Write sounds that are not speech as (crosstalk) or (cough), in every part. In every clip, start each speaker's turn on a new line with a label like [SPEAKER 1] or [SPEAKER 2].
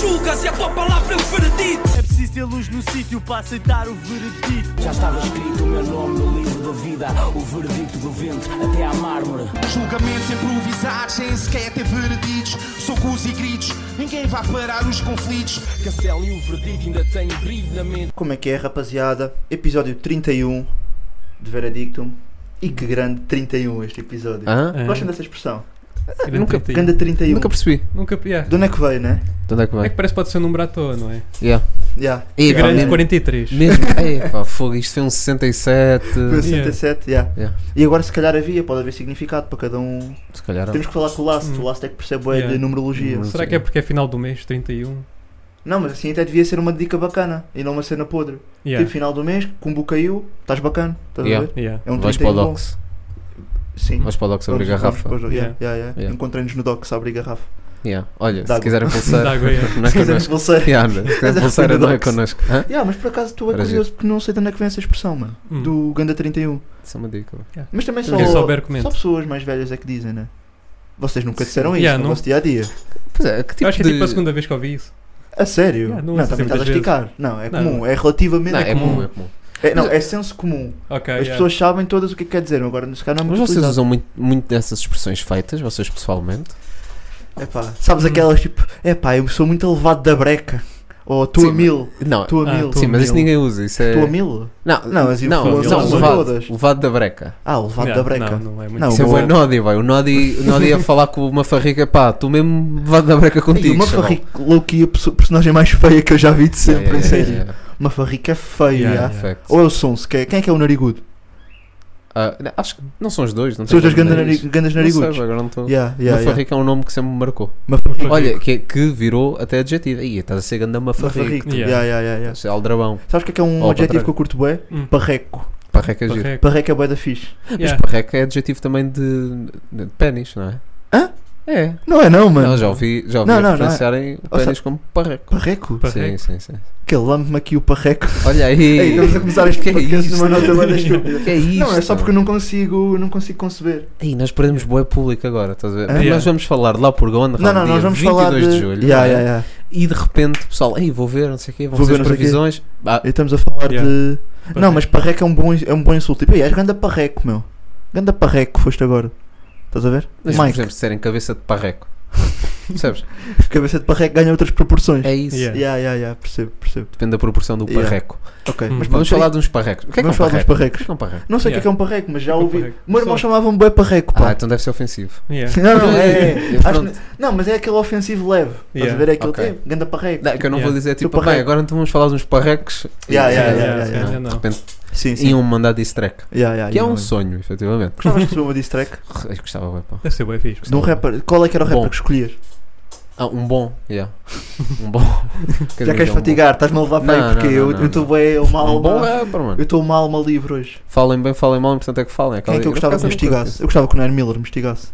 [SPEAKER 1] julgas e a tua palavra é o veredito.
[SPEAKER 2] É preciso ter luz no sítio para aceitar o veredito.
[SPEAKER 3] Já estava escrito o meu nome no livro da vida, o veredito do vento até à mármore.
[SPEAKER 4] Julgamentos improvisados, sem sequer ter vereditos. Socos e gritos, ninguém vai parar os conflitos.
[SPEAKER 5] Castelo e o veredito ainda têm brilho na mente.
[SPEAKER 6] Como é que é, rapaziada? Episódio 31 de Veredictum. E que grande 31 este episódio.
[SPEAKER 7] Hã?
[SPEAKER 2] É.
[SPEAKER 6] Gostam dessa expressão?
[SPEAKER 2] Grande
[SPEAKER 6] Nunca,
[SPEAKER 2] 31.
[SPEAKER 6] grande 31.
[SPEAKER 7] Nunca percebi.
[SPEAKER 2] É. Nunca. Yeah.
[SPEAKER 6] De onde é que veio, né?
[SPEAKER 7] De onde é que
[SPEAKER 2] É
[SPEAKER 7] vai?
[SPEAKER 2] que parece que pode ser um número à toa, não é?
[SPEAKER 7] Yeah.
[SPEAKER 6] Yeah.
[SPEAKER 7] E, pá,
[SPEAKER 2] Grande
[SPEAKER 7] mesmo,
[SPEAKER 2] 43.
[SPEAKER 7] mesmo.
[SPEAKER 2] (laughs)
[SPEAKER 7] Ei, pá, fogo, isto foi um 67.
[SPEAKER 2] um.
[SPEAKER 6] Foi um 67, yeah.
[SPEAKER 7] Yeah.
[SPEAKER 6] E agora se calhar havia, pode haver significado para cada um.
[SPEAKER 7] Se calhar.
[SPEAKER 6] Temos que falar com o Last,
[SPEAKER 2] Hum.
[SPEAKER 6] o Last é que percebe é
[SPEAKER 2] Yeah.
[SPEAKER 6] de numerologia.
[SPEAKER 7] Hum.
[SPEAKER 2] Será que é porque é final do mês, 31?
[SPEAKER 6] Não, mas assim até devia ser uma dica bacana e não uma cena podre.
[SPEAKER 2] Yeah.
[SPEAKER 6] Tipo, final do mês, combo caiu, estás bacana, estás
[SPEAKER 7] Yeah.
[SPEAKER 6] a ver?
[SPEAKER 2] Yeah.
[SPEAKER 6] É um
[SPEAKER 7] Vais para o
[SPEAKER 6] 31 bom.
[SPEAKER 7] Dox.
[SPEAKER 6] Sim.
[SPEAKER 7] Vais para o Dox abrir
[SPEAKER 6] Vamos-
[SPEAKER 7] garrafa.
[SPEAKER 6] vamos- yeah,
[SPEAKER 2] Yeah.
[SPEAKER 6] yeah, yeah.
[SPEAKER 7] Yeah.
[SPEAKER 6] Encontrei-nos no Docs a abrir garrafa.
[SPEAKER 7] Yeah. Olha,
[SPEAKER 6] Dá
[SPEAKER 7] se
[SPEAKER 6] (laughs)
[SPEAKER 7] quiserem
[SPEAKER 2] Dá
[SPEAKER 7] pulseira.
[SPEAKER 2] água, yeah.
[SPEAKER 7] (laughs) Não é
[SPEAKER 6] Se quiseres
[SPEAKER 7] connosco.
[SPEAKER 6] você.
[SPEAKER 7] Yeah, não é. Se quiserem pulseira, não é
[SPEAKER 6] Dox.
[SPEAKER 7] connosco. Hã?
[SPEAKER 6] Yeah, mas por acaso estou é
[SPEAKER 7] Era
[SPEAKER 6] curioso porque não sei de onde é que vem essa expressão, mano.
[SPEAKER 2] Hum.
[SPEAKER 6] Do Ganda 31.
[SPEAKER 7] Isso é uma dica. mano.
[SPEAKER 6] Mas também só,
[SPEAKER 2] Quem souber, comenta.
[SPEAKER 6] só pessoas mais velhas é que dizem, né? Vocês nunca disseram
[SPEAKER 2] Sim.
[SPEAKER 6] isso
[SPEAKER 2] Yeah,
[SPEAKER 6] no
[SPEAKER 2] não-
[SPEAKER 6] vosso dia a dia.
[SPEAKER 7] Pois é, que tipo
[SPEAKER 2] Eu acho que é
[SPEAKER 7] de-
[SPEAKER 2] tipo a segunda vez que ouvi isso.
[SPEAKER 6] A sério?
[SPEAKER 2] Yeah, não
[SPEAKER 6] não,
[SPEAKER 2] ouço
[SPEAKER 6] também
[SPEAKER 2] assim
[SPEAKER 6] estás a
[SPEAKER 2] muitas
[SPEAKER 6] esticar. Não, é
[SPEAKER 2] Não.
[SPEAKER 6] comum, é relativamente.
[SPEAKER 7] Não,
[SPEAKER 6] é,
[SPEAKER 7] é
[SPEAKER 2] comum.
[SPEAKER 7] comum, é comum.
[SPEAKER 6] não, é senso comum.
[SPEAKER 2] Ok. Ah,
[SPEAKER 6] As
[SPEAKER 2] yeah.
[SPEAKER 6] pessoas sabem todas o que é que quer dizer, agora se calhar não é muito
[SPEAKER 7] Mas vocês
[SPEAKER 6] utilizado.
[SPEAKER 7] usam muito, muito dessas expressões feitas, vocês pessoalmente?
[SPEAKER 6] Epá, sabes
[SPEAKER 2] Hum.
[SPEAKER 6] aquelas tipo, epá, eu sou muito elevado da breca. Ou tu
[SPEAKER 7] Sim,
[SPEAKER 6] a mil,
[SPEAKER 7] Não,
[SPEAKER 6] tu a
[SPEAKER 2] Ah,
[SPEAKER 6] mil.
[SPEAKER 2] tu a
[SPEAKER 7] sim, mas isso
[SPEAKER 6] mil.
[SPEAKER 7] ninguém usa. Isso é...
[SPEAKER 6] Tu a mil?
[SPEAKER 7] Não,
[SPEAKER 6] Não, as
[SPEAKER 7] não,
[SPEAKER 6] influências
[SPEAKER 7] não,
[SPEAKER 2] são
[SPEAKER 7] levado,
[SPEAKER 6] todas.
[SPEAKER 7] levado da breca.
[SPEAKER 6] Ah, elevado
[SPEAKER 2] Yeah,
[SPEAKER 6] da breca.
[SPEAKER 2] Não, não é muito.
[SPEAKER 6] Não,
[SPEAKER 7] Isso é
[SPEAKER 6] boa.
[SPEAKER 7] o Nodi, vai. O Nodi, o Nodi ia falar com uma farrica, pá, tu mesmo levado da breca
[SPEAKER 6] Ei,
[SPEAKER 7] contigo. É,
[SPEAKER 6] uma
[SPEAKER 7] chaval.
[SPEAKER 6] farrica louca e a perso- personagem mais feia que eu já vi de
[SPEAKER 7] Yeah,
[SPEAKER 6] sempre, em
[SPEAKER 7] yeah,
[SPEAKER 6] sério.
[SPEAKER 7] yeah,
[SPEAKER 6] Uma farrica feia.
[SPEAKER 2] Yeah,
[SPEAKER 6] yeah.
[SPEAKER 7] yeah,
[SPEAKER 2] yeah.
[SPEAKER 7] é, facts.
[SPEAKER 6] Ou é o Sons? Que é- quem é que é o narigudo?
[SPEAKER 7] Ah, não, acho que não são os dois, não
[SPEAKER 6] São os
[SPEAKER 7] tem
[SPEAKER 6] dois grandes
[SPEAKER 7] como dizer
[SPEAKER 6] nari-
[SPEAKER 7] isso.
[SPEAKER 6] grandes
[SPEAKER 7] Não sei,
[SPEAKER 6] narigudos.
[SPEAKER 7] agora não estou.
[SPEAKER 6] Yeah,
[SPEAKER 7] Uma
[SPEAKER 6] yeah, yeah.
[SPEAKER 7] farrica é um nome que sempre me marcou.
[SPEAKER 6] Uma farrica.
[SPEAKER 7] Olha, que, é- que virou até adjetivo. Ih, estás a ser grande uma
[SPEAKER 6] Uma
[SPEAKER 7] farrica.
[SPEAKER 6] farrica.
[SPEAKER 2] Yeah.
[SPEAKER 6] Yeah, yeah, yeah, yeah.
[SPEAKER 7] Isso é Aldrabão.
[SPEAKER 6] Sabes o que é, que é um
[SPEAKER 7] Ou ao
[SPEAKER 6] adjetivo
[SPEAKER 7] contrário.
[SPEAKER 6] que eu curto bué?
[SPEAKER 2] Hum.
[SPEAKER 6] Parreco.
[SPEAKER 7] Parreca é giro.
[SPEAKER 2] Parreco.
[SPEAKER 6] Parreco é bué da fixe.
[SPEAKER 2] Yeah.
[SPEAKER 7] Parreca é adjetivo também de, de pênis, não é?
[SPEAKER 6] Hã?
[SPEAKER 7] É.
[SPEAKER 6] Não é não, mano.
[SPEAKER 7] Não, já ouvi, já ouvi
[SPEAKER 6] Não, não, não é.
[SPEAKER 7] referenciarem o
[SPEAKER 6] Ou
[SPEAKER 7] pênis como parreco.
[SPEAKER 6] Parreco?
[SPEAKER 2] Parreco.
[SPEAKER 7] Sim, sim, sim.
[SPEAKER 6] Que lambe-me aqui o parreco.
[SPEAKER 7] Olha aí.
[SPEAKER 6] Ei, estamos a começar este
[SPEAKER 7] (laughs) Que é
[SPEAKER 6] podcast
[SPEAKER 7] isto?
[SPEAKER 6] numa nota bué da estúpida.
[SPEAKER 7] (laughs) Que é isto?
[SPEAKER 6] Não, é só porque eu não consigo, não consigo conceber.
[SPEAKER 7] Ei, nós perdemos boé público agora, estás a ver?
[SPEAKER 6] É.
[SPEAKER 7] Nós
[SPEAKER 2] Yeah.
[SPEAKER 7] vamos falar lá por Gondra,
[SPEAKER 6] Não, não, nós vamos falar de...
[SPEAKER 7] de julho,
[SPEAKER 6] Yeah,
[SPEAKER 7] não
[SPEAKER 6] yeah,
[SPEAKER 7] é?
[SPEAKER 6] yeah.
[SPEAKER 7] e de repente, pessoal, ei, vou ver, não sei o quê, vão
[SPEAKER 6] Vou
[SPEAKER 7] fazer
[SPEAKER 6] ver,
[SPEAKER 7] as
[SPEAKER 6] não sei o quê.
[SPEAKER 7] previsões. Ah,
[SPEAKER 6] E estamos a falar
[SPEAKER 2] Yeah.
[SPEAKER 6] de... Não, mas parreco é um bom, é um bom insulto. Tipo, ei, és ganda parreco, meu. Ganda parreco foste agora. Estás a ver?
[SPEAKER 7] mas, por
[SPEAKER 6] Eh, Mike,
[SPEAKER 7] exemplo, se disserem cabeça de
[SPEAKER 6] (laughs)
[SPEAKER 7] parreco, percebes?
[SPEAKER 6] cabeça de parreco ganha outras proporções.
[SPEAKER 7] É isso.
[SPEAKER 2] Yeah.
[SPEAKER 6] Yeah, yeah, yeah, percebo, percebo.
[SPEAKER 7] Depende da proporção do
[SPEAKER 6] Yeah.
[SPEAKER 7] parreco.
[SPEAKER 6] Ok,
[SPEAKER 2] Hum.
[SPEAKER 6] mas
[SPEAKER 7] Vamos
[SPEAKER 6] pronto,
[SPEAKER 7] falar de uns parrecos. O que é que é um
[SPEAKER 6] Vamos falar dos
[SPEAKER 7] parreco? O
[SPEAKER 6] parrecos.
[SPEAKER 7] que é que é um parreco?
[SPEAKER 6] Não sei
[SPEAKER 2] Yeah.
[SPEAKER 6] o que é que é um parreco, mas já
[SPEAKER 2] O que é que é um
[SPEAKER 6] ouvi.
[SPEAKER 2] parreco?
[SPEAKER 6] O meu irmão
[SPEAKER 2] Só-
[SPEAKER 6] chamava-me bué parreco,
[SPEAKER 7] Ah,
[SPEAKER 6] pá. (laughs)
[SPEAKER 7] então deve ser ofensivo.
[SPEAKER 2] Yeah.
[SPEAKER 6] Não, não, é, é.
[SPEAKER 7] E
[SPEAKER 6] Acho
[SPEAKER 7] pronto.
[SPEAKER 6] que- não, mas é aquele ofensivo leve. Estás a
[SPEAKER 2] Yeah.
[SPEAKER 6] ver? É aquele
[SPEAKER 7] Ok.
[SPEAKER 6] okay. ganda parreco.
[SPEAKER 7] Não, é que eu não
[SPEAKER 2] Yeah.
[SPEAKER 7] vou dizer
[SPEAKER 6] Seu
[SPEAKER 7] tipo, bem,
[SPEAKER 6] parreco.
[SPEAKER 7] agora então vamos falar de uns parrecos.
[SPEAKER 6] Yeah, yeah,
[SPEAKER 7] Não,
[SPEAKER 6] yeah, yeah,
[SPEAKER 2] yeah.
[SPEAKER 7] De repente,
[SPEAKER 6] Sim, sim.
[SPEAKER 7] iam mandar diss track.
[SPEAKER 6] Yeah, yeah,
[SPEAKER 7] um Que é
[SPEAKER 6] yeah,
[SPEAKER 7] um
[SPEAKER 6] yeah.
[SPEAKER 7] sonho, efetivamente.
[SPEAKER 6] Gostavas de receber uma diss track?
[SPEAKER 7] Eu gostava, bué, pá.
[SPEAKER 2] Deve ser bem fixe.
[SPEAKER 6] De um rapper. Qual é que era o rapper
[SPEAKER 7] Bom.
[SPEAKER 6] que escolhias?
[SPEAKER 7] Ah, um bom, yeah. (laughs) Um bom.
[SPEAKER 6] (laughs) Já queres fatigar? Estás-me a levar para
[SPEAKER 7] Não,
[SPEAKER 6] aí porque
[SPEAKER 7] não,
[SPEAKER 6] eu
[SPEAKER 7] não,
[SPEAKER 6] eu estou bem uma
[SPEAKER 7] Um bom
[SPEAKER 6] alma.
[SPEAKER 7] é, pá,
[SPEAKER 6] Eu
[SPEAKER 7] mano.
[SPEAKER 6] estou uma alma livre hoje.
[SPEAKER 7] Falem bem, falem mal, portanto é que falem.
[SPEAKER 6] Quem é que eu gostava
[SPEAKER 7] Aquela-
[SPEAKER 6] que me
[SPEAKER 7] por acaso,
[SPEAKER 6] estigasse? Eu gostava que o Nair Miller me estigasse.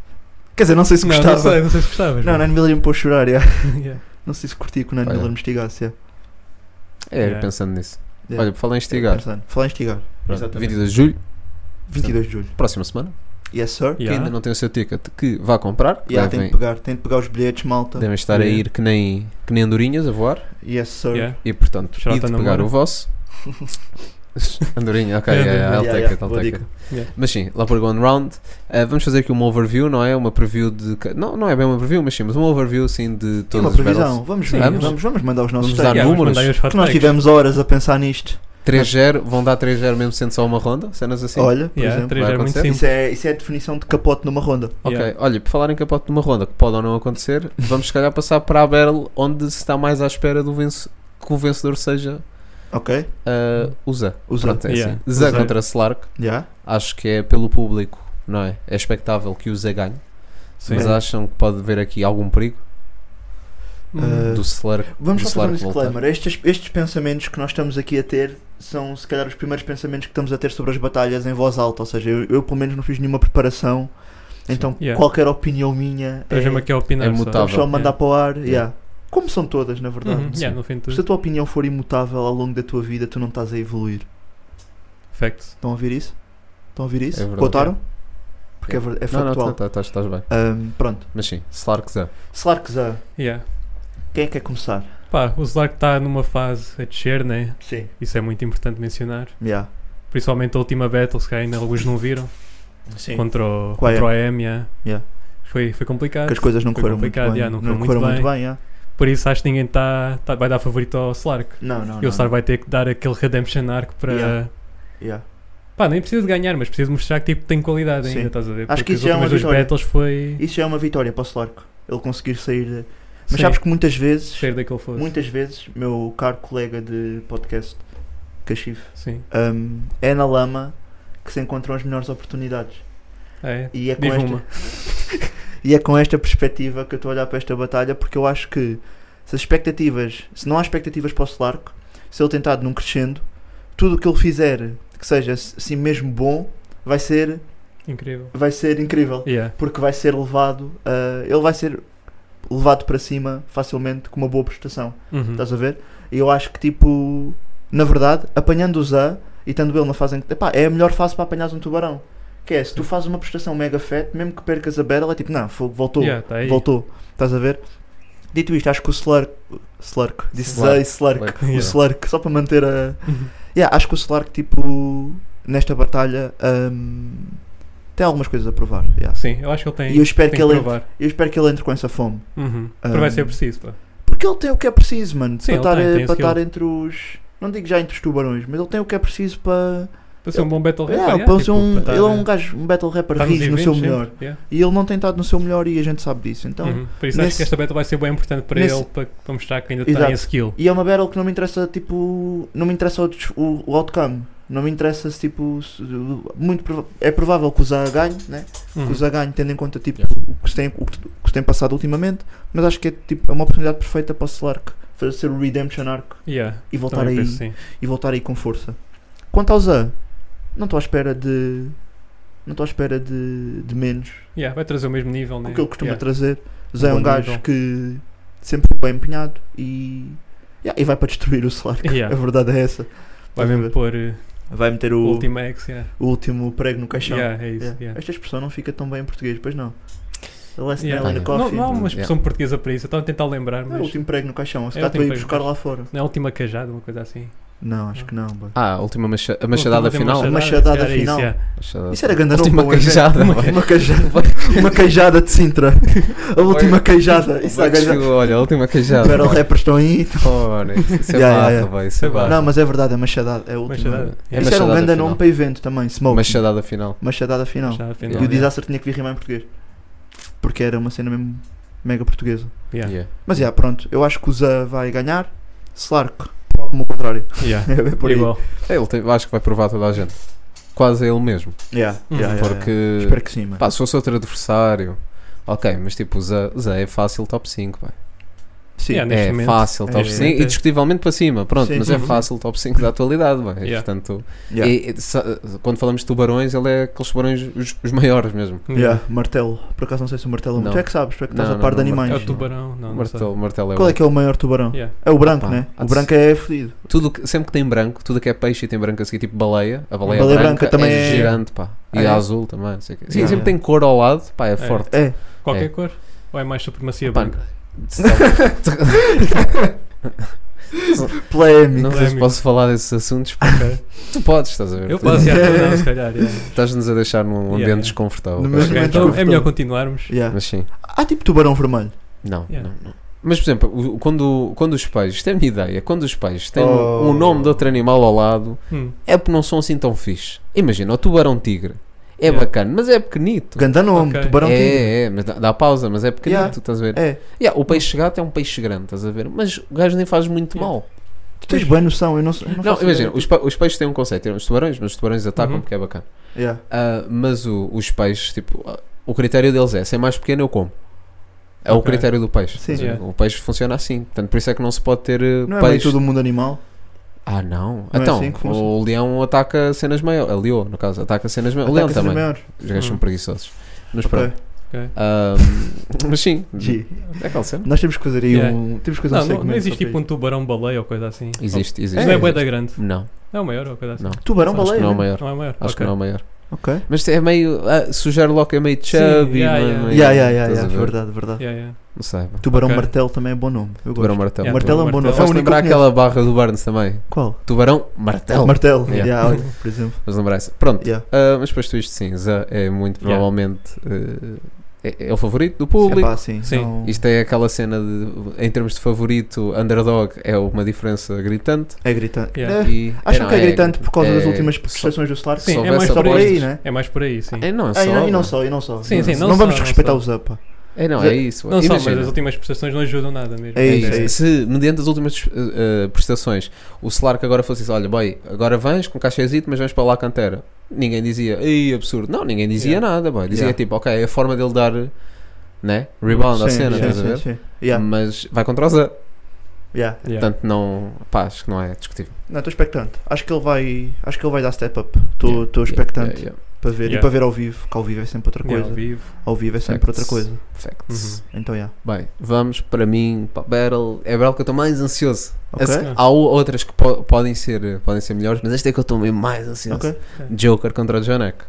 [SPEAKER 6] Quer dizer, não sei se
[SPEAKER 2] Não, não
[SPEAKER 6] gostava.
[SPEAKER 2] sei, não sei se gostavas.
[SPEAKER 6] Não, o
[SPEAKER 2] mano.
[SPEAKER 6] Nair Miller ia me pôr a chorar, yeah.
[SPEAKER 2] Yeah.
[SPEAKER 6] Não sei se curtia que o Nair
[SPEAKER 7] Olha.
[SPEAKER 6] Miller me estigasse. yeah.
[SPEAKER 7] É,
[SPEAKER 2] Yeah.
[SPEAKER 7] pensando nisso.
[SPEAKER 6] Yeah.
[SPEAKER 7] Olha, falem em estigar.
[SPEAKER 6] Pensando. Falar É, em estigar.
[SPEAKER 7] Pronto,
[SPEAKER 6] Exatamente.
[SPEAKER 7] 22 de julho,
[SPEAKER 6] 22 de julho.
[SPEAKER 7] próxima semana.
[SPEAKER 6] Yes, sir.
[SPEAKER 7] Quem
[SPEAKER 2] Yeah.
[SPEAKER 7] ainda não tem o seu ticket, que vá comprar.
[SPEAKER 6] Yeah, tem
[SPEAKER 7] devem,
[SPEAKER 6] de pegar, tem de pegar os bilhetes, malta.
[SPEAKER 7] devem estar a
[SPEAKER 2] Yeah.
[SPEAKER 7] ir que nem, que nem andorinhas a voar.
[SPEAKER 6] Yes, sir.
[SPEAKER 2] Yeah.
[SPEAKER 7] E portanto,
[SPEAKER 2] Xará
[SPEAKER 7] e de
[SPEAKER 2] tá na
[SPEAKER 7] pegar
[SPEAKER 2] mão.
[SPEAKER 7] o
[SPEAKER 6] (laughs)
[SPEAKER 7] vosso. Andorinha, ok,
[SPEAKER 2] É,
[SPEAKER 7] é, é,
[SPEAKER 2] andorinha.
[SPEAKER 6] Yeah,
[SPEAKER 7] I'll take
[SPEAKER 6] yeah,
[SPEAKER 7] it, I'll
[SPEAKER 6] boa
[SPEAKER 7] take
[SPEAKER 6] dica.
[SPEAKER 7] it.
[SPEAKER 2] Yeah.
[SPEAKER 7] Mas sim, lá por One Round, eh, vamos fazer aqui uma overview, não é? Uma preview de. ca- Não, não é bem uma preview, mas sim, mas uma overview assim
[SPEAKER 6] Tem
[SPEAKER 7] de todas
[SPEAKER 6] uma
[SPEAKER 7] as battles.
[SPEAKER 6] previsão. Vamos,
[SPEAKER 2] Sim,
[SPEAKER 6] ver,
[SPEAKER 7] vamos.
[SPEAKER 6] vamos, vamos, mandar os nossos
[SPEAKER 7] Vamos dar
[SPEAKER 6] takes.
[SPEAKER 2] Yeah, vamos
[SPEAKER 7] números.
[SPEAKER 2] mandar aí os hot
[SPEAKER 6] Porque nós
[SPEAKER 2] takes.
[SPEAKER 6] tivemos horas a pensar nisto.
[SPEAKER 7] 3-0, vão dar 3-0 mesmo sendo só uma ronda, cenas assim.
[SPEAKER 6] Olha, por
[SPEAKER 2] Yeah,
[SPEAKER 6] exemplo.
[SPEAKER 2] três
[SPEAKER 7] vai
[SPEAKER 2] é muito
[SPEAKER 7] acontecer.
[SPEAKER 2] simples.
[SPEAKER 6] Isso é, isso é a definição de capote numa ronda.
[SPEAKER 7] Ok,
[SPEAKER 2] Yeah.
[SPEAKER 7] olha, por falar em capote de uma ronda, que pode ou
[SPEAKER 6] (laughs)
[SPEAKER 7] não acontecer, vamos se calhar passar para a Battle, onde se está mais à espera do vence- que o vencedor seja
[SPEAKER 6] Ok?
[SPEAKER 7] uh, o Zé.
[SPEAKER 6] O Zé.
[SPEAKER 7] Pronto, é
[SPEAKER 2] Yeah.
[SPEAKER 7] assim. Zé
[SPEAKER 2] O Zé.
[SPEAKER 7] contra Slark,
[SPEAKER 6] Yeah?
[SPEAKER 7] acho que é pelo público, não é? É expectável que o Zé ganhe,
[SPEAKER 2] Sim.
[SPEAKER 7] mas acham que pode haver aqui algum perigo
[SPEAKER 2] Hum.
[SPEAKER 6] Uh,
[SPEAKER 7] do Slark?
[SPEAKER 6] vamos
[SPEAKER 7] do
[SPEAKER 6] só fazer um
[SPEAKER 7] Slark voltar.
[SPEAKER 6] disclaimer. Estes, estes pensamentos que nós estamos aqui a ter são, se calhar, os primeiros pensamentos que estamos a ter sobre as batalhas em voz alta. Ou seja, eu, eu, pelo menos não fiz nenhuma preparação. Então,
[SPEAKER 2] Yeah.
[SPEAKER 6] qualquer opinião minha. É,
[SPEAKER 2] Estás-me aqui a opinar.
[SPEAKER 7] é
[SPEAKER 2] só.
[SPEAKER 7] mutável.
[SPEAKER 6] vamos só mandar
[SPEAKER 2] Yeah.
[SPEAKER 6] para o ar. yeah. Como são todas, na verdade.
[SPEAKER 2] Uhum, yeah, no fim de
[SPEAKER 6] Se a
[SPEAKER 2] tudo.
[SPEAKER 6] tua opinião for imutável ao longo da tua vida, tu não estás a evoluir.
[SPEAKER 2] Facts.
[SPEAKER 6] Estão a ouvir isso? Estão a ouvir
[SPEAKER 7] É
[SPEAKER 6] isso?
[SPEAKER 7] verdade.
[SPEAKER 6] Botaram? Porque é, ver- é
[SPEAKER 7] Não, tá, não,
[SPEAKER 6] factual.
[SPEAKER 7] tá- tá- tá- estás bem.
[SPEAKER 6] Ahm, pronto.
[SPEAKER 7] Mas sim, Slark Zé.
[SPEAKER 6] Slark Zé.
[SPEAKER 2] Yeah.
[SPEAKER 6] Quem é que quer começar?
[SPEAKER 8] Pá, o Slark está numa fase a descer, né?
[SPEAKER 6] Sim.
[SPEAKER 8] Isso é muito importante mencionar.
[SPEAKER 6] Yeah.
[SPEAKER 8] Principalmente a última battle, se calhar ainda alguns não viram.
[SPEAKER 6] Sim.
[SPEAKER 8] Contra o,
[SPEAKER 6] Com a
[SPEAKER 8] contra o AM, yeah.
[SPEAKER 6] Yeah.
[SPEAKER 8] Foi, foi complicado.
[SPEAKER 6] Que as coisas não
[SPEAKER 8] Foi
[SPEAKER 6] correram muito bem.
[SPEAKER 8] complicado, yeah, não correu muito
[SPEAKER 6] correram muito
[SPEAKER 8] bem.
[SPEAKER 6] bem, yeah.
[SPEAKER 8] Por isso acho que ninguém tá, tá- vai dar favorito ao Slark.
[SPEAKER 6] Não, não.
[SPEAKER 8] e o
[SPEAKER 6] Oh, não,
[SPEAKER 8] Slark vai ter que dar aquele redemption arc para.
[SPEAKER 6] Yeah. Yeah.
[SPEAKER 8] Pá, nem precisa de ganhar, mas precisa de mostrar que tipo, tem qualidade
[SPEAKER 6] Sim.
[SPEAKER 8] ainda, estás a ver?
[SPEAKER 6] Acho
[SPEAKER 8] Porque
[SPEAKER 6] que isso já é
[SPEAKER 8] as
[SPEAKER 6] uma
[SPEAKER 8] últimas duas
[SPEAKER 6] vitória.
[SPEAKER 8] battles foi.
[SPEAKER 6] Isso já é uma vitória para o Slark. Ele conseguir sair. de- Mas
[SPEAKER 8] Sim,
[SPEAKER 6] sabes que muitas vezes,
[SPEAKER 8] sair daquele fosse.
[SPEAKER 6] muitas vezes, meu caro colega de podcast, Cachif,
[SPEAKER 8] Sim.
[SPEAKER 6] hum, é na lama que se encontram as melhores oportunidades.
[SPEAKER 8] É.
[SPEAKER 6] E é com
[SPEAKER 8] Diz
[SPEAKER 6] esta,
[SPEAKER 8] uma.
[SPEAKER 6] E é com esta perspectiva que eu estou a olhar para esta batalha, porque eu acho que se as expectativas, se não há expectativas para o Slark, se ele tentar de num crescendo, tudo o que ele fizer que seja assim mesmo bom, vai ser,
[SPEAKER 8] Incrível.
[SPEAKER 6] vai ser incrível.
[SPEAKER 8] Yeah.
[SPEAKER 6] Porque vai ser levado, a- ele vai ser levado para cima facilmente com uma boa prestação.
[SPEAKER 8] Uhum.
[SPEAKER 6] Estás a ver? E eu acho que tipo, na verdade, apanhando o Zé e estando ele na fase em que epá, é a melhor fase para apanhares um tubarão. Que é, se tu fazes uma prestação mega fat, mesmo que percas a battle, é tipo, não, fogo, voltou
[SPEAKER 8] Yeah, tá aí.
[SPEAKER 6] voltou. Estás a ver? Dito isto, acho que o Slark. Slark. Disse
[SPEAKER 7] Slark.
[SPEAKER 6] Zay Slark.
[SPEAKER 7] Like,
[SPEAKER 6] O
[SPEAKER 7] yeah.
[SPEAKER 6] Slark, só para manter a.
[SPEAKER 8] Uhum.
[SPEAKER 6] Yeah, acho que o Slark, tipo. Nesta batalha. hum, tem algumas coisas a provar. yeah.
[SPEAKER 8] Sim, eu acho que ele tem.
[SPEAKER 6] E eu espero
[SPEAKER 8] tem
[SPEAKER 6] que ele-
[SPEAKER 8] provar.
[SPEAKER 6] Eu espero que ele entre com essa fome.
[SPEAKER 8] Uhum.
[SPEAKER 6] Um,
[SPEAKER 8] Mas vai ser preciso, pá.
[SPEAKER 6] Porque ele tem o que é preciso, mano.
[SPEAKER 8] Sim, ele
[SPEAKER 6] para estar,
[SPEAKER 8] tem, tem
[SPEAKER 6] para
[SPEAKER 8] skill.
[SPEAKER 6] estar entre os. Não digo já entre os tubarões, mas ele tem o que é preciso para.
[SPEAKER 8] Para ser um bom battle
[SPEAKER 6] Yeah,
[SPEAKER 8] rapper. yeah,
[SPEAKER 6] para ser
[SPEAKER 8] tipo,
[SPEAKER 6] um,
[SPEAKER 8] para
[SPEAKER 6] ele é um
[SPEAKER 8] estar-
[SPEAKER 6] gajo, um battle rapper
[SPEAKER 8] estar nos
[SPEAKER 6] rijo no seu
[SPEAKER 8] eventos sempre,
[SPEAKER 6] melhor.
[SPEAKER 8] yeah.
[SPEAKER 6] E ele não tem estado no seu melhor e a gente sabe disso. Então.
[SPEAKER 8] Uhum. Por isso
[SPEAKER 6] Nesse-
[SPEAKER 8] acho que esta battle vai ser bem importante para
[SPEAKER 6] nesse-
[SPEAKER 8] ele, para, para mostrar que ainda
[SPEAKER 6] Exato.
[SPEAKER 8] tem a skill.
[SPEAKER 6] E é uma battle que não me interessa, tipo. Não me interessa o, des- o, o outcome. Não me interessa se, tipo. se- muito prova- é provável que o Zá ganhe, né?
[SPEAKER 8] Uhum.
[SPEAKER 6] Que o Zá ganhe, tendo em conta, tipo,
[SPEAKER 7] Yeah.
[SPEAKER 6] o, que se tem, o, que, o que se tem passado ultimamente. Mas acho que é, tipo, é uma oportunidade perfeita para o Slark fazer ser o Redemption Arc
[SPEAKER 8] Yeah,
[SPEAKER 6] e voltar,
[SPEAKER 8] também
[SPEAKER 6] aí,
[SPEAKER 8] penso assim. sim.
[SPEAKER 6] e voltar aí com força. Quanto ao Zá, não estou à espera de. Não estou à espera de, de menos
[SPEAKER 8] Yeah, vai trazer o mesmo nível, né?
[SPEAKER 6] o que ele costuma
[SPEAKER 8] Yeah.
[SPEAKER 6] trazer. Zé é
[SPEAKER 8] bom
[SPEAKER 6] um gajo
[SPEAKER 8] nível.
[SPEAKER 6] que sempre foi bem empenhado e. yeah, e vai para destruir o Slark.
[SPEAKER 8] (laughs) Yeah.
[SPEAKER 6] A verdade é essa.
[SPEAKER 8] Vai
[SPEAKER 6] Estás a
[SPEAKER 8] mesmo
[SPEAKER 6] ver?
[SPEAKER 8] pôr eh,
[SPEAKER 6] Vai meter o,
[SPEAKER 8] Ultima X, yeah.
[SPEAKER 6] o último prego no caixão.
[SPEAKER 8] Yeah, é isso.
[SPEAKER 6] Yeah.
[SPEAKER 8] yeah.
[SPEAKER 6] Esta expressão não fica tão bem em português, pois não. The last
[SPEAKER 8] Yeah.
[SPEAKER 6] nail in the
[SPEAKER 8] Não,
[SPEAKER 6] coffin.
[SPEAKER 8] não há uma
[SPEAKER 7] Yeah.
[SPEAKER 8] expressão portuguesa para isso, eu estava a tentar lembrar,
[SPEAKER 6] É
[SPEAKER 8] mas
[SPEAKER 6] o último prego no caixão, se
[SPEAKER 8] É o
[SPEAKER 6] calhar tu
[SPEAKER 8] último
[SPEAKER 6] aí
[SPEAKER 8] prego no
[SPEAKER 6] buscar lá fora.
[SPEAKER 8] não é a última cajada, uma coisa assim.
[SPEAKER 6] Não, acho que não. boy.
[SPEAKER 7] Ah, a última macha- a machadada
[SPEAKER 8] Última
[SPEAKER 7] final.
[SPEAKER 6] machadada.
[SPEAKER 8] se calhar é
[SPEAKER 6] final.
[SPEAKER 8] Isso, yeah.
[SPEAKER 7] Machadada.
[SPEAKER 6] Isso era grande nome
[SPEAKER 7] última
[SPEAKER 6] para um evento. (laughs)
[SPEAKER 7] queijada.
[SPEAKER 6] Uma, uma queijada. uma queijada de Sintra. A última queijada. Isso é grande.
[SPEAKER 7] Olha, a última queijada.
[SPEAKER 6] Battle
[SPEAKER 7] (laughs)
[SPEAKER 6] rappers estão aí.
[SPEAKER 7] Ora, Isso é
[SPEAKER 6] Yeah, yeah,
[SPEAKER 7] barra,
[SPEAKER 6] yeah.
[SPEAKER 7] vai, isso é
[SPEAKER 8] Não,
[SPEAKER 7] barra.
[SPEAKER 6] Não, mas é verdade, é machadada. É a última.
[SPEAKER 8] Machadada.
[SPEAKER 7] É
[SPEAKER 6] Isso era um
[SPEAKER 7] machadada
[SPEAKER 6] grande
[SPEAKER 7] final.
[SPEAKER 6] nome para evento também. Smoke.
[SPEAKER 7] Machadada final.
[SPEAKER 6] Machadada final.
[SPEAKER 8] Machadada
[SPEAKER 6] E
[SPEAKER 8] final. é.
[SPEAKER 6] o
[SPEAKER 7] Yeah.
[SPEAKER 6] Disaster tinha que vir rimar em português. Porque era uma cena mesmo mega portuguesa.
[SPEAKER 8] Yeah.
[SPEAKER 7] Yeah.
[SPEAKER 6] Mas já, pronto, eu acho que o Zé vai ganhar. Slark, como o contrário. (laughs)
[SPEAKER 8] Yeah.
[SPEAKER 6] É bem por aí.
[SPEAKER 8] Igual.
[SPEAKER 7] Ele tem- acho que vai provar toda a gente. Quase ele mesmo.
[SPEAKER 6] Yeah,
[SPEAKER 8] Uhum.
[SPEAKER 6] yeah, yeah, yeah.
[SPEAKER 7] Porque.
[SPEAKER 6] Espero que sim, mano.
[SPEAKER 7] Pá, se fosse outro adversário. Ok, mas tipo, o Zé o Zé é fácil top 5, pá.
[SPEAKER 6] Sim.
[SPEAKER 8] Yeah, neste
[SPEAKER 7] É
[SPEAKER 8] momento.
[SPEAKER 7] fácil top
[SPEAKER 8] Neste
[SPEAKER 7] 5
[SPEAKER 8] momento
[SPEAKER 7] e
[SPEAKER 8] é.
[SPEAKER 7] discutivelmente para cima, pronto,
[SPEAKER 6] Sim.
[SPEAKER 7] mas é
[SPEAKER 8] Uhum.
[SPEAKER 7] fácil top 5 da atualidade, bem.
[SPEAKER 8] Yeah.
[SPEAKER 7] Portanto,
[SPEAKER 6] Yeah.
[SPEAKER 7] e- e sa- quando falamos de tubarões, ele é aqueles tubarões os, os maiores mesmo.
[SPEAKER 6] Yeah, Martelo. Por acaso não sei se o martelo é um-
[SPEAKER 7] Não.
[SPEAKER 6] Tu é que sabes, tu é que estás
[SPEAKER 7] Não,
[SPEAKER 6] a
[SPEAKER 7] não,
[SPEAKER 6] par de
[SPEAKER 7] não,
[SPEAKER 6] animais.
[SPEAKER 8] É o tubarão, não, não sei.
[SPEAKER 7] martelo, martelo é
[SPEAKER 6] Qual é
[SPEAKER 7] o-
[SPEAKER 6] que é o maior tubarão?
[SPEAKER 8] Yeah.
[SPEAKER 6] É o branco,
[SPEAKER 7] Pá,
[SPEAKER 6] né?
[SPEAKER 7] há
[SPEAKER 6] O
[SPEAKER 7] de
[SPEAKER 6] branco é fodido.
[SPEAKER 7] tudo que- sempre que tem branco, tudo que é peixe e tem branco a seguir, tipo baleia, a baleia,
[SPEAKER 6] Baleia branca
[SPEAKER 7] branca,
[SPEAKER 6] também
[SPEAKER 7] é
[SPEAKER 6] é-
[SPEAKER 7] gigante, pá. E
[SPEAKER 8] Ah, é?
[SPEAKER 7] a azul também, não sei o quê. Sim,
[SPEAKER 6] Yeah.
[SPEAKER 7] sempre tem cor ao lado, pá, é,
[SPEAKER 8] É.
[SPEAKER 7] forte.
[SPEAKER 6] É.
[SPEAKER 8] Qualquer
[SPEAKER 7] É.
[SPEAKER 8] cor? Ou é mais supremacia
[SPEAKER 7] Pá,
[SPEAKER 8] branca?
[SPEAKER 6] Polémico.
[SPEAKER 7] Não sei se
[SPEAKER 8] É Polémico.
[SPEAKER 7] posso falar desses assuntos, pá. (laughs) tu podes, estás a ver?
[SPEAKER 8] Eu
[SPEAKER 7] Tu-
[SPEAKER 8] posso, yeah, não, se calhar. yeah.
[SPEAKER 7] (laughs) Estás-nos a deixar num ambiente
[SPEAKER 8] Yeah, yeah.
[SPEAKER 7] desconfortável.
[SPEAKER 6] No
[SPEAKER 7] pá.
[SPEAKER 6] Mas
[SPEAKER 8] Ok,
[SPEAKER 6] não
[SPEAKER 8] então
[SPEAKER 6] é
[SPEAKER 8] é
[SPEAKER 6] desconfortável.
[SPEAKER 8] melhor continuarmos.
[SPEAKER 6] Yeah.
[SPEAKER 7] Mas sim.
[SPEAKER 6] Há tipo tubarão vermelho.
[SPEAKER 7] Não,
[SPEAKER 8] Yeah.
[SPEAKER 7] não, não. Mas, por exemplo, o- quando, quando os pais, isto é a minha ideia, quando os pais têm
[SPEAKER 6] Oh.
[SPEAKER 7] um nome de outro animal ao lado,
[SPEAKER 8] Hum.
[SPEAKER 6] um
[SPEAKER 7] é porque não são assim tão fixe. Imagina, o tubarão-tigre é
[SPEAKER 8] Yeah.
[SPEAKER 7] bacana, mas é pequenito.
[SPEAKER 6] Ganda nome,
[SPEAKER 8] Ok.
[SPEAKER 6] tubarão
[SPEAKER 7] é,
[SPEAKER 6] tigre.
[SPEAKER 7] é, mas dá, dá pausa, mas é pequenito,
[SPEAKER 6] Yeah.
[SPEAKER 7] estás a ver?
[SPEAKER 6] É.
[SPEAKER 7] Yeah, o peixe gato é um peixe grande, estás a ver? Mas o gajo nem faz muito
[SPEAKER 8] Yeah.
[SPEAKER 7] mal.
[SPEAKER 6] Tu tens boa noção, eu não sei. eu
[SPEAKER 7] Não,
[SPEAKER 6] faço
[SPEAKER 7] imagina,
[SPEAKER 6] ideia.
[SPEAKER 7] os, pe- os peixes têm um conceito, eram os tubarões, mas os tubarões atacam
[SPEAKER 8] Uhum.
[SPEAKER 7] porque é bacana.
[SPEAKER 6] Yeah.
[SPEAKER 7] Ah, mas o- os peixes, tipo, ah, o critério deles é, se é mais pequeno eu como. É o
[SPEAKER 8] Ok.
[SPEAKER 7] critério do peixe.
[SPEAKER 6] Sim.
[SPEAKER 7] Estás a ver?
[SPEAKER 8] Yeah.
[SPEAKER 7] O peixe funciona assim. Portanto, por isso é que não se pode ter eh,
[SPEAKER 6] Não é meio
[SPEAKER 7] peixe.
[SPEAKER 6] todo mundo animal.
[SPEAKER 7] Ah, não.
[SPEAKER 6] Não é
[SPEAKER 7] então,
[SPEAKER 6] assim que funciona.
[SPEAKER 7] o leão ataca cenas maiores. A leão, no caso, ataca cenas maiores. O leão
[SPEAKER 6] Ataca-se os
[SPEAKER 7] também.
[SPEAKER 6] maiores.
[SPEAKER 7] Os gajos são
[SPEAKER 8] Hum.
[SPEAKER 7] preguiçosos. Mas
[SPEAKER 6] Ok.
[SPEAKER 7] pronto. Ah,
[SPEAKER 6] (laughs)
[SPEAKER 7] mas sim.
[SPEAKER 6] G.
[SPEAKER 7] É aquela cena.
[SPEAKER 6] Nós temos que fazer aí
[SPEAKER 8] Yeah.
[SPEAKER 6] um. Temos que fazer um
[SPEAKER 8] Não, não,
[SPEAKER 6] segmento.
[SPEAKER 8] não existe
[SPEAKER 6] sobre
[SPEAKER 8] tipo um tubarão-baleia ou coisa assim.
[SPEAKER 7] Existe,
[SPEAKER 8] Mas
[SPEAKER 7] existe.
[SPEAKER 8] não é bué da grande.
[SPEAKER 7] Não,
[SPEAKER 8] Não é o maior ou coisa assim.
[SPEAKER 7] Não.
[SPEAKER 6] Tubarão
[SPEAKER 7] acho que
[SPEAKER 6] baleia.
[SPEAKER 7] não é o
[SPEAKER 6] né?
[SPEAKER 7] maior.
[SPEAKER 8] Não é o maior.
[SPEAKER 7] Acho que
[SPEAKER 8] ok.
[SPEAKER 7] não é o maior.
[SPEAKER 6] Ok.
[SPEAKER 7] Mas é meio. ah, se o Sherlock é meio chubby,
[SPEAKER 8] yeah,
[SPEAKER 7] mano,
[SPEAKER 8] yeah.
[SPEAKER 7] meio-
[SPEAKER 6] Yeah, yeah, yeah,
[SPEAKER 7] é- estás a
[SPEAKER 6] yeah,
[SPEAKER 7] ver?
[SPEAKER 6] verdade, verdade.
[SPEAKER 8] Yeah, yeah.
[SPEAKER 7] Não sei. pá.
[SPEAKER 6] Tubarão
[SPEAKER 8] Ok.
[SPEAKER 6] Martelo também é bom nome. Eu
[SPEAKER 7] Tubarão
[SPEAKER 6] gosto.
[SPEAKER 7] martelo.
[SPEAKER 8] Yeah,
[SPEAKER 6] Martelo é um bom
[SPEAKER 8] Tubarão
[SPEAKER 6] nome. É o
[SPEAKER 7] Faz
[SPEAKER 6] único
[SPEAKER 7] lembrar
[SPEAKER 6] que eu conheço.
[SPEAKER 7] aquela barra do Barnes também.
[SPEAKER 6] Qual?
[SPEAKER 7] Tubarão martelo.
[SPEAKER 6] Martelo.
[SPEAKER 7] Yeah.
[SPEAKER 6] Yeah, olha, por
[SPEAKER 7] (laughs)
[SPEAKER 6] exemplo.
[SPEAKER 7] Mas lembrar essa. Pronto.
[SPEAKER 6] Yeah.
[SPEAKER 7] ah, mas depois tu isto sim, Zé é muito
[SPEAKER 8] Yeah.
[SPEAKER 7] provavelmente. ah, é, é o favorito do público.
[SPEAKER 6] Epá, sim,
[SPEAKER 8] Sim.
[SPEAKER 6] não-
[SPEAKER 7] Isto é aquela cena de, em termos de favorito, underdog é uma diferença gritante.
[SPEAKER 6] É gritante.
[SPEAKER 8] Yeah.
[SPEAKER 6] É,
[SPEAKER 7] E,
[SPEAKER 6] Acham
[SPEAKER 7] não,
[SPEAKER 6] que é gritante por causa das
[SPEAKER 7] é-
[SPEAKER 6] últimas
[SPEAKER 7] só-
[SPEAKER 6] prestações do Slark?
[SPEAKER 8] Sim,
[SPEAKER 7] Se
[SPEAKER 8] é
[SPEAKER 7] houvesse
[SPEAKER 8] mais por
[SPEAKER 7] apostas-
[SPEAKER 8] aí.
[SPEAKER 6] né?
[SPEAKER 8] É mais por aí, sim.
[SPEAKER 7] É, não, é
[SPEAKER 6] Ah,
[SPEAKER 7] só.
[SPEAKER 6] e não- e não
[SPEAKER 7] mano.
[SPEAKER 6] só, e não só.
[SPEAKER 8] Sim, sim, não
[SPEAKER 6] não
[SPEAKER 8] só,
[SPEAKER 6] vamos
[SPEAKER 8] não
[SPEAKER 6] respeitar
[SPEAKER 8] só.
[SPEAKER 6] o Zapa.
[SPEAKER 7] É, não, é isso.
[SPEAKER 8] Não só, mas
[SPEAKER 7] Imagina.
[SPEAKER 8] as últimas prestações não ajudam nada mesmo.
[SPEAKER 6] É isso,
[SPEAKER 7] É
[SPEAKER 6] é
[SPEAKER 7] isso.
[SPEAKER 6] isso.
[SPEAKER 7] Se, mediante as últimas eh, eh, prestações, o Slark agora fosse assim: olha, boy, agora vens com cachezito, mas vens para lá cantera. Ninguém dizia, ei, absurdo. Não, ninguém dizia
[SPEAKER 8] Yeah.
[SPEAKER 7] nada, boy. Dizia
[SPEAKER 6] Yeah.
[SPEAKER 7] tipo, ok, é a forma dele dar, né? Rebound à
[SPEAKER 6] Sim,
[SPEAKER 7] cena,
[SPEAKER 6] sim,
[SPEAKER 7] estás a ver? Hum.
[SPEAKER 6] sim, sim. Yeah,
[SPEAKER 7] Mas vai contra o Zé.
[SPEAKER 6] yeah.
[SPEAKER 8] Yeah.
[SPEAKER 7] Portanto, não. Pá, acho que não é discutível.
[SPEAKER 6] Não, estou expectante. Acho que ele vai, acho que ele vai dar step up. Estou
[SPEAKER 7] Yeah,
[SPEAKER 6] estou
[SPEAKER 7] Yeah,
[SPEAKER 6] expectante
[SPEAKER 7] yeah, yeah.
[SPEAKER 6] para ver e
[SPEAKER 8] Yeah.
[SPEAKER 6] para ver ao vivo, que ao vivo é sempre outra
[SPEAKER 8] Yeah,
[SPEAKER 6] coisa.
[SPEAKER 8] ao vivo.
[SPEAKER 6] Ao vivo é sempre outra
[SPEAKER 7] Facts.
[SPEAKER 6] coisa.
[SPEAKER 7] Facts.
[SPEAKER 8] Uhum.
[SPEAKER 6] Então, yeah.
[SPEAKER 7] Bem, vamos para mim, para a Battle. É a Battle que eu estou mais ansioso.
[SPEAKER 6] Ok.
[SPEAKER 7] Assim, Há o- outras que po- podem, ser, podem ser melhores, mas esta é que eu estou mesmo mais ansioso.
[SPEAKER 6] Ok.
[SPEAKER 7] Joker contra o Janek.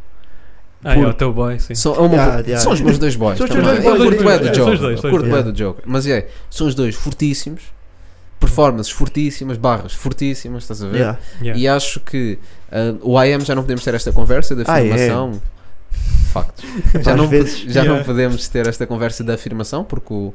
[SPEAKER 8] Ah, é o teu boy, sim.
[SPEAKER 7] São, é uma-
[SPEAKER 6] Yeah, yeah.
[SPEAKER 7] são os meus dois boys.
[SPEAKER 6] São os
[SPEAKER 7] também.
[SPEAKER 6] teus dois
[SPEAKER 7] Eu
[SPEAKER 6] boys.
[SPEAKER 7] curto bem do
[SPEAKER 8] É, são os dois,
[SPEAKER 7] Joker.
[SPEAKER 8] são
[SPEAKER 7] eu
[SPEAKER 8] os
[SPEAKER 7] Curto
[SPEAKER 6] dois.
[SPEAKER 7] bem do Joker. Mas é, são os dois fortíssimos. Performances fortíssimas, barras fortíssimas, estás a ver?
[SPEAKER 6] Yeah.
[SPEAKER 8] Yeah.
[SPEAKER 7] E acho que ah, o IM já não podemos ter esta conversa da
[SPEAKER 6] Ah, é.
[SPEAKER 7] afirmação. Factos. (laughs) Já,
[SPEAKER 6] Às
[SPEAKER 7] não, po-
[SPEAKER 6] vezes.
[SPEAKER 7] já
[SPEAKER 8] Yeah.
[SPEAKER 7] não podemos ter esta conversa da afirmação porque o,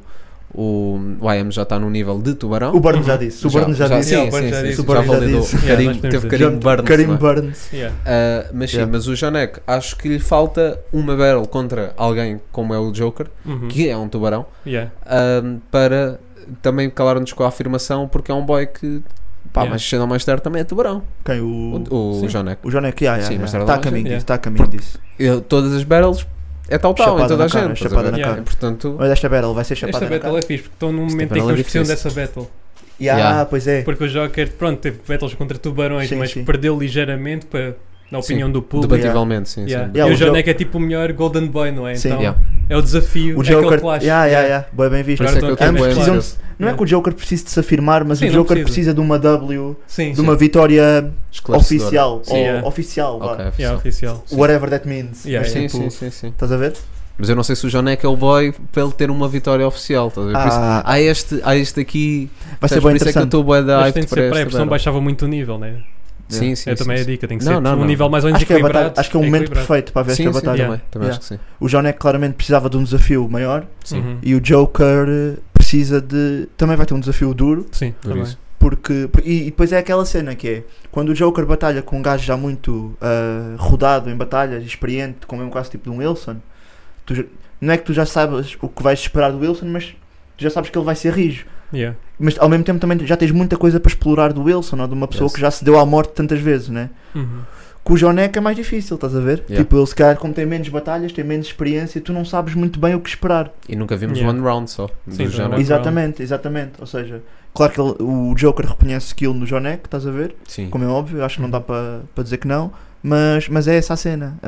[SPEAKER 7] o, o IM já está no nível de tubarão.
[SPEAKER 6] O Burns já disse. O Burns já, disse.
[SPEAKER 7] Sim,
[SPEAKER 8] Yeah, o
[SPEAKER 7] sim,
[SPEAKER 8] Burns já
[SPEAKER 7] sim,
[SPEAKER 8] disse.
[SPEAKER 7] sim,
[SPEAKER 6] O
[SPEAKER 7] já
[SPEAKER 6] Burns já
[SPEAKER 7] validou.
[SPEAKER 6] disse.
[SPEAKER 8] Yeah,
[SPEAKER 7] Carimbo-
[SPEAKER 8] nós podemos
[SPEAKER 7] teve
[SPEAKER 8] ter.
[SPEAKER 7] carimbo Burns.
[SPEAKER 6] Karim
[SPEAKER 7] não é?
[SPEAKER 6] Burns.
[SPEAKER 8] Yeah.
[SPEAKER 7] Ah, mas sim,
[SPEAKER 6] Yeah.
[SPEAKER 7] mas o Janek acho que lhe falta uma barrel contra alguém como é o Joker,
[SPEAKER 8] Uhum.
[SPEAKER 6] Hum.
[SPEAKER 7] que é um tubarão,
[SPEAKER 8] Yeah.
[SPEAKER 7] ahm, para também calar-nos com a afirmação, porque é um boy que pá,
[SPEAKER 8] Yeah.
[SPEAKER 7] mais cedo ou mais tarde também é tubarão.
[SPEAKER 6] Quem?
[SPEAKER 7] O,
[SPEAKER 6] O.
[SPEAKER 7] o
[SPEAKER 8] Sim.
[SPEAKER 7] Janek.
[SPEAKER 6] O John é que ah,
[SPEAKER 7] Sim,
[SPEAKER 6] yeah,
[SPEAKER 7] mas
[SPEAKER 6] yeah.
[SPEAKER 7] era
[SPEAKER 6] Está a
[SPEAKER 7] lá,
[SPEAKER 6] caminho
[SPEAKER 8] sim.
[SPEAKER 6] disso. Está a caminho disso.
[SPEAKER 7] Eu- Todas as barrels é tal tal
[SPEAKER 6] Chapada
[SPEAKER 7] em toda
[SPEAKER 6] na
[SPEAKER 7] a
[SPEAKER 6] cara,
[SPEAKER 7] gente. estás a
[SPEAKER 6] chapada
[SPEAKER 7] ver?
[SPEAKER 6] na
[SPEAKER 7] Yeah.
[SPEAKER 6] cara.
[SPEAKER 7] Portanto,
[SPEAKER 6] Olha esta battle, vai ser
[SPEAKER 8] Esta
[SPEAKER 6] chapada na
[SPEAKER 8] battle
[SPEAKER 6] cara.
[SPEAKER 8] é fixe, porque estão num
[SPEAKER 7] Esta
[SPEAKER 8] momento em que
[SPEAKER 7] battle é
[SPEAKER 8] eles precisam dessa
[SPEAKER 7] difícil.
[SPEAKER 8] battle.
[SPEAKER 6] Yeah,
[SPEAKER 7] Yeah.
[SPEAKER 6] pois é.
[SPEAKER 8] Porque o Joker, pronto, teve battles contra tubarões,
[SPEAKER 6] Sim,
[SPEAKER 8] mas
[SPEAKER 6] sim.
[SPEAKER 8] perdeu ligeiramente para, na
[SPEAKER 7] Sim,
[SPEAKER 8] opinião do público.
[SPEAKER 7] debativelmente, sim,
[SPEAKER 8] Yeah.
[SPEAKER 7] sim.
[SPEAKER 6] Yeah,
[SPEAKER 8] e
[SPEAKER 6] o
[SPEAKER 8] o Jonek é tipo o melhor Golden Boy, não é?
[SPEAKER 6] Sim.
[SPEAKER 8] Então
[SPEAKER 7] Yeah.
[SPEAKER 8] é o desafio,
[SPEAKER 6] O
[SPEAKER 8] é aquele
[SPEAKER 6] Joker.
[SPEAKER 8] clash.
[SPEAKER 6] Yeah, yeah, yeah. Boa, bem visto.
[SPEAKER 7] Por isso é que eu
[SPEAKER 8] Agora
[SPEAKER 7] estou
[SPEAKER 6] Então, estão
[SPEAKER 7] bem
[SPEAKER 6] a
[SPEAKER 7] ansioso.
[SPEAKER 6] precisam Não é que o Joker precise de se afirmar, mas
[SPEAKER 8] Sim,
[SPEAKER 6] o
[SPEAKER 8] não
[SPEAKER 6] Joker precisa.
[SPEAKER 8] precisa.
[SPEAKER 6] de uma W,
[SPEAKER 8] Sim,
[SPEAKER 6] de uma vitória
[SPEAKER 7] Esclarecedor.
[SPEAKER 6] oficial.
[SPEAKER 8] Sim,
[SPEAKER 6] ou
[SPEAKER 8] yeah.
[SPEAKER 6] Oficial, vá.
[SPEAKER 7] Ok,
[SPEAKER 8] sim. Yeah,
[SPEAKER 7] oficial.
[SPEAKER 8] oficial.
[SPEAKER 6] Whatever that means.
[SPEAKER 8] Yeah, yeah.
[SPEAKER 6] Mas
[SPEAKER 7] Sim,
[SPEAKER 6] tipo,
[SPEAKER 7] sim, sim, sim.
[SPEAKER 6] Estás a ver?
[SPEAKER 7] Mas eu não sei se o Jonek é o boy para ele ter uma vitória oficial. estás a ver? Por isso,
[SPEAKER 6] Ah,
[SPEAKER 7] há, este, há este aqui.
[SPEAKER 6] vai ser
[SPEAKER 7] sabes,
[SPEAKER 6] bem
[SPEAKER 7] por isso é que eu
[SPEAKER 6] interessante.
[SPEAKER 7] estou boa da
[SPEAKER 8] Mas
[SPEAKER 7] hype
[SPEAKER 8] tem de
[SPEAKER 7] para
[SPEAKER 8] ser
[SPEAKER 7] esta
[SPEAKER 8] pré, porque senão
[SPEAKER 7] battle.
[SPEAKER 8] baixava muito o nível, né?
[SPEAKER 7] Sim, sim.
[SPEAKER 8] é também
[SPEAKER 7] sim,
[SPEAKER 8] a dica, tem que
[SPEAKER 7] Não,
[SPEAKER 8] ser
[SPEAKER 7] não,
[SPEAKER 8] um
[SPEAKER 7] não.
[SPEAKER 8] nível mais ou menos
[SPEAKER 6] Acho que, é a
[SPEAKER 8] equilibrado.
[SPEAKER 6] batalha, acho que é um momento
[SPEAKER 8] equilibrado.
[SPEAKER 6] perfeito para ver
[SPEAKER 7] sim,
[SPEAKER 6] esta
[SPEAKER 7] sim,
[SPEAKER 6] batalha.
[SPEAKER 7] Também, também
[SPEAKER 6] Yeah.
[SPEAKER 7] acho que sim.
[SPEAKER 6] O John é que claramente precisava de um desafio maior
[SPEAKER 7] Sim.
[SPEAKER 8] Uhum.
[SPEAKER 6] e o Joker eh, precisa de. Também vai ter um desafio duro.
[SPEAKER 8] Sim,
[SPEAKER 7] Por
[SPEAKER 8] também.
[SPEAKER 7] isso.
[SPEAKER 6] Porque, e, e depois é aquela cena que é quando o Joker batalha com um gajo já muito ah, rodado em batalhas, experiente, como é um caso tipo de um Wilson, tu já- não é que tu já sabes o que vais esperar do Wilson, mas tu já sabes que ele vai ser rijo.
[SPEAKER 8] Yeah.
[SPEAKER 6] Mas ao mesmo tempo também já tens muita coisa para explorar do Wilson ou de uma pessoa
[SPEAKER 7] Yes.
[SPEAKER 6] que já se deu à morte tantas vezes, né?
[SPEAKER 8] Uhum.
[SPEAKER 6] Com o Jonek é mais difícil, estás a ver?
[SPEAKER 7] Yeah.
[SPEAKER 6] Tipo, ele se calhar, como tem menos batalhas, tem menos experiência, tu não sabes muito bem o que esperar.
[SPEAKER 7] E nunca vimos
[SPEAKER 8] Yeah.
[SPEAKER 7] one round só. do
[SPEAKER 8] Sim, é
[SPEAKER 7] Jonek.
[SPEAKER 8] Background.
[SPEAKER 6] Exatamente, exatamente. Ou seja, claro que ele- o Joker reconhece skill no Jonek, estás a ver?
[SPEAKER 7] Sim.
[SPEAKER 6] como é óbvio, acho que não dá para para dizer que não, mas, mas é essa a cena.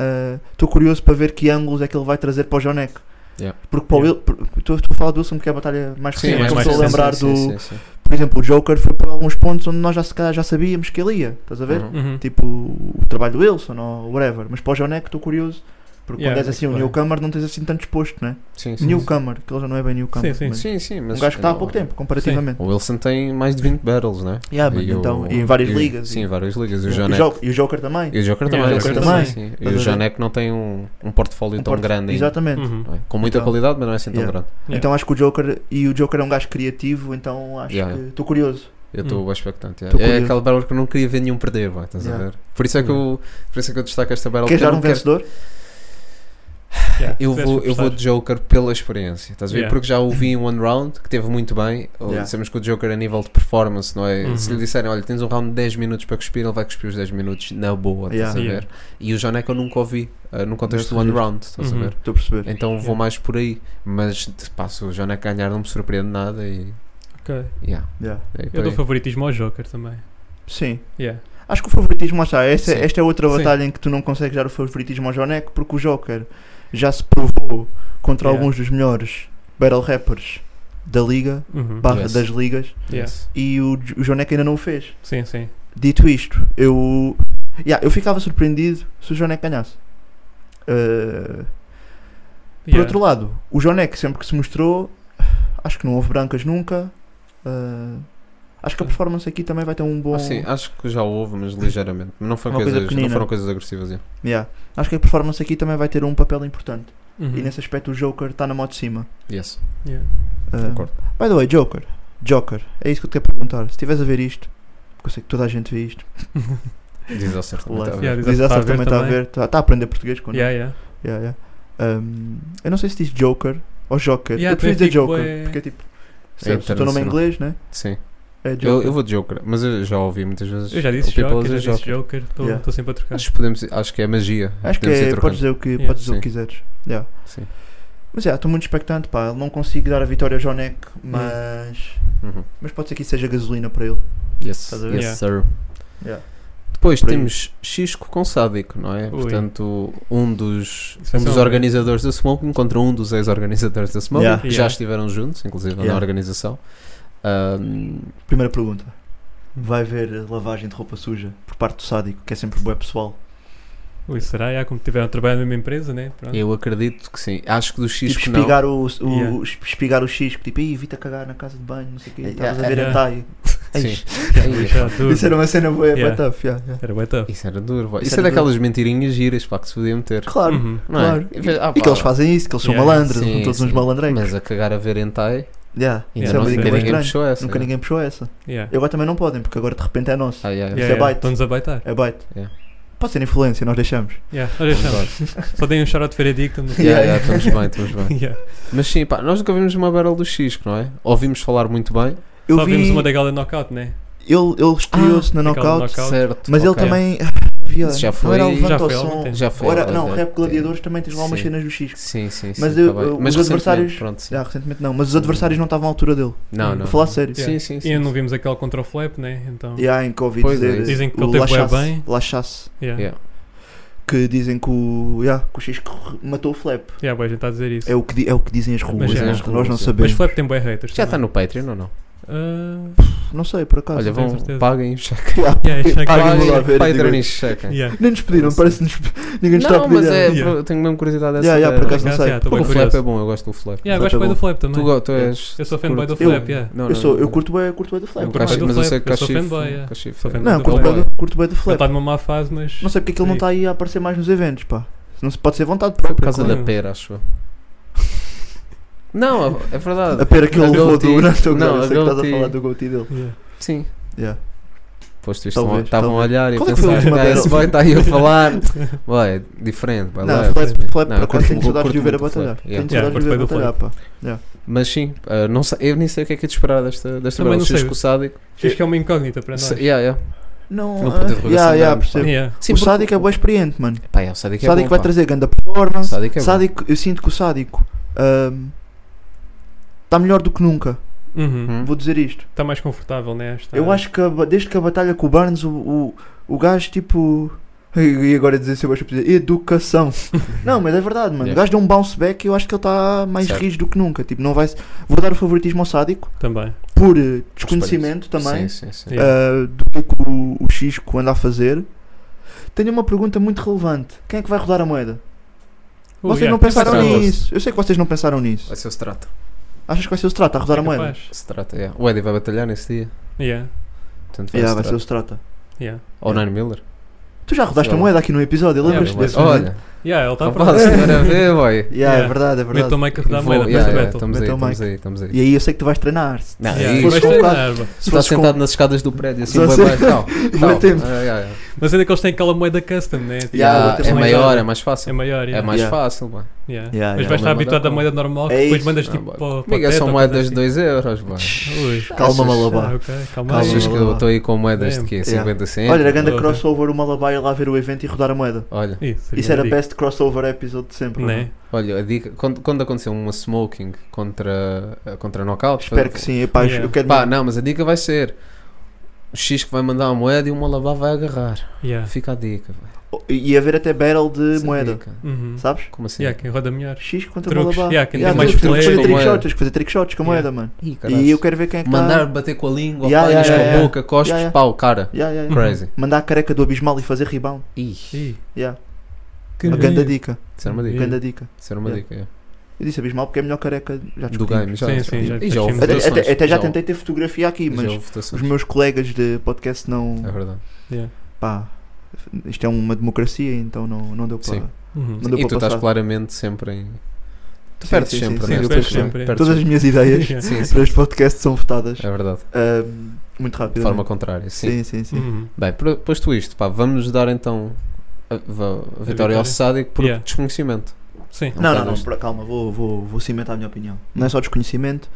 [SPEAKER 6] Estou curioso para ver que ângulos é que ele vai trazer para o Jonek.
[SPEAKER 7] Yeah.
[SPEAKER 6] Porque para o
[SPEAKER 8] Yeah.
[SPEAKER 6] Wil- por- estou estou a falar do Wilson porque é a batalha mais
[SPEAKER 7] Sim,
[SPEAKER 8] é
[SPEAKER 6] recente,
[SPEAKER 8] mais
[SPEAKER 6] mas
[SPEAKER 7] mas mais
[SPEAKER 6] estou a
[SPEAKER 8] recente,
[SPEAKER 6] lembrar
[SPEAKER 7] sim,
[SPEAKER 6] do.
[SPEAKER 7] sim, sim, sim.
[SPEAKER 6] Por exemplo, o Joker foi para alguns pontos onde nós já, se calhar já sabíamos que ele ia, estás a ver?
[SPEAKER 7] Uhum.
[SPEAKER 8] Uhum.
[SPEAKER 6] Tipo o trabalho do Wilson ou whatever. Mas para o Jonek estou curioso, porque
[SPEAKER 8] Yeah,
[SPEAKER 6] quando és assim o
[SPEAKER 8] claro.
[SPEAKER 6] newcomer não tens assim tanto exposto, né?
[SPEAKER 7] Sim, sim, sim.
[SPEAKER 6] Newcomer, que ele já não é bem newcomer.
[SPEAKER 8] Sim, sim.
[SPEAKER 6] mas
[SPEAKER 7] Sim, sim, mas
[SPEAKER 6] Um gajo que está há pouco tempo, comparativamente.
[SPEAKER 7] O Wilson tem mais de 20 battles, né?
[SPEAKER 6] Yeah, man, então,
[SPEAKER 7] o-
[SPEAKER 6] e em várias
[SPEAKER 7] e-
[SPEAKER 6] ligas.
[SPEAKER 7] Sim,
[SPEAKER 6] e-
[SPEAKER 7] em várias ligas. E o
[SPEAKER 6] e o
[SPEAKER 7] Jonek.
[SPEAKER 6] Jo- e o Joker também.
[SPEAKER 7] E o Joker também. é
[SPEAKER 8] Yeah,
[SPEAKER 7] assim,
[SPEAKER 6] o Joker
[SPEAKER 7] sim,
[SPEAKER 6] também.
[SPEAKER 7] sim, sim. E
[SPEAKER 6] Estás a
[SPEAKER 7] o
[SPEAKER 6] ver?
[SPEAKER 7] Janek não tem um, um portfólio
[SPEAKER 6] Um
[SPEAKER 7] tão
[SPEAKER 6] porto-
[SPEAKER 7] grande ainda.
[SPEAKER 6] Exatamente.
[SPEAKER 8] Uhum.
[SPEAKER 7] não é? Com muita
[SPEAKER 6] Então,
[SPEAKER 7] qualidade, mas não é assim tão
[SPEAKER 6] yeah.
[SPEAKER 7] grande.
[SPEAKER 8] Yeah.
[SPEAKER 6] Então acho que o Joker e o Joker é um gajo criativo, então acho
[SPEAKER 7] Yeah,
[SPEAKER 6] que estou curioso.
[SPEAKER 7] Eu
[SPEAKER 8] Hum.
[SPEAKER 7] estou expectante.
[SPEAKER 6] Tô
[SPEAKER 7] yeah. É
[SPEAKER 6] curioso.
[SPEAKER 7] aquela barrel que eu não queria ver nenhum perder, vai, estás
[SPEAKER 6] Yeah.
[SPEAKER 7] a ver? Por isso, é que eu, por isso é que eu destaco esta barrel.
[SPEAKER 6] Queres
[SPEAKER 7] porque eu
[SPEAKER 6] dar
[SPEAKER 7] não
[SPEAKER 6] um
[SPEAKER 7] quero-
[SPEAKER 6] vencedor?
[SPEAKER 8] Yeah,
[SPEAKER 7] Eu
[SPEAKER 8] se tivesse
[SPEAKER 7] vou, eu vou
[SPEAKER 8] apostado.
[SPEAKER 7] de Joker pela experiência, estás a ver?
[SPEAKER 8] Yeah.
[SPEAKER 7] Porque já o vi em One Round, que teve muito bem. Ou
[SPEAKER 6] Yeah.
[SPEAKER 7] Dissemos que o Joker, a nível de performance, não é?
[SPEAKER 8] Uhum.
[SPEAKER 7] Se lhe disserem, olha, tens um round de 10 minutos para cuspir, ele vai cuspir os 10 minutos na boa, estás
[SPEAKER 6] Yeah.
[SPEAKER 7] a ver?
[SPEAKER 8] Yeah.
[SPEAKER 7] E o John é que eu nunca ouvi uh, no
[SPEAKER 6] Neste
[SPEAKER 7] contexto do One
[SPEAKER 6] registro.
[SPEAKER 7] Round, estás
[SPEAKER 8] Uhum.
[SPEAKER 7] a ver?
[SPEAKER 6] Estou a perceber.
[SPEAKER 7] Então vou
[SPEAKER 8] Yeah.
[SPEAKER 7] mais por aí, mas de- pá, se o John é que ganhar, não me surpreende nada. E.
[SPEAKER 8] Ok.
[SPEAKER 7] Yeah,
[SPEAKER 6] Yeah.
[SPEAKER 7] é por
[SPEAKER 8] Eu dou
[SPEAKER 7] aí.
[SPEAKER 8] favoritismo ao Joker também.
[SPEAKER 6] Sim.
[SPEAKER 8] Yeah.
[SPEAKER 6] Acho que o favoritismo lá está. Esta,
[SPEAKER 7] Sim.
[SPEAKER 6] esta é outra
[SPEAKER 8] Sim.
[SPEAKER 6] batalha em que tu não consegues dar o favoritismo ao Jonek porque o Joker já se provou contra
[SPEAKER 8] Yeah.
[SPEAKER 6] alguns dos melhores battle rappers da liga,
[SPEAKER 8] Uhum.
[SPEAKER 6] barra
[SPEAKER 7] Yes.
[SPEAKER 6] das ligas,
[SPEAKER 8] Yeah.
[SPEAKER 7] Yes.
[SPEAKER 6] e o, J- o Jonek ainda não o fez.
[SPEAKER 8] Sim, sim.
[SPEAKER 6] Dito isto, eu. Yeah, eu ficava surpreendido se o Jonek ganhasse. Uh, Por
[SPEAKER 8] Yeah.
[SPEAKER 6] outro lado, o Jonek sempre que se mostrou, acho que não houve brancas nunca. Uh, acho que a performance aqui também vai ter um bom.
[SPEAKER 7] Ah, sim, acho que já houve, mas ligeiramente. Não foram,
[SPEAKER 6] É Uma coisa
[SPEAKER 7] coisas, não
[SPEAKER 6] pequenina.
[SPEAKER 7] foram coisas agressivas. yeah.
[SPEAKER 6] Yeah. Acho que a performance aqui também vai ter um papel importante.
[SPEAKER 8] Uhum.
[SPEAKER 6] E nesse aspecto o Joker está na mão de cima.
[SPEAKER 7] Yes.
[SPEAKER 8] Yeah.
[SPEAKER 6] Uh,
[SPEAKER 7] Concordo.
[SPEAKER 6] by the way, Joker. Joker, é isso que eu te quero perguntar. Se estiveres a ver isto, porque eu sei que toda a gente vê isto.
[SPEAKER 7] Diz ao certo.
[SPEAKER 6] Relaxa.
[SPEAKER 8] Yeah, diz
[SPEAKER 6] Diz
[SPEAKER 8] ela que está
[SPEAKER 6] essa
[SPEAKER 8] a
[SPEAKER 6] também
[SPEAKER 8] ver
[SPEAKER 6] está a
[SPEAKER 8] também.
[SPEAKER 6] ver. Está está a aprender português quando.
[SPEAKER 8] Yeah, yeah.
[SPEAKER 6] Yeah, yeah. Um, eu não sei se diz Joker ou Joker.
[SPEAKER 8] Yeah,
[SPEAKER 6] eu prefiro
[SPEAKER 8] também
[SPEAKER 6] dizer
[SPEAKER 8] fico
[SPEAKER 6] Joker,
[SPEAKER 8] bué-
[SPEAKER 6] porque é tipo. Se se o teu nome é
[SPEAKER 7] internacional.
[SPEAKER 6] inglês, né?
[SPEAKER 7] Sim.
[SPEAKER 6] É
[SPEAKER 7] Eu,
[SPEAKER 6] Joker.
[SPEAKER 7] eu vou de Joker, mas eu já ouvi muitas vezes.
[SPEAKER 8] Eu já disse
[SPEAKER 7] o people
[SPEAKER 8] Joker, já
[SPEAKER 7] dizer
[SPEAKER 8] disse Joker, estou
[SPEAKER 6] Yeah.
[SPEAKER 8] sempre a trocar.
[SPEAKER 7] Acho que, podemos, acho que é magia.
[SPEAKER 6] Acho que
[SPEAKER 7] podemos ir
[SPEAKER 6] é,
[SPEAKER 7] trocando.
[SPEAKER 6] podes dizer o que,
[SPEAKER 8] Yeah.
[SPEAKER 6] podes dizer o
[SPEAKER 7] Sim.
[SPEAKER 6] que quiseres. Yeah.
[SPEAKER 7] Sim.
[SPEAKER 6] Mas yeah, estou muito expectante, pá. Não consigo dar a vitória ao
[SPEAKER 8] Hum.
[SPEAKER 6] Jonek, mas.
[SPEAKER 7] Uhum.
[SPEAKER 6] Mas pode ser que isso seja gasolina para ele.
[SPEAKER 7] Yes,
[SPEAKER 6] Estás a ver?
[SPEAKER 7] yes
[SPEAKER 8] Yeah.
[SPEAKER 7] sir.
[SPEAKER 6] Yeah.
[SPEAKER 7] Depois
[SPEAKER 6] Por aí.
[SPEAKER 7] temos Xisco com Sádico, não é?
[SPEAKER 8] Ui.
[SPEAKER 7] Portanto, um dos,
[SPEAKER 6] é
[SPEAKER 8] Isso vai
[SPEAKER 7] um
[SPEAKER 8] ser
[SPEAKER 7] dos
[SPEAKER 8] um-
[SPEAKER 7] organizadores da Smoke contra um dos ex-organizadores da Smoke,
[SPEAKER 6] Yeah.
[SPEAKER 7] que
[SPEAKER 8] Yeah.
[SPEAKER 7] já estiveram juntos, inclusive na
[SPEAKER 6] Yeah.
[SPEAKER 7] organização. Ahm,
[SPEAKER 6] Primeira pergunta. Vai haver lavagem de roupa suja por parte do sádico, que é sempre bué pessoal.
[SPEAKER 8] Ui, será? Yeah, como tiveram a trabalhar na mesma empresa, né? Pronto.
[SPEAKER 7] eu acredito que sim. Acho que do Xisco
[SPEAKER 6] Tipo,
[SPEAKER 7] não.
[SPEAKER 6] espigar o, o,
[SPEAKER 8] Yeah.
[SPEAKER 6] o- espigar o xisco, tipo, "Ih, evita cagar na casa de banho, não sei o quê,
[SPEAKER 7] Yeah,
[SPEAKER 6] estavas a ver
[SPEAKER 8] yeah.
[SPEAKER 6] a taia.
[SPEAKER 7] Sim.
[SPEAKER 8] Já, tudo.
[SPEAKER 6] Isso era uma cena bué, bué
[SPEAKER 8] Yeah.
[SPEAKER 6] tough, yeah, yeah.
[SPEAKER 8] Era bué tough.
[SPEAKER 7] Isso era duro. vai.
[SPEAKER 6] Isso
[SPEAKER 7] Isso,
[SPEAKER 6] era
[SPEAKER 7] é daquelas mentirinhas giras pá, que se podia meter.
[SPEAKER 6] Claro,
[SPEAKER 8] Uhum.
[SPEAKER 7] Não é?
[SPEAKER 6] claro.
[SPEAKER 7] E, ah,
[SPEAKER 6] E
[SPEAKER 7] pá,
[SPEAKER 6] que eles fazem isso, que eles são
[SPEAKER 8] Yeah,
[SPEAKER 6] malandros,
[SPEAKER 7] sim,
[SPEAKER 6] são todos uns
[SPEAKER 7] sim.
[SPEAKER 6] malandreiros.
[SPEAKER 7] Mas a cagar a ver em Thai,
[SPEAKER 6] Yeah.
[SPEAKER 7] ainda
[SPEAKER 6] Isso é
[SPEAKER 7] não,
[SPEAKER 6] uma dica
[SPEAKER 7] nunca
[SPEAKER 6] bem
[SPEAKER 7] ninguém
[SPEAKER 6] estranha.
[SPEAKER 7] puxou essa.
[SPEAKER 6] Nunca ninguém puxou essa.
[SPEAKER 8] Yeah.
[SPEAKER 6] E agora também não podem, porque agora de repente é nosso.
[SPEAKER 7] Ah, yeah, yeah.
[SPEAKER 6] Isso é bite.
[SPEAKER 8] Estão-nos a baitar.
[SPEAKER 6] É bait.
[SPEAKER 7] Yeah.
[SPEAKER 6] Pode ser influência, nós deixamos.
[SPEAKER 8] Yeah. Nós deixamos. Só deem um shout-out de Feredic também.
[SPEAKER 7] Yeah,
[SPEAKER 6] Yeah.
[SPEAKER 7] yeah, estamos bem,
[SPEAKER 6] (laughs)
[SPEAKER 7] estamos bem.
[SPEAKER 8] (laughs) Yeah.
[SPEAKER 7] Mas sim, pá, nós nunca vimos uma barrel do Xisco, não é? Ouvimos falar muito bem,
[SPEAKER 6] Eu
[SPEAKER 8] Só vimos
[SPEAKER 6] vi.
[SPEAKER 8] uma da Gala Knockout, né?
[SPEAKER 6] Ele, ele estreou-se na
[SPEAKER 8] daquela
[SPEAKER 6] knockout,
[SPEAKER 8] knockout. Scout.
[SPEAKER 7] certo.
[SPEAKER 6] mas ele
[SPEAKER 7] ok.
[SPEAKER 6] também. ah, Via,
[SPEAKER 7] Isso já
[SPEAKER 6] Não
[SPEAKER 7] foi-
[SPEAKER 6] era
[SPEAKER 7] já
[SPEAKER 6] levanta o
[SPEAKER 8] foi há algum
[SPEAKER 6] som.
[SPEAKER 8] tempo.
[SPEAKER 7] Já foi.
[SPEAKER 6] Ora,
[SPEAKER 7] ela
[SPEAKER 6] um- não,
[SPEAKER 7] deve
[SPEAKER 6] Rap
[SPEAKER 7] ter-
[SPEAKER 6] Gladiadores também tens lá umas
[SPEAKER 7] Sim.
[SPEAKER 6] cenas do Xisco.
[SPEAKER 7] Sim, sim, sim.
[SPEAKER 6] Mas
[SPEAKER 7] tá
[SPEAKER 6] eu-
[SPEAKER 7] bem.
[SPEAKER 6] eu-
[SPEAKER 7] Mas
[SPEAKER 6] os
[SPEAKER 7] recentemente,
[SPEAKER 6] adversários-
[SPEAKER 7] Pronto, sim.
[SPEAKER 6] Já, recentemente não, mas os adversários não estavam à altura dele.
[SPEAKER 7] Não, não.
[SPEAKER 6] Vou falar sério.
[SPEAKER 7] Sim, sim, sim.
[SPEAKER 8] E ainda não vimos aquele contra o Flap, né? Então.
[SPEAKER 6] E há em que ouvi
[SPEAKER 7] Pois
[SPEAKER 6] dizer.
[SPEAKER 7] é,
[SPEAKER 8] dizem que
[SPEAKER 6] o
[SPEAKER 8] ele teve bué
[SPEAKER 6] Lachasse-
[SPEAKER 8] bem.
[SPEAKER 6] Lachasse.
[SPEAKER 8] Yeah.
[SPEAKER 7] Yeah.
[SPEAKER 6] Que dizem que o. Yeah, que o Xisco matou o Flap.
[SPEAKER 8] Yeah, boa, a gente está a dizer isso.
[SPEAKER 6] É o que, di- é o que dizem as ruas,
[SPEAKER 8] Mas é.
[SPEAKER 6] né?
[SPEAKER 7] As ruas,
[SPEAKER 6] nós não
[SPEAKER 7] sim.
[SPEAKER 8] Mas
[SPEAKER 6] sabemos.
[SPEAKER 8] Flap tem bué haters.
[SPEAKER 7] Já está
[SPEAKER 8] também.
[SPEAKER 7] no Patreon ou não?
[SPEAKER 8] Ah,
[SPEAKER 6] Não sei, por acaso.
[SPEAKER 7] Olha,
[SPEAKER 8] tenho
[SPEAKER 6] (laughs)
[SPEAKER 7] vão,
[SPEAKER 8] certeza.
[SPEAKER 7] paguem e chequem.
[SPEAKER 8] yeah, check
[SPEAKER 6] Ah,
[SPEAKER 8] out.
[SPEAKER 6] vou lá ver,
[SPEAKER 7] Patreon
[SPEAKER 6] digo-
[SPEAKER 7] e chequem.
[SPEAKER 8] Yeah.
[SPEAKER 6] Nem nos pediram, parece que nos... ninguém nos está a
[SPEAKER 7] Não,
[SPEAKER 6] pedir.
[SPEAKER 7] mas é,
[SPEAKER 8] Yeah.
[SPEAKER 7] eu tenho mesmo curiosidade dessa.
[SPEAKER 6] Yeah, yeah,
[SPEAKER 7] da-
[SPEAKER 6] por acaso não sei.
[SPEAKER 8] Yeah, tô bem
[SPEAKER 7] O flap
[SPEAKER 8] curioso.
[SPEAKER 7] é bom, eu gosto do flap.
[SPEAKER 8] Yeah,
[SPEAKER 6] Flap
[SPEAKER 8] gosto
[SPEAKER 6] é
[SPEAKER 8] bem do
[SPEAKER 6] bom.
[SPEAKER 8] Flap também.
[SPEAKER 7] Tu, go- tu és.
[SPEAKER 8] Eu sou fanboy do
[SPEAKER 7] curto-
[SPEAKER 8] Flap, yeah.
[SPEAKER 7] Não,
[SPEAKER 6] eu,
[SPEAKER 7] não,
[SPEAKER 6] sou,
[SPEAKER 7] não,
[SPEAKER 6] eu
[SPEAKER 7] não.
[SPEAKER 6] curto bem, curto bem do Flap.
[SPEAKER 8] Eu
[SPEAKER 7] O Cachif-
[SPEAKER 8] do
[SPEAKER 7] Mas eu
[SPEAKER 8] Flap,
[SPEAKER 7] sei que
[SPEAKER 8] eu sou
[SPEAKER 7] Cachif-
[SPEAKER 8] fanboy, yeah.
[SPEAKER 7] Cachif-
[SPEAKER 8] Sou
[SPEAKER 7] é-
[SPEAKER 8] fanboy.
[SPEAKER 6] Não,
[SPEAKER 8] do
[SPEAKER 6] curto
[SPEAKER 8] Flap.
[SPEAKER 6] bem, do- curto bem do
[SPEAKER 8] Ele
[SPEAKER 6] Flap.
[SPEAKER 8] está numa má fase, mas.
[SPEAKER 6] Não sei porque é que ele não
[SPEAKER 8] Sim.
[SPEAKER 6] está aí a aparecer mais nos eventos, pá. Não se pode ser vontade
[SPEAKER 7] Foi
[SPEAKER 6] própria.
[SPEAKER 7] por causa
[SPEAKER 8] Claro.
[SPEAKER 7] da pera, acho eu. Não, é- é verdade.
[SPEAKER 6] A pera que
[SPEAKER 7] A
[SPEAKER 6] ele levou
[SPEAKER 7] Goatee.
[SPEAKER 6] do Nato
[SPEAKER 7] Não,
[SPEAKER 6] agora, eu
[SPEAKER 7] a
[SPEAKER 6] sei que estás a
[SPEAKER 7] Goatee.
[SPEAKER 6] falar do Goatee dele.
[SPEAKER 8] Yeah.
[SPEAKER 7] Sim.
[SPEAKER 6] Yeah.
[SPEAKER 7] Posto isto,
[SPEAKER 6] Talvez,
[SPEAKER 7] estavam a
[SPEAKER 6] talvez.
[SPEAKER 7] olhar e a
[SPEAKER 6] Qual é que foi a
[SPEAKER 7] pensar,
[SPEAKER 6] última
[SPEAKER 7] "Ah, esse
[SPEAKER 6] battle?"
[SPEAKER 7] boy está aí a falar. Boy, é diferente, vai lá.
[SPEAKER 6] Não, Flap, Flap,
[SPEAKER 7] Não,
[SPEAKER 6] por
[SPEAKER 7] eu
[SPEAKER 6] acaso
[SPEAKER 7] curto-
[SPEAKER 6] tenho saudades de o ver a
[SPEAKER 7] curto muito
[SPEAKER 6] batalhar.
[SPEAKER 7] Flap, yeah.
[SPEAKER 6] Tenho
[SPEAKER 8] Yeah,
[SPEAKER 6] saudades de o ver a
[SPEAKER 8] curto bem do
[SPEAKER 6] batalhar, pá.
[SPEAKER 7] Mas sim, ah, não sei, eu nem sei o que é que é de esperar desta, desta
[SPEAKER 8] Também
[SPEAKER 7] barrel.
[SPEAKER 8] não
[SPEAKER 7] Xisco
[SPEAKER 8] sei.
[SPEAKER 7] o sádico.
[SPEAKER 8] Diz que é uma incógnita para nós.
[SPEAKER 7] Se- yeah, yeah.
[SPEAKER 6] Não,
[SPEAKER 7] Não
[SPEAKER 6] ah,
[SPEAKER 7] pode ter interrogação
[SPEAKER 6] yeah, yeah,
[SPEAKER 7] grande,
[SPEAKER 6] percebo.
[SPEAKER 8] Yeah.
[SPEAKER 7] Sim,
[SPEAKER 6] O
[SPEAKER 7] porque-
[SPEAKER 6] Sádico é bom experiente, mano.
[SPEAKER 7] Pá, yeah, o sádico
[SPEAKER 6] O
[SPEAKER 7] é
[SPEAKER 6] Sádico
[SPEAKER 7] bom,
[SPEAKER 6] vai
[SPEAKER 7] pá.
[SPEAKER 6] trazer grande
[SPEAKER 7] O
[SPEAKER 6] performance.
[SPEAKER 7] sádico é bom.
[SPEAKER 6] Sádico, eu sinto que o Sádico está melhor do que nunca.
[SPEAKER 8] Uhum.
[SPEAKER 7] Hum.
[SPEAKER 6] Vou dizer isto.
[SPEAKER 8] Está mais confortável, né? Está-
[SPEAKER 7] Ah.
[SPEAKER 6] Eu acho que a ba- desde que a batalha com o Barnes, o, o, o gajo tipo. (laughs) E agora dizer se eu gosto de dizer
[SPEAKER 7] (laughs)
[SPEAKER 6] educação. não, mas é verdade, mano. O
[SPEAKER 7] Yeah.
[SPEAKER 6] gajo deu um bounce back e eu acho que ele está mais
[SPEAKER 7] Certo.
[SPEAKER 6] rígido do que nunca. Tipo, não vai. Vou dar o favoritismo ao sádico
[SPEAKER 8] Também.
[SPEAKER 6] por eh, desconhecimento também
[SPEAKER 7] Sim, sim, sim.
[SPEAKER 8] Yeah.
[SPEAKER 6] eh, do que é que o, o Xisco anda a fazer. Tenho uma pergunta muito relevante: quem é que vai rodar a moeda?
[SPEAKER 8] Uh,
[SPEAKER 6] vocês
[SPEAKER 8] yeah,
[SPEAKER 6] não pensaram
[SPEAKER 7] pensaram
[SPEAKER 6] nisso. Eu sei que vocês não pensaram nisso.
[SPEAKER 7] é Vai ser o Strata.
[SPEAKER 6] Achas que vai ser o Strata a rodar a
[SPEAKER 8] É
[SPEAKER 6] moeda?
[SPEAKER 8] capaz.
[SPEAKER 7] Strata, yeah. O Eddie vai batalhar nesse dia.
[SPEAKER 8] Yeah.
[SPEAKER 7] Portanto, vai
[SPEAKER 6] Yeah, vai
[SPEAKER 7] É Strata.
[SPEAKER 6] ser o Strata.
[SPEAKER 8] Yeah.
[SPEAKER 7] Ou Nine Miller.
[SPEAKER 6] Tu já rodaste
[SPEAKER 7] Sei
[SPEAKER 6] a
[SPEAKER 7] lá.
[SPEAKER 6] moeda aqui no episódio, lembras-te
[SPEAKER 8] Yeah,
[SPEAKER 6] desse?
[SPEAKER 8] desse
[SPEAKER 7] Olha,
[SPEAKER 8] Yeah, ele está
[SPEAKER 7] rapaz,
[SPEAKER 8] pronto. (laughs)
[SPEAKER 7] senhora vê, boy.
[SPEAKER 6] Yeah,
[SPEAKER 8] Yeah.
[SPEAKER 6] é verdade, é verdade.
[SPEAKER 8] Mete o Mike a rodar
[SPEAKER 7] Vou-
[SPEAKER 8] moeda,
[SPEAKER 7] yeah,
[SPEAKER 8] mete
[SPEAKER 7] yeah,
[SPEAKER 8] Battle.
[SPEAKER 7] Estamos aí,
[SPEAKER 6] Mete o
[SPEAKER 7] estamos
[SPEAKER 6] mic.
[SPEAKER 7] aí, estamos
[SPEAKER 6] E
[SPEAKER 7] aí.
[SPEAKER 6] aí eu sei que tu vais treinar-se.
[SPEAKER 7] Não,
[SPEAKER 8] Yeah,
[SPEAKER 7] aí-
[SPEAKER 6] se
[SPEAKER 8] mas
[SPEAKER 6] fosse
[SPEAKER 8] tem
[SPEAKER 6] com o
[SPEAKER 8] nada, bro.
[SPEAKER 6] Se
[SPEAKER 7] Está
[SPEAKER 6] fosses
[SPEAKER 7] sentado
[SPEAKER 6] com...
[SPEAKER 7] nas escadas do prédio, assim,
[SPEAKER 6] Só
[SPEAKER 7] bem,
[SPEAKER 6] sei-
[SPEAKER 7] bem, tal, tal.
[SPEAKER 6] Batemos.
[SPEAKER 7] Ah, yeah, yeah.
[SPEAKER 8] Mas ainda que eles têm aquela moeda custom, né? Tipo,
[SPEAKER 6] Yeah,
[SPEAKER 8] tem
[SPEAKER 7] é
[SPEAKER 8] uma
[SPEAKER 7] maior,
[SPEAKER 8] moeda-
[SPEAKER 7] é mais
[SPEAKER 8] É
[SPEAKER 7] fácil.
[SPEAKER 8] maior,
[SPEAKER 7] É
[SPEAKER 8] yeah.
[SPEAKER 7] mais
[SPEAKER 6] Yeah.
[SPEAKER 7] fácil, mano.
[SPEAKER 8] Yeah.
[SPEAKER 6] Yeah,
[SPEAKER 8] Mas
[SPEAKER 6] yeah.
[SPEAKER 8] vais estar
[SPEAKER 7] uma moeda
[SPEAKER 8] habituado à
[SPEAKER 7] com-
[SPEAKER 8] moeda normal,
[SPEAKER 6] É
[SPEAKER 8] que depois
[SPEAKER 6] isso.
[SPEAKER 8] mandas
[SPEAKER 7] Ah,
[SPEAKER 8] tipo
[SPEAKER 7] boy.
[SPEAKER 8] para o- para o
[SPEAKER 7] Amiga,
[SPEAKER 8] teto
[SPEAKER 7] são
[SPEAKER 8] ou
[SPEAKER 7] moedas
[SPEAKER 8] coisa
[SPEAKER 7] de 2 euros, boy.
[SPEAKER 8] assim. Ui,
[SPEAKER 6] Calma,
[SPEAKER 7] Achas-
[SPEAKER 8] ah,
[SPEAKER 6] Malabar.
[SPEAKER 8] ok, calma aí.
[SPEAKER 7] Achas que eu estou aí com moedas de
[SPEAKER 8] Damn.
[SPEAKER 7] quê?
[SPEAKER 6] Yeah.
[SPEAKER 7] 50 centos?
[SPEAKER 6] Olha, era grande
[SPEAKER 8] Ok.
[SPEAKER 6] crossover o Malabar ir lá ver o evento e rodar a moeda.
[SPEAKER 7] Olha,
[SPEAKER 8] Isso,
[SPEAKER 6] Isso era
[SPEAKER 8] ridículo.
[SPEAKER 6] best crossover episode de sempre.
[SPEAKER 8] Né?
[SPEAKER 6] mano.
[SPEAKER 7] olha, a dica, quando, quando aconteceu uma smoking contra, contra knockout,
[SPEAKER 6] Espero que sim. Epá,
[SPEAKER 8] Yeah.
[SPEAKER 6] eu quero
[SPEAKER 7] Pá, não, mas a dica vai ser: o X que vai mandar a moeda e o Malabar vai agarrar.
[SPEAKER 8] Yeah.
[SPEAKER 7] Fica a dica. vai.
[SPEAKER 6] Ia haver até battle de
[SPEAKER 7] Essa
[SPEAKER 6] moeda.
[SPEAKER 7] dica.
[SPEAKER 8] Uhum.
[SPEAKER 6] Sabes?
[SPEAKER 7] Como assim?
[SPEAKER 8] Yeah, quem roda melhor.
[SPEAKER 6] X contra
[SPEAKER 8] Truques.
[SPEAKER 6] Malabar.
[SPEAKER 8] Yeah, quem
[SPEAKER 7] Yeah,
[SPEAKER 8] tem mais
[SPEAKER 6] tens
[SPEAKER 7] mas
[SPEAKER 6] que
[SPEAKER 8] flare.
[SPEAKER 7] truques
[SPEAKER 6] fazer
[SPEAKER 7] com
[SPEAKER 6] trick
[SPEAKER 7] moeda.
[SPEAKER 6] shots, tens que fazer trick shots com a moeda,
[SPEAKER 8] Yeah.
[SPEAKER 6] mano.
[SPEAKER 7] Ih, caralho.
[SPEAKER 6] E eu quero ver quem é que tá-
[SPEAKER 7] Mandar bater com a língua,
[SPEAKER 6] Yeah,
[SPEAKER 7] apanhas
[SPEAKER 6] yeah,
[SPEAKER 7] com
[SPEAKER 6] yeah,
[SPEAKER 7] a boca, cospes,
[SPEAKER 6] Yeah, yeah.
[SPEAKER 7] pau, cara.
[SPEAKER 8] (laughs)
[SPEAKER 6] Yeah, yeah, yeah.
[SPEAKER 8] Uhum.
[SPEAKER 7] Crazy.
[SPEAKER 6] Mandar a careca do Abismal e fazer rebound.
[SPEAKER 7] Ih,
[SPEAKER 8] Ih,
[SPEAKER 6] Yeah.
[SPEAKER 8] Que
[SPEAKER 6] Uma grande dica.
[SPEAKER 7] Isso era uma
[SPEAKER 8] Sim.
[SPEAKER 7] dica.
[SPEAKER 6] Grande dica.
[SPEAKER 7] Isso era uma
[SPEAKER 6] Uhum. Yeah.
[SPEAKER 7] dica, yeah.
[SPEAKER 6] Eu disse abismal porque é a melhor careca já
[SPEAKER 7] Do
[SPEAKER 6] discutimos.
[SPEAKER 7] game, já.
[SPEAKER 8] Sim,
[SPEAKER 7] já
[SPEAKER 8] sim,
[SPEAKER 7] discutimos.
[SPEAKER 8] já
[SPEAKER 7] e já houve
[SPEAKER 8] discutimos.
[SPEAKER 6] Até, até-
[SPEAKER 7] votações.
[SPEAKER 6] até já
[SPEAKER 7] houve-
[SPEAKER 6] tentei ter fotografia aqui,
[SPEAKER 7] já
[SPEAKER 6] mas
[SPEAKER 7] houve
[SPEAKER 6] (laughs)
[SPEAKER 7] votações.
[SPEAKER 6] os meus colegas de podcast não.
[SPEAKER 7] É verdade.
[SPEAKER 8] Yeah.
[SPEAKER 6] Pá, isto é uma democracia, então não, não deu para.
[SPEAKER 7] Sim.
[SPEAKER 8] Uhum.
[SPEAKER 6] Não deu
[SPEAKER 7] e
[SPEAKER 6] para
[SPEAKER 7] tu estás
[SPEAKER 6] passar.
[SPEAKER 7] claramente sempre em. Tu
[SPEAKER 6] Sim,
[SPEAKER 7] perdes
[SPEAKER 6] sim, sim,
[SPEAKER 7] sempre,
[SPEAKER 8] sim,
[SPEAKER 7] né?
[SPEAKER 8] eu
[SPEAKER 7] Perdes
[SPEAKER 8] perco sempre.
[SPEAKER 7] perdes
[SPEAKER 6] Todas as minhas
[SPEAKER 7] (laughs)
[SPEAKER 6] ideias
[SPEAKER 8] Yeah.
[SPEAKER 7] Sim, sim.
[SPEAKER 6] para este podcast são votadas
[SPEAKER 7] É verdade.
[SPEAKER 6] ahm, muito rápido.
[SPEAKER 7] De forma contrária, sim.
[SPEAKER 6] Sim,
[SPEAKER 7] Hum.
[SPEAKER 6] sim, sim.
[SPEAKER 8] Uhum.
[SPEAKER 7] Bem, pro- posto isto, pá, vamos dar então a, va- a vitória
[SPEAKER 8] vitória.
[SPEAKER 7] ao Sádico por
[SPEAKER 8] Yeah.
[SPEAKER 7] desconhecimento.
[SPEAKER 8] Sim.
[SPEAKER 7] Não
[SPEAKER 6] Não, não,
[SPEAKER 7] faz
[SPEAKER 6] não,
[SPEAKER 7] isto.
[SPEAKER 6] pra- calma, vou, vou, vou cimentar a minha opinião. Não é só desconhecimento,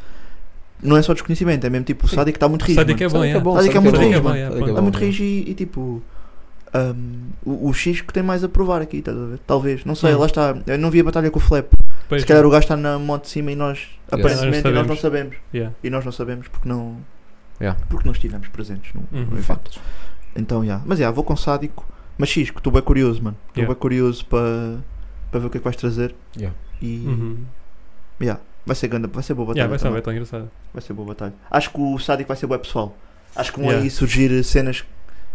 [SPEAKER 6] não é só desconhecimento, é mesmo tipo o
[SPEAKER 7] Sim.
[SPEAKER 6] sádico está muito rijo.
[SPEAKER 8] Sádico
[SPEAKER 6] mano.
[SPEAKER 8] é bom,
[SPEAKER 7] Sádico
[SPEAKER 8] é.
[SPEAKER 6] Sádico é muito rijo,
[SPEAKER 8] mano.
[SPEAKER 7] Sádico
[SPEAKER 8] Sádico
[SPEAKER 6] É muito
[SPEAKER 7] bom. né?
[SPEAKER 6] rijo e, e, tipo. ahm, o, o X que tem mais a provar aqui, estás a ver? Talvez, não sei,
[SPEAKER 8] Hum.
[SPEAKER 6] lá está. Eu não vi a batalha com o Flap.
[SPEAKER 8] Pois,
[SPEAKER 6] Se calhar o gajo está na moto de cima e nós,
[SPEAKER 8] Nós
[SPEAKER 6] aparentemente, e nós
[SPEAKER 8] sabemos.
[SPEAKER 6] não sabemos.
[SPEAKER 8] yeah.
[SPEAKER 6] E nós não sabemos porque não.
[SPEAKER 7] Yeah.
[SPEAKER 6] Porque não estivemos presentes no, no
[SPEAKER 8] Uhum.
[SPEAKER 6] evento.
[SPEAKER 7] Factos.
[SPEAKER 6] Então, já. Mas, já, vou com sádico. Mas, X, que tu bem curioso, mano. Tu
[SPEAKER 8] Yeah.
[SPEAKER 6] bem curioso para para ver o que é que vais trazer.
[SPEAKER 7] Yeah.
[SPEAKER 6] E
[SPEAKER 8] Uhum.
[SPEAKER 6] vai ser grande, vai ser boa batalha.
[SPEAKER 8] Yeah, vai estar
[SPEAKER 6] também.
[SPEAKER 8] bem tão engraçado.
[SPEAKER 6] Vai ser boa batalha. Acho que o sádico vai ser bué pessoal. Acho que vão
[SPEAKER 8] Yeah.
[SPEAKER 6] aí surgir cenas.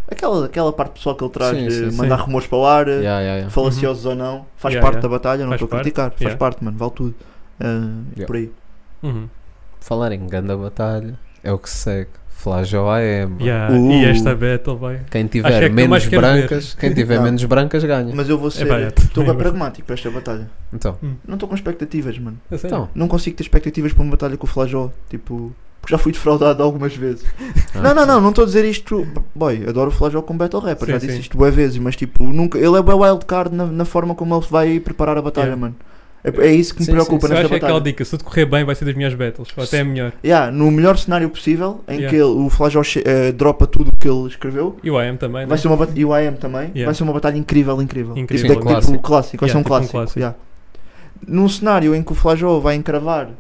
[SPEAKER 6] Aquela, aquela parte pessoal que ele traz
[SPEAKER 7] Sim,
[SPEAKER 6] de
[SPEAKER 7] sim, sim.
[SPEAKER 6] mandar rumores para o ar, eh,
[SPEAKER 7] Yeah, yeah, yeah.
[SPEAKER 6] falaciosos ou não. Faz
[SPEAKER 8] Uhum. Yeah,
[SPEAKER 6] parte
[SPEAKER 8] yeah.
[SPEAKER 6] da batalha, não
[SPEAKER 8] Faz
[SPEAKER 6] estou a
[SPEAKER 8] parte,
[SPEAKER 6] criticar. Faz
[SPEAKER 8] yeah.
[SPEAKER 6] parte, mano, vale tudo. Ah, e
[SPEAKER 7] Yeah.
[SPEAKER 6] Por aí.
[SPEAKER 8] Uhum.
[SPEAKER 7] Falar em grande batalha é o que segue. Flajo AM.
[SPEAKER 8] Yeah.
[SPEAKER 6] Uh.
[SPEAKER 8] E esta battle vai.
[SPEAKER 7] Quem
[SPEAKER 8] Acho que é
[SPEAKER 7] tiver
[SPEAKER 8] que eu mais
[SPEAKER 7] menos
[SPEAKER 8] quero ver.
[SPEAKER 7] brancas, quem tiver
[SPEAKER 6] Não.
[SPEAKER 7] menos brancas ganha.
[SPEAKER 6] Mas eu vou ser.
[SPEAKER 8] É pá, eu
[SPEAKER 6] Estou bem
[SPEAKER 8] também-
[SPEAKER 6] pragmático para esta batalha.
[SPEAKER 7] Então,
[SPEAKER 6] Não estou com expectativas, mano.
[SPEAKER 8] É sério?
[SPEAKER 7] então.
[SPEAKER 6] Não consigo ter expectativas para uma batalha com o Flajó. Tipo, porque já fui defraudado algumas vezes.
[SPEAKER 7] Ah,
[SPEAKER 6] não, não, não, não estou a dizer isto. Boy, adoro o Flajó como Battle Rapper.
[SPEAKER 8] Sim,
[SPEAKER 6] já disse
[SPEAKER 8] sim.
[SPEAKER 6] isto boas vezes, mas tipo, nunca, ele é bem wildcard na, na forma como ele vai preparar a batalha,
[SPEAKER 8] Yeah.
[SPEAKER 6] mano. É, é isso que me
[SPEAKER 7] Sim,
[SPEAKER 6] preocupa
[SPEAKER 8] Sim, eu
[SPEAKER 6] nesta
[SPEAKER 8] acho que é aquela
[SPEAKER 6] batalha.
[SPEAKER 8] dica, se tudo correr bem vai ser das minhas battles, ou até a melhor.
[SPEAKER 6] Yeah, no melhor cenário possível, em
[SPEAKER 8] Yeah.
[SPEAKER 6] que ele- o Flajó che- eh, dropa tudo o que ele escreveu.
[SPEAKER 8] E o AM também,
[SPEAKER 6] Vai
[SPEAKER 8] né?
[SPEAKER 6] ser uma bat- e o AM também.
[SPEAKER 8] Yeah.
[SPEAKER 6] Vai ser uma batalha incrível, incrível.
[SPEAKER 8] Incrível.
[SPEAKER 6] Tipo,
[SPEAKER 7] Sim, um
[SPEAKER 6] da-
[SPEAKER 7] clássico.
[SPEAKER 6] tipo clássico. Vai
[SPEAKER 8] Yeah,
[SPEAKER 6] ser um
[SPEAKER 8] tipo um
[SPEAKER 6] clássico.
[SPEAKER 8] clássico.
[SPEAKER 6] yeah. Num cenário em que o Flajó vai encravar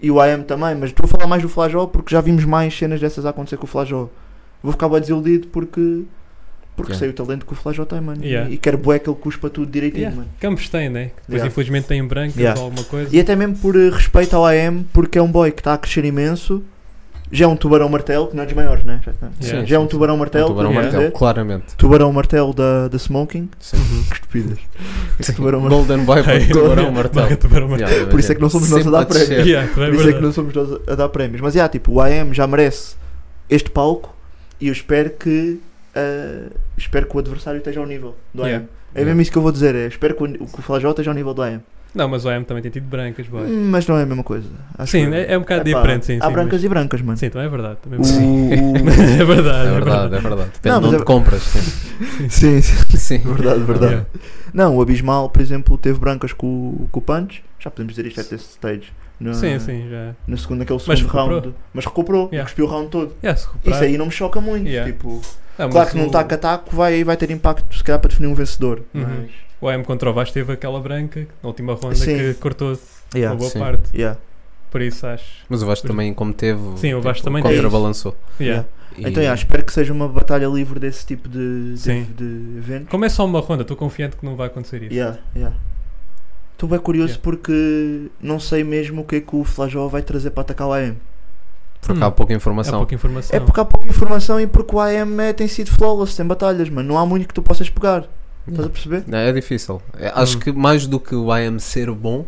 [SPEAKER 6] e o AM também, mas estou a falar mais do Flajó porque já vimos mais cenas dessas a acontecer com o Flajó. Vou ficar bem desiludido porque. Porque
[SPEAKER 7] Yeah.
[SPEAKER 6] sei o talento que o Flajó tem, mano. e-
[SPEAKER 8] Yeah.
[SPEAKER 6] E quero bué que ele cuspa tudo direitinho,
[SPEAKER 8] Yeah.
[SPEAKER 6] mano.
[SPEAKER 8] Campos tem, né? Que Depois
[SPEAKER 6] Yeah.
[SPEAKER 8] infelizmente tem brancas
[SPEAKER 6] Yeah.
[SPEAKER 8] ou alguma coisa.
[SPEAKER 6] E até mesmo por eh, respeito ao AM, porque é um boy que está a crescer imenso. Já é um tubarão martelo, que não é dos maiores, né? Já,
[SPEAKER 8] Sim,
[SPEAKER 6] já
[SPEAKER 7] sim,
[SPEAKER 6] é um
[SPEAKER 7] sim.
[SPEAKER 6] tubarão martelo.
[SPEAKER 7] Um
[SPEAKER 8] yeah.
[SPEAKER 7] tubarão
[SPEAKER 6] podemos
[SPEAKER 7] martelo,
[SPEAKER 6] dizer.
[SPEAKER 7] claramente.
[SPEAKER 6] Tubarão martelo da, da Smoking.
[SPEAKER 7] Sim.
[SPEAKER 6] (laughs) Que estupidez. Tubarão martelo.
[SPEAKER 7] Golden
[SPEAKER 8] (laughs)
[SPEAKER 7] Boy para o Tubarão Martelo.
[SPEAKER 8] Tubarão Martelo.
[SPEAKER 7] Yeah,
[SPEAKER 6] Por isso é que não somos nós a
[SPEAKER 7] Sempre
[SPEAKER 6] dar
[SPEAKER 7] descer.
[SPEAKER 6] prémios.
[SPEAKER 8] Yeah,
[SPEAKER 6] Por
[SPEAKER 8] também
[SPEAKER 6] isso é que
[SPEAKER 8] verdade.
[SPEAKER 6] não somos nós a dar prémios. Mas, yeah, tipo, o AM já merece este palco e eu espero que ah, espero que o adversário esteja ao nível do AM.
[SPEAKER 8] Yeah.
[SPEAKER 6] É mesmo isso que eu vou dizer. É, espero que o, que o Flajó esteja ao nível do AM.
[SPEAKER 8] Não, mas o AM também tem tido brancas, boy.
[SPEAKER 6] Hum, Mas não é a mesma coisa. Acho
[SPEAKER 8] Sim,
[SPEAKER 6] que-
[SPEAKER 8] é, é um bocado
[SPEAKER 6] Epá,
[SPEAKER 8] diferente, sim.
[SPEAKER 6] Há
[SPEAKER 8] sim,
[SPEAKER 6] brancas e brancas, mano.
[SPEAKER 8] mas... Sim, também é verdade. Também é
[SPEAKER 6] O-
[SPEAKER 8] verdade. (laughs) é verdade,
[SPEAKER 7] É verdade, é verdade. Depende
[SPEAKER 6] Não, mas
[SPEAKER 7] de
[SPEAKER 6] é-
[SPEAKER 7] onde
[SPEAKER 6] (laughs)
[SPEAKER 7] compras. Sim.
[SPEAKER 8] (laughs)
[SPEAKER 6] o- sim, sim, (laughs)
[SPEAKER 7] Sim.
[SPEAKER 6] verdade, é verdade.
[SPEAKER 8] Yeah.
[SPEAKER 6] Não, o Abismal, por exemplo, teve brancas com, o- com o Punch. Já podemos dizer isto até esse stage. Na,
[SPEAKER 8] Sim, sim, já.
[SPEAKER 6] Na segunda, aquele
[SPEAKER 8] Mas
[SPEAKER 6] segundo
[SPEAKER 8] recuperou.
[SPEAKER 6] round. Mas recuperou.
[SPEAKER 8] Yeah.
[SPEAKER 6] E cuspiu o round todo.
[SPEAKER 8] Yeah, se recuperar.
[SPEAKER 6] Isso aí não me choca muito.
[SPEAKER 8] Yeah.
[SPEAKER 6] Tipo,
[SPEAKER 8] Ah, mas
[SPEAKER 6] claro que num
[SPEAKER 8] o-
[SPEAKER 6] taco a taco vai, vai ter impacto, se calhar, para definir um vencedor.
[SPEAKER 8] Uhum.
[SPEAKER 6] Mas.
[SPEAKER 8] O AM contra o Vasco teve aquela branca que na última ronda
[SPEAKER 6] Sim.
[SPEAKER 8] que cortou uma
[SPEAKER 6] Yeah.
[SPEAKER 8] boa
[SPEAKER 7] sim.
[SPEAKER 8] parte.
[SPEAKER 6] Yeah.
[SPEAKER 8] Por isso acho.
[SPEAKER 7] Mas o Vasco também, como teve. tipo,
[SPEAKER 8] Sim, o Vasco também teve.
[SPEAKER 7] Contrabalançou.
[SPEAKER 8] Yeah.
[SPEAKER 6] Então,
[SPEAKER 7] E-
[SPEAKER 6] yeah, espero que seja uma batalha livre desse tipo de, de,
[SPEAKER 8] Sim.
[SPEAKER 6] de evento.
[SPEAKER 8] Como é só uma ronda, estou confiante que não vai acontecer isso.
[SPEAKER 6] Yeah, yeah. Estou bem curioso
[SPEAKER 8] Yeah.
[SPEAKER 6] porque não sei mesmo o que é que o Flajó vai trazer para atacar o AM.
[SPEAKER 7] Porque há
[SPEAKER 8] Hum.
[SPEAKER 7] pouca
[SPEAKER 8] Há
[SPEAKER 7] informação.
[SPEAKER 8] pouca informação.
[SPEAKER 6] É porque há pouca informação e porque o AM é- tem sido flawless, tem batalhas, mano. Não há muito que tu possas pegar. Estás a perceber?
[SPEAKER 7] Não, é difícil. É, Acho
[SPEAKER 8] Hum.
[SPEAKER 7] que mais do que o IM ser bom,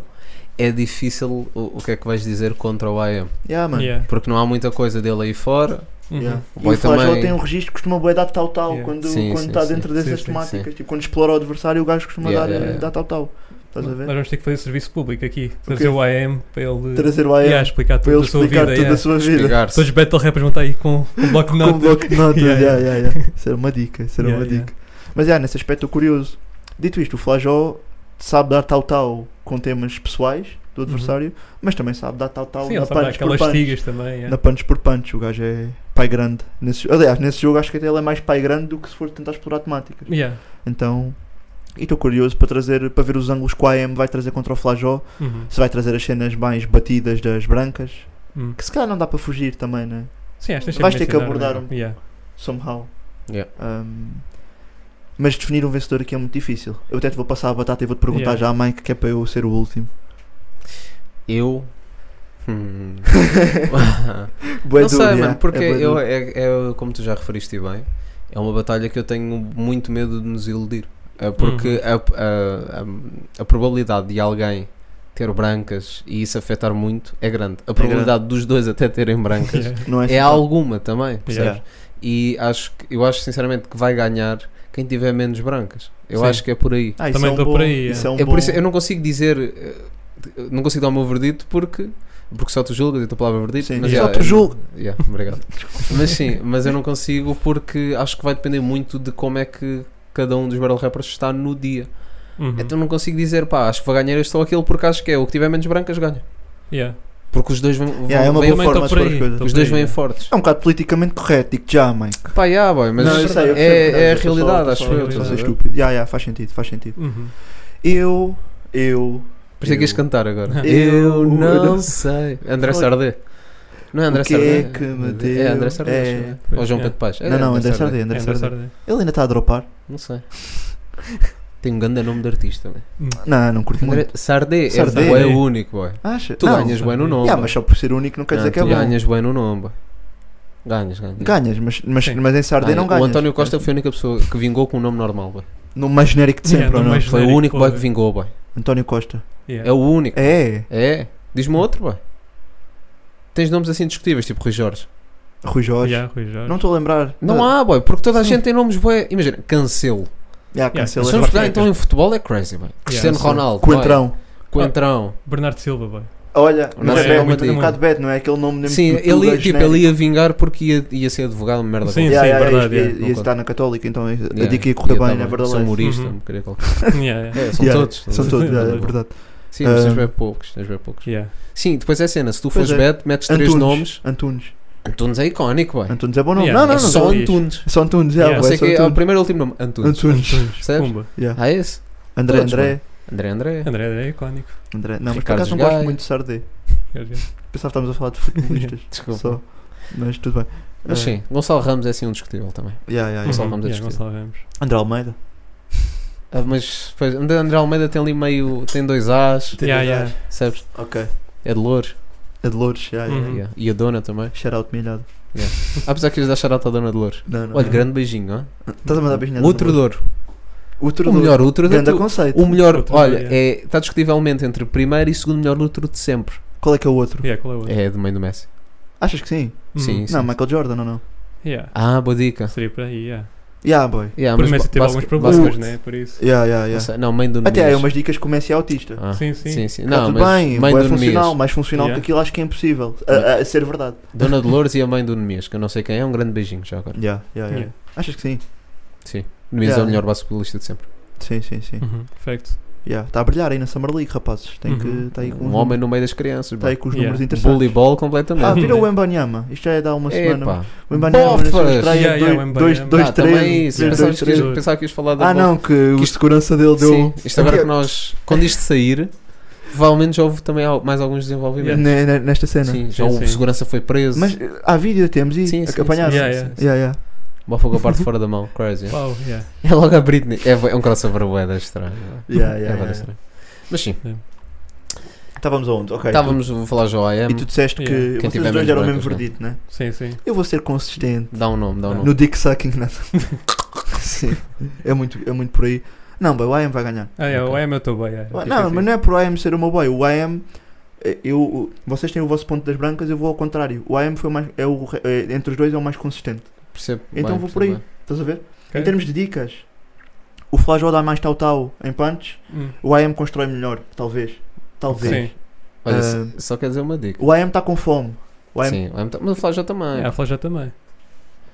[SPEAKER 7] é difícil o, o que é que vais dizer contra o IM.
[SPEAKER 6] Yeah, mano.
[SPEAKER 8] Yeah.
[SPEAKER 7] Porque não há muita coisa dele aí fora.
[SPEAKER 8] Uhum.
[SPEAKER 6] Yeah.
[SPEAKER 7] O
[SPEAKER 6] E
[SPEAKER 7] boy
[SPEAKER 6] o Flajó
[SPEAKER 7] também-
[SPEAKER 6] tem um registro que costuma bué dar tal-tal
[SPEAKER 8] Yeah.
[SPEAKER 6] quando
[SPEAKER 7] Sim,
[SPEAKER 6] quando
[SPEAKER 7] sim,
[SPEAKER 6] está
[SPEAKER 7] sim.
[SPEAKER 6] dentro dessas
[SPEAKER 8] Sim, sim,
[SPEAKER 6] temáticas.
[SPEAKER 7] sim.
[SPEAKER 6] Tipo, quando explora o adversário, o gajo costuma
[SPEAKER 7] Yeah,
[SPEAKER 6] dar, eh,
[SPEAKER 7] yeah, yeah.
[SPEAKER 6] dar tal-tal. Estás a ver?
[SPEAKER 8] Nós vamos ter que fazer serviço público aqui. Trazer o AM para ele. eh,
[SPEAKER 6] Trazer o AM
[SPEAKER 8] Yeah, explicar
[SPEAKER 6] para
[SPEAKER 8] tudo
[SPEAKER 6] ele
[SPEAKER 8] da sua
[SPEAKER 6] explicar
[SPEAKER 8] vida.
[SPEAKER 6] toda
[SPEAKER 8] yeah.
[SPEAKER 6] a sua vida.
[SPEAKER 7] Ligar-se.
[SPEAKER 8] Todos os battle rappers vão estar aí com com um bloco de
[SPEAKER 6] Com
[SPEAKER 8] notas.
[SPEAKER 6] bloco de notas.
[SPEAKER 8] Yeah,
[SPEAKER 6] yeah, yeah, yeah. Isso era uma dica. Isso era
[SPEAKER 8] Yeah,
[SPEAKER 6] uma
[SPEAKER 8] yeah.
[SPEAKER 6] dica. Mas yeah, nesse aspecto estou curioso. Dito isto, o Flajó sabe dar tal-tal com temas pessoais do adversário, mas também sabe dar tal-tal
[SPEAKER 8] Uhum. Sim,
[SPEAKER 6] na
[SPEAKER 8] ele sabe dar
[SPEAKER 6] punch por
[SPEAKER 8] aquelas
[SPEAKER 6] punch.
[SPEAKER 8] tigas também.
[SPEAKER 6] Na
[SPEAKER 8] Yeah.
[SPEAKER 6] punch por punch, o gajo é pai grande. Nesse, jo- aliás, nesse jogo acho que até ele é mais pai grande do que se for tentar explorar temáticas.
[SPEAKER 8] Yeah.
[SPEAKER 6] Então, e estou curioso para trazer para ver os ângulos que o AM vai trazer contra o Flajó.
[SPEAKER 8] Uhum.
[SPEAKER 6] Se vai trazer as cenas mais batidas das brancas,
[SPEAKER 8] Uhum.
[SPEAKER 6] que se calhar não dá para fugir também, né?
[SPEAKER 8] Sim, acho que tens
[SPEAKER 6] Vais
[SPEAKER 8] sempre
[SPEAKER 6] ter que
[SPEAKER 8] mencionar,
[SPEAKER 6] abordar
[SPEAKER 8] né?
[SPEAKER 6] um- (laughs)
[SPEAKER 8] Yeah.
[SPEAKER 6] Somehow.
[SPEAKER 7] Yeah.
[SPEAKER 6] Um, mas definir um vencedor aqui é muito difícil. Eu até te vou passar a batata e vou te perguntar
[SPEAKER 8] Yeah.
[SPEAKER 6] já, Mike, que é para eu ser o
[SPEAKER 7] (laughs)
[SPEAKER 6] último.
[SPEAKER 7] Eu. Hum.
[SPEAKER 6] Bué
[SPEAKER 7] (laughs) não sei,
[SPEAKER 6] duro, yeah,
[SPEAKER 7] mano, porque
[SPEAKER 6] é bué
[SPEAKER 7] eu,
[SPEAKER 6] duro.
[SPEAKER 7] é, é- como tu já referiste bem, é uma batalha que eu tenho muito medo de nos iludir. eh, porque a, a- a- a probabilidade de alguém ter brancas e isso afetar muito é grande. A probabilidade dos dois até
[SPEAKER 8] (laughs)
[SPEAKER 7] terem brancas
[SPEAKER 8] Yeah.
[SPEAKER 6] Não é, assim
[SPEAKER 7] é
[SPEAKER 6] tão-
[SPEAKER 7] alguma também, percebes?
[SPEAKER 6] Yeah.
[SPEAKER 7] E acho, que- eu acho sinceramente que vai ganhar quem tiver menos brancas. Eu
[SPEAKER 8] Sim.
[SPEAKER 7] acho que é por aí.
[SPEAKER 6] Ah, isso
[SPEAKER 8] Também
[SPEAKER 6] é um
[SPEAKER 8] estou
[SPEAKER 6] bom,
[SPEAKER 8] por aí,
[SPEAKER 6] isso é um
[SPEAKER 7] é
[SPEAKER 6] bom-
[SPEAKER 7] por isso, eu não consigo dizer, eh, não consigo dar o meu verdito porque, porque só tu julgas e a tua palavra é verdito.
[SPEAKER 6] Sim.
[SPEAKER 7] mas
[SPEAKER 6] Só
[SPEAKER 7] yeah,
[SPEAKER 6] tu
[SPEAKER 7] eu-
[SPEAKER 6] julgas.
[SPEAKER 7] yeah, obrigado. mas sim, mas eu não consigo porque acho que vai depender muito de como é que cada um dos battle rappers está no dia.
[SPEAKER 8] Uhum.
[SPEAKER 7] Então não consigo dizer, pá, acho que vai ganhar este ou aquele porque acho que é o que tiver menos brancas ganha.
[SPEAKER 8] Yeah.
[SPEAKER 7] Porque os dois vão, vão
[SPEAKER 6] Yeah, é uma
[SPEAKER 7] vêm
[SPEAKER 6] boa
[SPEAKER 8] Também estou
[SPEAKER 6] forma
[SPEAKER 7] fortes.
[SPEAKER 6] de
[SPEAKER 8] tá por
[SPEAKER 6] pôr as
[SPEAKER 8] aí.
[SPEAKER 6] coisas.
[SPEAKER 8] estou
[SPEAKER 7] Os
[SPEAKER 8] por
[SPEAKER 7] dois
[SPEAKER 8] aí,
[SPEAKER 7] vêm
[SPEAKER 8] yeah.
[SPEAKER 7] fortes.
[SPEAKER 6] É um bocado politicamente correto, digo já, Mike.
[SPEAKER 7] Pá, yeah, boy, mas
[SPEAKER 6] Não, eu
[SPEAKER 7] isto
[SPEAKER 6] sei, eu percebo o que
[SPEAKER 7] é, é a
[SPEAKER 6] estás a dizer,
[SPEAKER 8] eu
[SPEAKER 7] realidade, acho
[SPEAKER 8] percebo o
[SPEAKER 7] eu.
[SPEAKER 8] que estás
[SPEAKER 6] Só
[SPEAKER 7] estás a
[SPEAKER 6] ser
[SPEAKER 7] ver?
[SPEAKER 6] estúpido. Ya, ya, faz sentido, faz sentido.
[SPEAKER 8] Uhum.
[SPEAKER 6] Eu, eu,
[SPEAKER 7] Por isso é que ias cantar agora.
[SPEAKER 6] Eu não
[SPEAKER 7] sei. André
[SPEAKER 6] Foi.
[SPEAKER 7] Sardé. Não é André
[SPEAKER 6] O que é
[SPEAKER 7] Sardé?
[SPEAKER 6] que me deu?
[SPEAKER 7] É André Sardé.
[SPEAKER 6] É.
[SPEAKER 7] acho eu. Ou João
[SPEAKER 8] É.
[SPEAKER 7] Pedro Paz. É
[SPEAKER 6] não, não, André
[SPEAKER 7] Sardé.
[SPEAKER 6] Sardé, André
[SPEAKER 8] André
[SPEAKER 6] Sardé.
[SPEAKER 8] Sardé.
[SPEAKER 6] Ele ainda está a dropar.
[SPEAKER 7] Não sei. (laughs) Tem um grande nome de artista. né?
[SPEAKER 8] Uhum.
[SPEAKER 6] Não, não curto
[SPEAKER 7] André
[SPEAKER 6] muito.
[SPEAKER 7] Sardé é
[SPEAKER 6] Sardé.
[SPEAKER 7] bué o único, boy.
[SPEAKER 6] Acha?
[SPEAKER 7] Tu
[SPEAKER 6] não.
[SPEAKER 7] ganhas bem no
[SPEAKER 8] Sardé.
[SPEAKER 7] nome.
[SPEAKER 6] Ya,
[SPEAKER 7] boy.
[SPEAKER 6] mas só por ser único não quer
[SPEAKER 7] Não,
[SPEAKER 6] dizer que é
[SPEAKER 7] tu
[SPEAKER 6] bom.
[SPEAKER 7] ganhas bem no nome. boy. Ganhas, ganhas.
[SPEAKER 6] Ganhas, mas, mas,
[SPEAKER 8] Sim.
[SPEAKER 6] mas em Sardé não ganhas. É
[SPEAKER 7] O António Costa foi a única pessoa que vingou com um nome normal. boy.
[SPEAKER 6] No mais genérico de sempre,
[SPEAKER 8] Yeah,
[SPEAKER 6] ou
[SPEAKER 8] no
[SPEAKER 6] não?
[SPEAKER 8] mais-
[SPEAKER 7] Foi o
[SPEAKER 8] Genérico,
[SPEAKER 7] único boy que
[SPEAKER 8] boy.
[SPEAKER 7] vingou. boy.
[SPEAKER 6] António Costa.
[SPEAKER 8] Yeah.
[SPEAKER 7] É o único.
[SPEAKER 6] É,
[SPEAKER 7] É. Diz-me outro. boy. Tens nomes assim discutíveis, tipo Rui Jorge.
[SPEAKER 6] Rui Jorge.
[SPEAKER 8] Yeah, Rui Jorge.
[SPEAKER 6] Não estou a lembrar.
[SPEAKER 7] Não há, boy, porque toda a gente tem nomes bué. Imagina, Cancelo.
[SPEAKER 6] Ya, cancela
[SPEAKER 7] Se
[SPEAKER 6] as
[SPEAKER 7] vamos pegar
[SPEAKER 6] marcas.
[SPEAKER 7] então em futebol é crazy, boy. Cristiano
[SPEAKER 8] sim.
[SPEAKER 7] Ronaldo.
[SPEAKER 6] Coentrão. Ah,
[SPEAKER 7] boy. Coentrão.
[SPEAKER 8] Bernardo Silva,
[SPEAKER 6] (laughs)
[SPEAKER 8] boy.
[SPEAKER 6] Olha,
[SPEAKER 7] Não
[SPEAKER 6] mas
[SPEAKER 8] sei,
[SPEAKER 6] é,
[SPEAKER 8] não
[SPEAKER 6] muito,
[SPEAKER 8] digo.
[SPEAKER 6] um bocado bad, não é? Aquele nome mesmo
[SPEAKER 7] Sim,
[SPEAKER 6] tudo
[SPEAKER 7] ele, ia- tipo,
[SPEAKER 6] genérico.
[SPEAKER 7] ele ia vingar porque ia, ia ser advogado de merda.
[SPEAKER 8] Sim,
[SPEAKER 7] qualquer.
[SPEAKER 6] né? Yeah, yeah,
[SPEAKER 8] verdade, yeah,
[SPEAKER 6] ia- ia-
[SPEAKER 7] não
[SPEAKER 6] ia
[SPEAKER 7] conta.
[SPEAKER 6] estar na Católica, então a a
[SPEAKER 7] Yeah,
[SPEAKER 6] dica ia correr
[SPEAKER 7] ia
[SPEAKER 6] bem,
[SPEAKER 7] tá
[SPEAKER 6] é verdade.
[SPEAKER 7] Sou humorista,
[SPEAKER 8] Uhum.
[SPEAKER 7] não
[SPEAKER 6] (laughs)
[SPEAKER 7] queria qualquer
[SPEAKER 8] Yeah, yeah.
[SPEAKER 7] É, são
[SPEAKER 6] Yeah,
[SPEAKER 7] todos.
[SPEAKER 6] São todos, yeah, é verdade.
[SPEAKER 7] Sim, mas tens
[SPEAKER 6] Um,
[SPEAKER 7] bem poucos, tens bem poucos.
[SPEAKER 8] Yeah.
[SPEAKER 7] Sim, depois é a cena, se tu
[SPEAKER 6] Pois
[SPEAKER 7] fores
[SPEAKER 6] é.
[SPEAKER 7] bet, metes três nomes.
[SPEAKER 6] Antunes, Antunes.
[SPEAKER 7] Antunes é icónico, boy.
[SPEAKER 6] Antunes é bom nome.
[SPEAKER 8] Yeah.
[SPEAKER 6] Não, não,
[SPEAKER 7] É
[SPEAKER 6] não.
[SPEAKER 7] só
[SPEAKER 8] não fiz.
[SPEAKER 7] Antunes.
[SPEAKER 6] É Só Antunes, yeah,
[SPEAKER 7] Eu
[SPEAKER 6] boy,
[SPEAKER 7] sei
[SPEAKER 6] é só
[SPEAKER 7] que é o
[SPEAKER 6] Antunes.
[SPEAKER 7] primeiro e último nome, Antunes.
[SPEAKER 6] Antunes.
[SPEAKER 7] Percebes?
[SPEAKER 8] Pumba.
[SPEAKER 6] yeah.
[SPEAKER 7] Ah, é esse?
[SPEAKER 6] André,
[SPEAKER 7] Todos,
[SPEAKER 6] André,
[SPEAKER 7] André André.
[SPEAKER 8] André é icónico.
[SPEAKER 6] André. Não, mas por
[SPEAKER 7] Ricardo
[SPEAKER 6] acaso não
[SPEAKER 7] Jogai.
[SPEAKER 6] gosto muito de Sardé. Pensava que estávamos a falar de
[SPEAKER 7] (laughs)
[SPEAKER 6] futebolistas.
[SPEAKER 7] Desculpa.
[SPEAKER 6] Só. Mas tudo bem.
[SPEAKER 7] Mas
[SPEAKER 6] Eh,
[SPEAKER 7] sim, Gonçalo Ramos é assim um discutível também.
[SPEAKER 6] yeah, yeah, yeah.
[SPEAKER 7] Gonçalo Ramos é
[SPEAKER 8] Yeah,
[SPEAKER 7] discutível.
[SPEAKER 8] Gonçalo Ramos.
[SPEAKER 6] André Almeida.
[SPEAKER 7] Ah, mas pois, André André Almeida tem ali meio. tem dois As,
[SPEAKER 8] Yeah, yeah.
[SPEAKER 7] sabes?
[SPEAKER 6] Ok. Hum.
[SPEAKER 7] É de Loures.
[SPEAKER 6] A de Lourdes, yeah, yeah.
[SPEAKER 8] Uhum.
[SPEAKER 7] Yeah. E a dona também. Ah,
[SPEAKER 6] Shout out milhado.
[SPEAKER 7] Apesar que eles deixaram a dona de Loures.
[SPEAKER 6] Não, não.
[SPEAKER 7] Olha,
[SPEAKER 6] não.
[SPEAKER 7] grande beijinho, ó.
[SPEAKER 6] Estás a mandar beijinhada.
[SPEAKER 7] Outro Douro.
[SPEAKER 6] Outro
[SPEAKER 7] O melhor outro
[SPEAKER 6] Grande
[SPEAKER 7] Douro.
[SPEAKER 6] conceito.
[SPEAKER 7] O melhor,
[SPEAKER 8] Outro
[SPEAKER 7] olha,
[SPEAKER 8] Douro,
[SPEAKER 7] é, está discutivelmente entre primeiro e segundo melhor outro de sempre.
[SPEAKER 6] Qual é que é o outro?
[SPEAKER 8] Yeah, qual é o outro? Uhum.
[SPEAKER 7] É do meio do Messi.
[SPEAKER 6] Achas que sim?
[SPEAKER 7] Sim, sim.
[SPEAKER 6] Não, Michael Jordan ou não?
[SPEAKER 8] Yeah.
[SPEAKER 7] Ah, boa dica.
[SPEAKER 8] Seria por aí, yeah.
[SPEAKER 6] Yeah, boy.
[SPEAKER 7] Yeah,
[SPEAKER 8] Por
[SPEAKER 7] Ah, mas
[SPEAKER 8] Messi
[SPEAKER 7] ba-
[SPEAKER 8] teve
[SPEAKER 7] basque-
[SPEAKER 8] alguns problemas,
[SPEAKER 7] basquete-
[SPEAKER 8] né? Por isso.
[SPEAKER 6] Yeah, yeah,
[SPEAKER 7] Não,
[SPEAKER 6] yeah.
[SPEAKER 7] sei, não, mãe do Nunes.
[SPEAKER 6] Até há umas dicas que o Messi é autista.
[SPEAKER 7] Ah,
[SPEAKER 8] Sim, sim.
[SPEAKER 7] Sim, sim.
[SPEAKER 6] Tá
[SPEAKER 7] Não,
[SPEAKER 6] tudo
[SPEAKER 7] mas
[SPEAKER 6] bem,
[SPEAKER 7] mãe
[SPEAKER 6] bué
[SPEAKER 7] do
[SPEAKER 6] funcional,
[SPEAKER 7] Nunes.
[SPEAKER 6] mais funcional
[SPEAKER 8] Yeah.
[SPEAKER 6] que aquilo acho que é impossível a, a- a ser verdade.
[SPEAKER 7] Dona Dolores e a mãe do Nunes, que eu não sei quem é, um grande beijinho já agora.
[SPEAKER 6] Yeah, yeah, yeah.
[SPEAKER 8] Yeah.
[SPEAKER 6] Achas que sim?
[SPEAKER 7] Sim. Nunes é
[SPEAKER 6] Yeah. Tá
[SPEAKER 7] o melhor basquetebolista de sempre.
[SPEAKER 6] Sim, sim, sim.
[SPEAKER 8] Uhum. Perfeito.
[SPEAKER 6] Yeah. Está a brilhar aí na Summer League, rapazes. Tem que
[SPEAKER 8] Uhum.
[SPEAKER 6] tá aí com
[SPEAKER 7] Um
[SPEAKER 6] os
[SPEAKER 7] homem
[SPEAKER 6] números-
[SPEAKER 7] no meio das crianças.
[SPEAKER 6] tá
[SPEAKER 7] bro.
[SPEAKER 6] aí com os
[SPEAKER 8] Yeah.
[SPEAKER 6] números interessantes.
[SPEAKER 7] Voleibol completamente.
[SPEAKER 6] Ah, vira o
[SPEAKER 8] Yeah.
[SPEAKER 6] Embanyama. Isto já é dá uma semana.
[SPEAKER 7] Epá.
[SPEAKER 6] O Embanyama na sua
[SPEAKER 7] Bofas!
[SPEAKER 6] estreia
[SPEAKER 8] Yeah, yeah, o
[SPEAKER 6] 2
[SPEAKER 8] Wembanyama.
[SPEAKER 7] Ah,
[SPEAKER 6] 2
[SPEAKER 7] também isso.
[SPEAKER 6] 3
[SPEAKER 7] Pensava
[SPEAKER 6] 2
[SPEAKER 7] que,
[SPEAKER 6] 3
[SPEAKER 7] ias- pensava que ias falar da
[SPEAKER 6] Ah,
[SPEAKER 7] bola.
[SPEAKER 6] não, que o
[SPEAKER 7] isto-
[SPEAKER 6] segurança dele
[SPEAKER 7] Sim,
[SPEAKER 6] deu.
[SPEAKER 7] isto agora
[SPEAKER 6] Porque-
[SPEAKER 7] que nós, quando isto sair, provavelmente já houve também al- mais alguns desenvolvimentos.
[SPEAKER 6] ne- ne- Nesta cena.
[SPEAKER 7] é Sim, já
[SPEAKER 8] Sim,
[SPEAKER 7] o
[SPEAKER 8] sim.
[SPEAKER 7] segurança foi preso.
[SPEAKER 6] Mas eh, há vídeo, temos e
[SPEAKER 7] Sim, sim,
[SPEAKER 6] apanharam.
[SPEAKER 8] sim, sim,
[SPEAKER 6] Yeah,
[SPEAKER 8] sim, sim. (laughs)
[SPEAKER 6] yeah.
[SPEAKER 7] Bofa com a parte fora da mão, crazy.
[SPEAKER 8] Pau, yeah.
[SPEAKER 7] É logo a Britney. É, bué- é um crossover bué da estranho.
[SPEAKER 6] Yeah, yeah,
[SPEAKER 7] é bué da
[SPEAKER 6] yeah.
[SPEAKER 7] estranho. Mas sim,
[SPEAKER 6] Estávamos aonde? Ok. então-
[SPEAKER 7] estávamos, vou falar já ao
[SPEAKER 6] E
[SPEAKER 7] AM.
[SPEAKER 6] tu disseste
[SPEAKER 8] Yeah.
[SPEAKER 6] que
[SPEAKER 7] Quem
[SPEAKER 6] vocês
[SPEAKER 7] tiver
[SPEAKER 6] os dois
[SPEAKER 7] menos
[SPEAKER 6] deram o mesmo
[SPEAKER 7] brancas, né?
[SPEAKER 6] verdito, né?
[SPEAKER 8] Sim, sim.
[SPEAKER 6] Eu vou ser consistente.
[SPEAKER 7] Dá um nome, dá um
[SPEAKER 6] No
[SPEAKER 7] nome.
[SPEAKER 6] dick sucking,
[SPEAKER 7] (laughs)
[SPEAKER 6] nada. Sim, é muito, é muito por aí. Não, boy, o IM vai ganhar.
[SPEAKER 8] Ah, yeah,
[SPEAKER 7] Ok.
[SPEAKER 8] o AM eu estou bem. Yeah.
[SPEAKER 6] Não,
[SPEAKER 8] Fica assim.
[SPEAKER 6] mas não é por o IM ser o meu boy. O IM, eh, eu, vocês têm o vosso ponto das brancas, eu vou ao contrário. O IM foi o mais, é o, re- é, entre os dois é o mais consistente.
[SPEAKER 7] Percebo
[SPEAKER 6] Então
[SPEAKER 7] bem,
[SPEAKER 6] vou por
[SPEAKER 7] percebo
[SPEAKER 6] aí. Estás a ver?
[SPEAKER 8] Ok.
[SPEAKER 6] é Em termos de dicas, o Flajó dá mais tal-tal em punch.
[SPEAKER 8] Hum.
[SPEAKER 6] O IM constrói melhor, talvez. Talvez.
[SPEAKER 8] Sim.
[SPEAKER 7] bem. Olha,
[SPEAKER 6] Ah.
[SPEAKER 7] só- só quer dizer uma dica.
[SPEAKER 6] O IM está com fome. O IM
[SPEAKER 7] Sim, o AM tá- mas o Flávio já também.
[SPEAKER 8] Yeah, a Flávia É, também.
[SPEAKER 7] O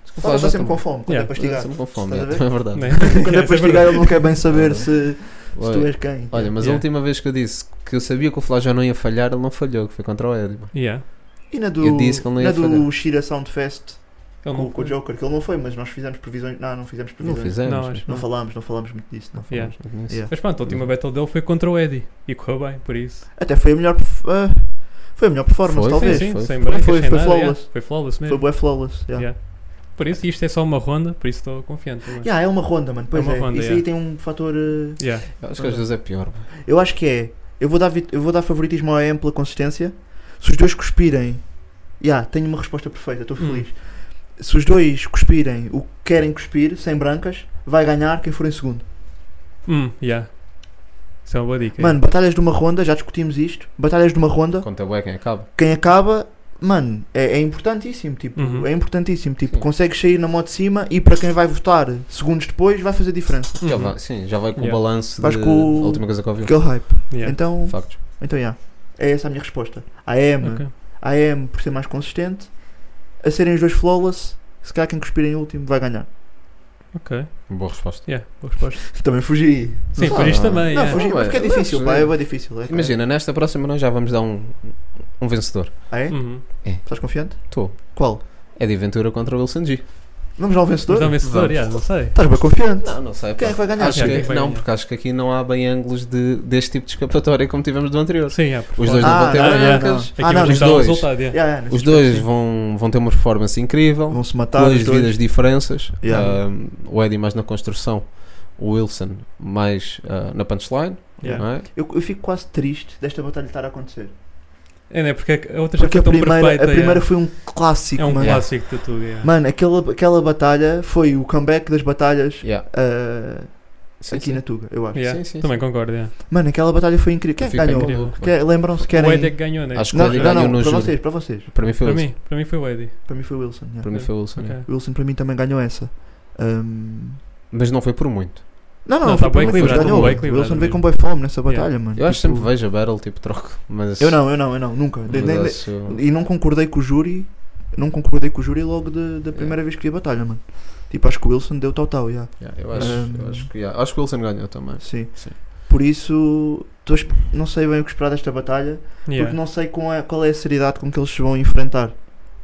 [SPEAKER 6] está
[SPEAKER 7] Flávio já
[SPEAKER 6] tá sempre com
[SPEAKER 7] também.
[SPEAKER 6] fome quando
[SPEAKER 8] Yeah.
[SPEAKER 6] é pastigar.
[SPEAKER 7] Sempre com fome,
[SPEAKER 6] Estás a
[SPEAKER 7] yeah,
[SPEAKER 6] ver?
[SPEAKER 7] também é verdade.
[SPEAKER 8] Né?
[SPEAKER 6] (laughs) Quando
[SPEAKER 8] Yeah,
[SPEAKER 6] é
[SPEAKER 7] (laughs)
[SPEAKER 8] isso
[SPEAKER 6] pastigar, ele não quer bem saber se, se
[SPEAKER 7] Olha,
[SPEAKER 6] tu és quem.
[SPEAKER 7] Olha, mas a
[SPEAKER 8] Yeah.
[SPEAKER 7] última vez que eu disse que eu sabia que o Flá já não ia falhar, ele não falhou, que foi contra o Eddie. pá.
[SPEAKER 8] Yeah.
[SPEAKER 6] E na do,
[SPEAKER 7] Eu disse que ele não
[SPEAKER 6] na
[SPEAKER 7] ia
[SPEAKER 6] do
[SPEAKER 7] falhar.
[SPEAKER 6] Shira Soundfest
[SPEAKER 8] Ele
[SPEAKER 6] com,
[SPEAKER 8] não
[SPEAKER 6] com o Joker, que ele não foi, mas nós fizemos previsões. Não, não fizemos
[SPEAKER 7] Não
[SPEAKER 6] previsões.
[SPEAKER 7] fizemos.
[SPEAKER 8] Não,
[SPEAKER 7] pá.
[SPEAKER 8] acho que
[SPEAKER 6] Não né?
[SPEAKER 8] não.
[SPEAKER 6] falámos, não falámos muito disso. Não.
[SPEAKER 8] Yeah.
[SPEAKER 7] Não conheço.
[SPEAKER 6] Yeah.
[SPEAKER 8] Mas pronto, a última battle dele foi contra o Eddie. E correu bem, por isso.
[SPEAKER 6] Até foi a melhor. perf- ah, foi a melhor performance,
[SPEAKER 7] Foi,
[SPEAKER 6] talvez.
[SPEAKER 8] Sim, sim,
[SPEAKER 7] foi,
[SPEAKER 8] sem
[SPEAKER 7] foi.
[SPEAKER 8] brancas,
[SPEAKER 6] Foi-
[SPEAKER 8] sem
[SPEAKER 6] foi
[SPEAKER 8] nada,
[SPEAKER 6] flawless.
[SPEAKER 8] yeah. Foi flawless
[SPEAKER 6] Foi
[SPEAKER 8] mesmo.
[SPEAKER 6] bué flawless. Yeah.
[SPEAKER 8] Yeah. Por isso, isto é só uma ronda, por isso estou confiante. Mas...
[SPEAKER 6] Yeah, é uma ronda, mano. Pois
[SPEAKER 8] É uma
[SPEAKER 6] é.
[SPEAKER 8] ronda,
[SPEAKER 6] Isso aí
[SPEAKER 8] yeah.
[SPEAKER 6] tem um fator. eh,
[SPEAKER 8] Yeah.
[SPEAKER 7] Acho que às vezes é pior. pá.
[SPEAKER 6] Eu acho que é. Eu vou dar, vit- eu vou dar favoritismo ao AM pela consistência. Se os dois cuspirem. Yeah, tenho uma resposta perfeita, estou
[SPEAKER 8] Hum.
[SPEAKER 6] feliz. Se os dois cuspirem o que querem cuspir, sem brancas, vai ganhar quem for em segundo.
[SPEAKER 8] Hum, yeah. Isso é uma boa dica.
[SPEAKER 6] Mano, batalhas de uma ronda, já discutimos isto. Batalhas de uma ronda,
[SPEAKER 7] Conta bué quem acaba.
[SPEAKER 6] quem acaba, mano, é, é importantíssimo. Tipo,
[SPEAKER 8] Uhum.
[SPEAKER 6] é importantíssimo. Tipo,
[SPEAKER 7] Sim.
[SPEAKER 6] consegues sair na moto de cima e para quem vai votar segundos depois vai fazer diferença.
[SPEAKER 8] Uhum.
[SPEAKER 7] Ele Hum. Então vai- sim, já vai com
[SPEAKER 8] Yeah.
[SPEAKER 7] o balanço
[SPEAKER 6] Vais
[SPEAKER 7] de
[SPEAKER 6] com o-
[SPEAKER 7] a última coisa que ouviu.
[SPEAKER 6] Aquele hype.
[SPEAKER 8] Yeah.
[SPEAKER 6] Então,
[SPEAKER 7] Factos.
[SPEAKER 6] então, já. É essa a minha resposta. A M,
[SPEAKER 8] Ok.
[SPEAKER 6] a M por ser mais consistente, a serem os dois flawless, se calhar quem cuspir em último vai ganhar. (laughs)
[SPEAKER 7] Boa resposta.
[SPEAKER 8] Yeah, boa resposta.
[SPEAKER 6] Também fugi.
[SPEAKER 8] Sim,
[SPEAKER 7] sei.
[SPEAKER 8] por isto também.
[SPEAKER 6] Ah, Não,
[SPEAKER 8] yeah.
[SPEAKER 6] fugi,
[SPEAKER 7] Não,
[SPEAKER 6] mas porque é
[SPEAKER 7] mas-
[SPEAKER 6] difícil,
[SPEAKER 7] mas-
[SPEAKER 6] pá, é bué difícil. É,
[SPEAKER 7] Imagina, nesta próxima nós já vamos dar um, um vencedor.
[SPEAKER 6] Ah, é?
[SPEAKER 8] Uhum.
[SPEAKER 6] Estás confiante?
[SPEAKER 7] Tô.
[SPEAKER 6] Qual?
[SPEAKER 7] É de Aventura contra o Wilson G.
[SPEAKER 6] Vamos lá ao
[SPEAKER 8] Mas é um
[SPEAKER 6] vencedor?
[SPEAKER 8] vencedor,
[SPEAKER 7] Vamos.
[SPEAKER 8] yeah, não sei.
[SPEAKER 6] Estás bem confiante?
[SPEAKER 7] Não, não sei.
[SPEAKER 6] Quem é que vai ganhar?
[SPEAKER 7] Acho
[SPEAKER 8] Sim, quem é
[SPEAKER 7] que,
[SPEAKER 8] que vai
[SPEAKER 7] não,
[SPEAKER 8] ganhar?
[SPEAKER 7] porque acho que aqui não há bem ângulos de, deste tipo de escapatória como tivemos do anterior.
[SPEAKER 8] Sim, yeah, por
[SPEAKER 7] Os
[SPEAKER 8] fora.
[SPEAKER 7] dois não
[SPEAKER 6] Ah,
[SPEAKER 7] vão ter É
[SPEAKER 8] não, yeah.
[SPEAKER 7] brancas.
[SPEAKER 8] Aqui
[SPEAKER 6] Ah, não,
[SPEAKER 8] vamos
[SPEAKER 7] os
[SPEAKER 8] dar o
[SPEAKER 7] dois.
[SPEAKER 8] resultado, yeah.
[SPEAKER 6] Yeah, yeah,
[SPEAKER 7] Os
[SPEAKER 8] assim-
[SPEAKER 7] dois vão, vão ter uma performance incrível.
[SPEAKER 6] vão se matar.
[SPEAKER 7] Duas
[SPEAKER 6] os dois.
[SPEAKER 7] vidas diferenças.
[SPEAKER 6] Yeah.
[SPEAKER 7] Um, o Eddie mais na construção, o Wilson mais ah, na punchline.
[SPEAKER 8] Yeah.
[SPEAKER 7] não é?
[SPEAKER 6] Eu, eu fico quase triste desta batalha estar a acontecer.
[SPEAKER 8] É, né? Porque a outra já
[SPEAKER 6] Porque
[SPEAKER 8] foi
[SPEAKER 6] a
[SPEAKER 8] tão
[SPEAKER 6] primeira,
[SPEAKER 8] perfeita.
[SPEAKER 6] a primeira
[SPEAKER 8] yeah.
[SPEAKER 6] foi um clássico,
[SPEAKER 8] É um
[SPEAKER 6] mano.
[SPEAKER 8] clássico de tudo. é. yeah.
[SPEAKER 6] Mano, aquela, aquela batalha foi o comeback das batalhas
[SPEAKER 7] Yeah.
[SPEAKER 6] ah,
[SPEAKER 7] Sim,
[SPEAKER 6] aqui
[SPEAKER 7] sim.
[SPEAKER 6] na Tuga, eu acho.
[SPEAKER 8] Yeah,
[SPEAKER 7] Sim, sim,
[SPEAKER 8] Também concordo. é. yeah.
[SPEAKER 6] Mano, aquela batalha foi incrível. Quem é que
[SPEAKER 7] Fica
[SPEAKER 6] ganhou?
[SPEAKER 7] incrível.
[SPEAKER 6] Quem- Lembram-se que
[SPEAKER 8] O Eddie é
[SPEAKER 6] era.
[SPEAKER 8] que ganhou, né?
[SPEAKER 7] Acho que o
[SPEAKER 6] Não,
[SPEAKER 7] Eddie
[SPEAKER 6] não,
[SPEAKER 7] ganhou
[SPEAKER 6] não,
[SPEAKER 7] no
[SPEAKER 6] para
[SPEAKER 7] júri.
[SPEAKER 6] vocês, para vocês.
[SPEAKER 7] Para mim foi o
[SPEAKER 8] Para
[SPEAKER 7] Wilson.
[SPEAKER 8] mim, para mim foi o Eddie.
[SPEAKER 6] Para mim foi o Wilson. yeah.
[SPEAKER 7] Para mim foi o Wilson.
[SPEAKER 8] Ok.
[SPEAKER 7] yeah.
[SPEAKER 6] O Wilson para mim também ganhou essa. Ahm,
[SPEAKER 7] Mas não foi por muito.
[SPEAKER 6] Não, não,
[SPEAKER 8] Não,
[SPEAKER 6] não
[SPEAKER 8] tá
[SPEAKER 6] foi
[SPEAKER 8] bem
[SPEAKER 6] bem
[SPEAKER 8] equilibrado,
[SPEAKER 6] ganhou.
[SPEAKER 8] bem
[SPEAKER 6] O
[SPEAKER 8] equilibrado
[SPEAKER 6] Wilson veio
[SPEAKER 8] mesmo.
[SPEAKER 6] com boy fome nessa batalha, mano.
[SPEAKER 7] Eu acho
[SPEAKER 6] Tipo,
[SPEAKER 7] sempre vejo a Battle, tipo, troco. Mas,
[SPEAKER 6] Eu não, eu não, eu não, nunca. De-
[SPEAKER 7] mas
[SPEAKER 6] nem-
[SPEAKER 7] acho-
[SPEAKER 6] E não concordei com o júri. Não concordei com o júri logo de-
[SPEAKER 7] É.
[SPEAKER 6] da primeira vez que vi a batalha, mano. Tipo, acho que o Wilson deu tal-tal, já.
[SPEAKER 7] Yeah, eu acho,
[SPEAKER 6] Um,
[SPEAKER 7] eu acho que yeah. acho que o Wilson ganhou também.
[SPEAKER 6] Sim.
[SPEAKER 7] É, Sim.
[SPEAKER 6] Por isso, tô esp- não sei bem o que esperar desta batalha.
[SPEAKER 8] Yeah.
[SPEAKER 6] Porque não sei com a- qual é a seriedade com que eles se vão enfrentar.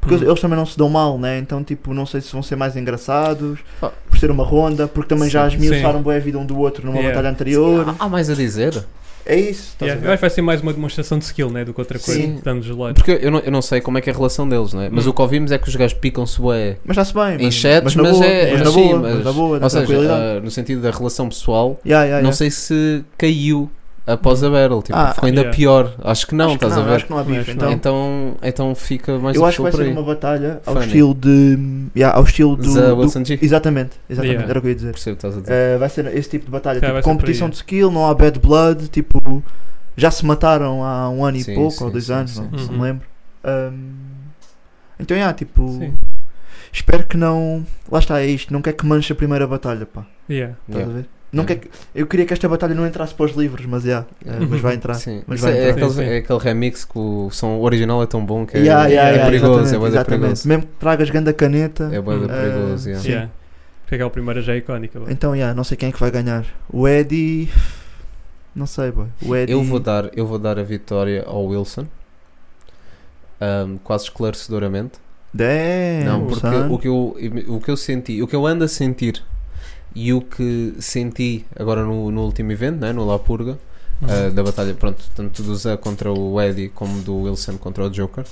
[SPEAKER 6] Porque
[SPEAKER 8] Hum.
[SPEAKER 7] Uhum.
[SPEAKER 6] eles também não se dão mal, né? Então, tipo, não sei se vão ser mais engraçados
[SPEAKER 7] Ah.
[SPEAKER 6] por ser uma ronda, porque também já
[SPEAKER 8] Sim.
[SPEAKER 6] esmiuçaram bem a vida um do outro numa
[SPEAKER 8] Yeah.
[SPEAKER 6] batalha anterior.
[SPEAKER 7] Há, há mais a dizer?
[SPEAKER 6] É isso, estás
[SPEAKER 8] Yeah, eu
[SPEAKER 6] a ver?
[SPEAKER 8] acho que vai ser mais uma demonstração de skill, né? Do que outra coisa.
[SPEAKER 7] Sim.
[SPEAKER 8] Estamos gelados.
[SPEAKER 7] Porque eu não, eu não sei como é que é a relação deles, né? Mas
[SPEAKER 8] Hum.
[SPEAKER 7] o que ouvimos é que os gajos picam-se bué
[SPEAKER 6] Mas está-se bem.
[SPEAKER 7] em
[SPEAKER 6] É, mas-
[SPEAKER 7] chats, mas,
[SPEAKER 6] na boa,
[SPEAKER 7] é.
[SPEAKER 6] mas na
[SPEAKER 7] sim,
[SPEAKER 6] boa, mas na boa, na
[SPEAKER 7] ou seja,
[SPEAKER 6] tranquilidade.
[SPEAKER 7] ah, no sentido da relação pessoal,
[SPEAKER 6] Yeah, yeah,
[SPEAKER 7] não
[SPEAKER 6] yeah.
[SPEAKER 7] sei se caiu após a battle. Tipo,
[SPEAKER 6] é? Ah,
[SPEAKER 7] ficou ainda
[SPEAKER 8] yeah.
[SPEAKER 7] pior. Acho que não,
[SPEAKER 6] acho que
[SPEAKER 7] estás
[SPEAKER 6] não,
[SPEAKER 7] a ver?
[SPEAKER 6] Acho que não há bife,
[SPEAKER 8] Acho que
[SPEAKER 6] então.
[SPEAKER 7] Então, então fica mais
[SPEAKER 6] eu acho que
[SPEAKER 7] difícil
[SPEAKER 6] vai
[SPEAKER 7] por
[SPEAKER 6] ser
[SPEAKER 7] aí.
[SPEAKER 6] uma batalha ao
[SPEAKER 7] Funny.
[SPEAKER 6] estilo de. yeah, ao estilo do.
[SPEAKER 7] Zé
[SPEAKER 6] do-
[SPEAKER 7] Wilson G.
[SPEAKER 6] Exatamente, exatamente,
[SPEAKER 8] Yeah.
[SPEAKER 6] era o que eu ia dizer.
[SPEAKER 7] Percebo o que estás a dizer.
[SPEAKER 6] Eh, vai ser esse tipo de batalha,
[SPEAKER 8] Cara,
[SPEAKER 6] tipo,
[SPEAKER 8] vai ser por
[SPEAKER 6] competição
[SPEAKER 8] aí,
[SPEAKER 6] de skill, não há bad blood, tipo, já se mataram há um ano
[SPEAKER 7] Sim,
[SPEAKER 6] e pouco,
[SPEAKER 7] sim,
[SPEAKER 6] ou dois
[SPEAKER 7] sim,
[SPEAKER 6] anos,
[SPEAKER 7] sim,
[SPEAKER 6] não,
[SPEAKER 8] sim.
[SPEAKER 6] não me lembro. Ahm, então, yeah, tipo,
[SPEAKER 8] Sim.
[SPEAKER 6] espero que não. Lá está, é isto, não quer que manche a primeira batalha, pá,
[SPEAKER 8] Yeah.
[SPEAKER 6] estás
[SPEAKER 7] Yeah.
[SPEAKER 6] a ver? Não quer que- eu queria que esta batalha não entrasse para os livros, mas, yeah, eh,
[SPEAKER 8] Uhum.
[SPEAKER 6] mas vai entrar.
[SPEAKER 7] Sim.
[SPEAKER 6] mas
[SPEAKER 7] Isso
[SPEAKER 6] vai
[SPEAKER 7] é,
[SPEAKER 6] entrar.
[SPEAKER 7] aquele,
[SPEAKER 8] Sim, sim.
[SPEAKER 7] é aquele remix que o som original é tão bom que é,
[SPEAKER 6] Yeah, yeah,
[SPEAKER 7] é
[SPEAKER 6] yeah,
[SPEAKER 7] perigoso, é bué
[SPEAKER 6] exatamente,
[SPEAKER 7] da
[SPEAKER 6] exatamente.
[SPEAKER 7] perigoso.
[SPEAKER 6] Mesmo que tragas ganda caneta,
[SPEAKER 7] É bué da
[SPEAKER 8] Hum.
[SPEAKER 7] perigoso,
[SPEAKER 6] Ah,
[SPEAKER 7] yeah.
[SPEAKER 6] Sim.
[SPEAKER 8] Yeah. Porque aquela primeira já é icónica. bro.
[SPEAKER 6] então, yeah, não sei quem é que vai ganhar. O Eddie. Não sei, boy. O Eddie.
[SPEAKER 7] Eu vou dar, eu vou dar a vitória ao Wilson. Ahm, quase esclarecedoramente.
[SPEAKER 6] Damn,
[SPEAKER 7] não, porque
[SPEAKER 6] son.
[SPEAKER 7] o que, eu, o que eu senti, o que eu ando a sentir e o que senti agora no, no último evento, né, no La Purga,
[SPEAKER 6] Uhum.
[SPEAKER 7] ah, da batalha, pronto, tanto do Zé contra o Eddie como do Wilson contra o Joker,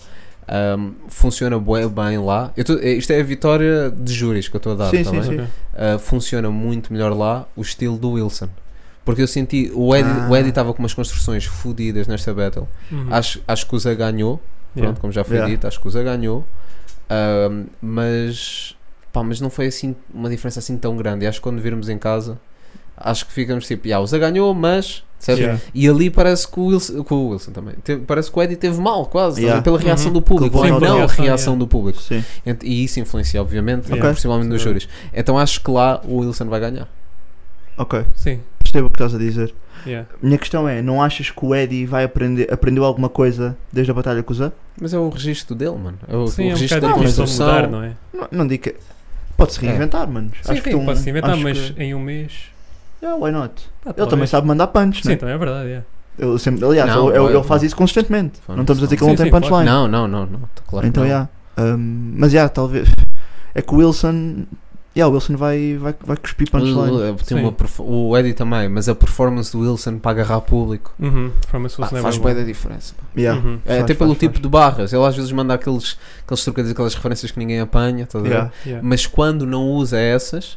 [SPEAKER 7] ahm, funciona bué bem lá. Eu tô- isto é a vitória de júris que eu estou a dar,
[SPEAKER 6] Sim,
[SPEAKER 7] tá
[SPEAKER 6] sim,
[SPEAKER 7] bem?
[SPEAKER 6] sim.
[SPEAKER 8] Ok.
[SPEAKER 7] Uh, funciona muito melhor lá o estilo do Wilson. Porque eu senti, o Eddie
[SPEAKER 6] Ah.
[SPEAKER 7] o Eddie estava com umas construções fodidas nesta battle.
[SPEAKER 8] Uhum.
[SPEAKER 7] Acho, acho que o Zé ganhou, pronto,
[SPEAKER 8] Yeah.
[SPEAKER 7] como já foi
[SPEAKER 6] Yeah.
[SPEAKER 7] dito, acho que o Zé ganhou. Um, mas, pá, mas não foi assim uma diferença assim tão grande. E acho que quando virmos em casa, acho que ficamos tipo, yeah, o Zé ganhou, mas. percebes?
[SPEAKER 8] Yeah.
[SPEAKER 7] E ali parece que o Wilson, que o Wilson também, teve- parece que o Eddie teve mal quase,
[SPEAKER 6] Yeah.
[SPEAKER 7] pela reação
[SPEAKER 8] Uhum.
[SPEAKER 7] do público,
[SPEAKER 6] Pela
[SPEAKER 7] ou não a
[SPEAKER 8] reação,
[SPEAKER 7] reação
[SPEAKER 8] yeah.
[SPEAKER 7] do público.
[SPEAKER 6] Sim.
[SPEAKER 7] Ent- E isso influencia, obviamente, né,
[SPEAKER 8] Yeah.
[SPEAKER 6] Ok.
[SPEAKER 7] principalmente nos júris. Então acho que lá o Wilson vai ganhar.
[SPEAKER 6] Ok,
[SPEAKER 8] Sim.
[SPEAKER 6] percebo o que estás a dizer.
[SPEAKER 8] Yeah.
[SPEAKER 6] Minha questão é, não achas que o Eddie vai aprender, aprendeu alguma coisa desde a batalha com o Zé?
[SPEAKER 7] Mas é o registro dele, mano. É o,
[SPEAKER 8] Sim,
[SPEAKER 7] o
[SPEAKER 8] é um
[SPEAKER 7] registro
[SPEAKER 8] bocado
[SPEAKER 7] da
[SPEAKER 8] difícil de
[SPEAKER 7] construção.
[SPEAKER 8] mudar, não é?
[SPEAKER 6] Não, não digo que... Pode-se
[SPEAKER 7] É.
[SPEAKER 6] reinventar, mano.
[SPEAKER 8] Sim,
[SPEAKER 6] acho que
[SPEAKER 8] sim,
[SPEAKER 6] tão-
[SPEAKER 8] pode-se inventar,
[SPEAKER 6] acho
[SPEAKER 8] mas
[SPEAKER 6] que-
[SPEAKER 8] em um mês.
[SPEAKER 6] Yeah, why not?
[SPEAKER 8] Ah,
[SPEAKER 6] Ele também
[SPEAKER 8] talvez.
[SPEAKER 6] sabe mandar punch,
[SPEAKER 8] Sim,
[SPEAKER 6] né?
[SPEAKER 8] também é verdade. yeah.
[SPEAKER 6] Ele sempre, aliás,
[SPEAKER 7] Não,
[SPEAKER 6] ele, ele-
[SPEAKER 7] pode,
[SPEAKER 6] ele faz isso consistentemente.
[SPEAKER 7] Faz,
[SPEAKER 6] não estamos a dizer que
[SPEAKER 8] sim.
[SPEAKER 6] ele não tem
[SPEAKER 8] Sim, sim,
[SPEAKER 6] punchline.
[SPEAKER 7] Não, não, não, não. Tá Claro que
[SPEAKER 6] Então,
[SPEAKER 7] não.
[SPEAKER 6] yeah. Um, mas, yeah, talvez... É que o Wilson... Yeah, o Wilson vai, vai, vai cuspir punchline.
[SPEAKER 7] O- o- tem
[SPEAKER 8] Sim.
[SPEAKER 7] uma perfo- o Eddie também, mas a performance do Wilson para agarrar público
[SPEAKER 8] Uhum. From a
[SPEAKER 6] Ah,
[SPEAKER 7] pá,
[SPEAKER 8] source
[SPEAKER 7] faz bem da diferença. pá.
[SPEAKER 6] Yeah.
[SPEAKER 8] Uhum.
[SPEAKER 7] É,
[SPEAKER 6] Faz,
[SPEAKER 7] até
[SPEAKER 6] faz,
[SPEAKER 7] pelo
[SPEAKER 6] faz.
[SPEAKER 7] tipo de barras. Ele às vezes manda aqueles, aqueles trocadilhos, aquelas referências que ninguém apanha, estás a ver?
[SPEAKER 6] Yeah.
[SPEAKER 8] Yeah.
[SPEAKER 7] mas quando não usa essas,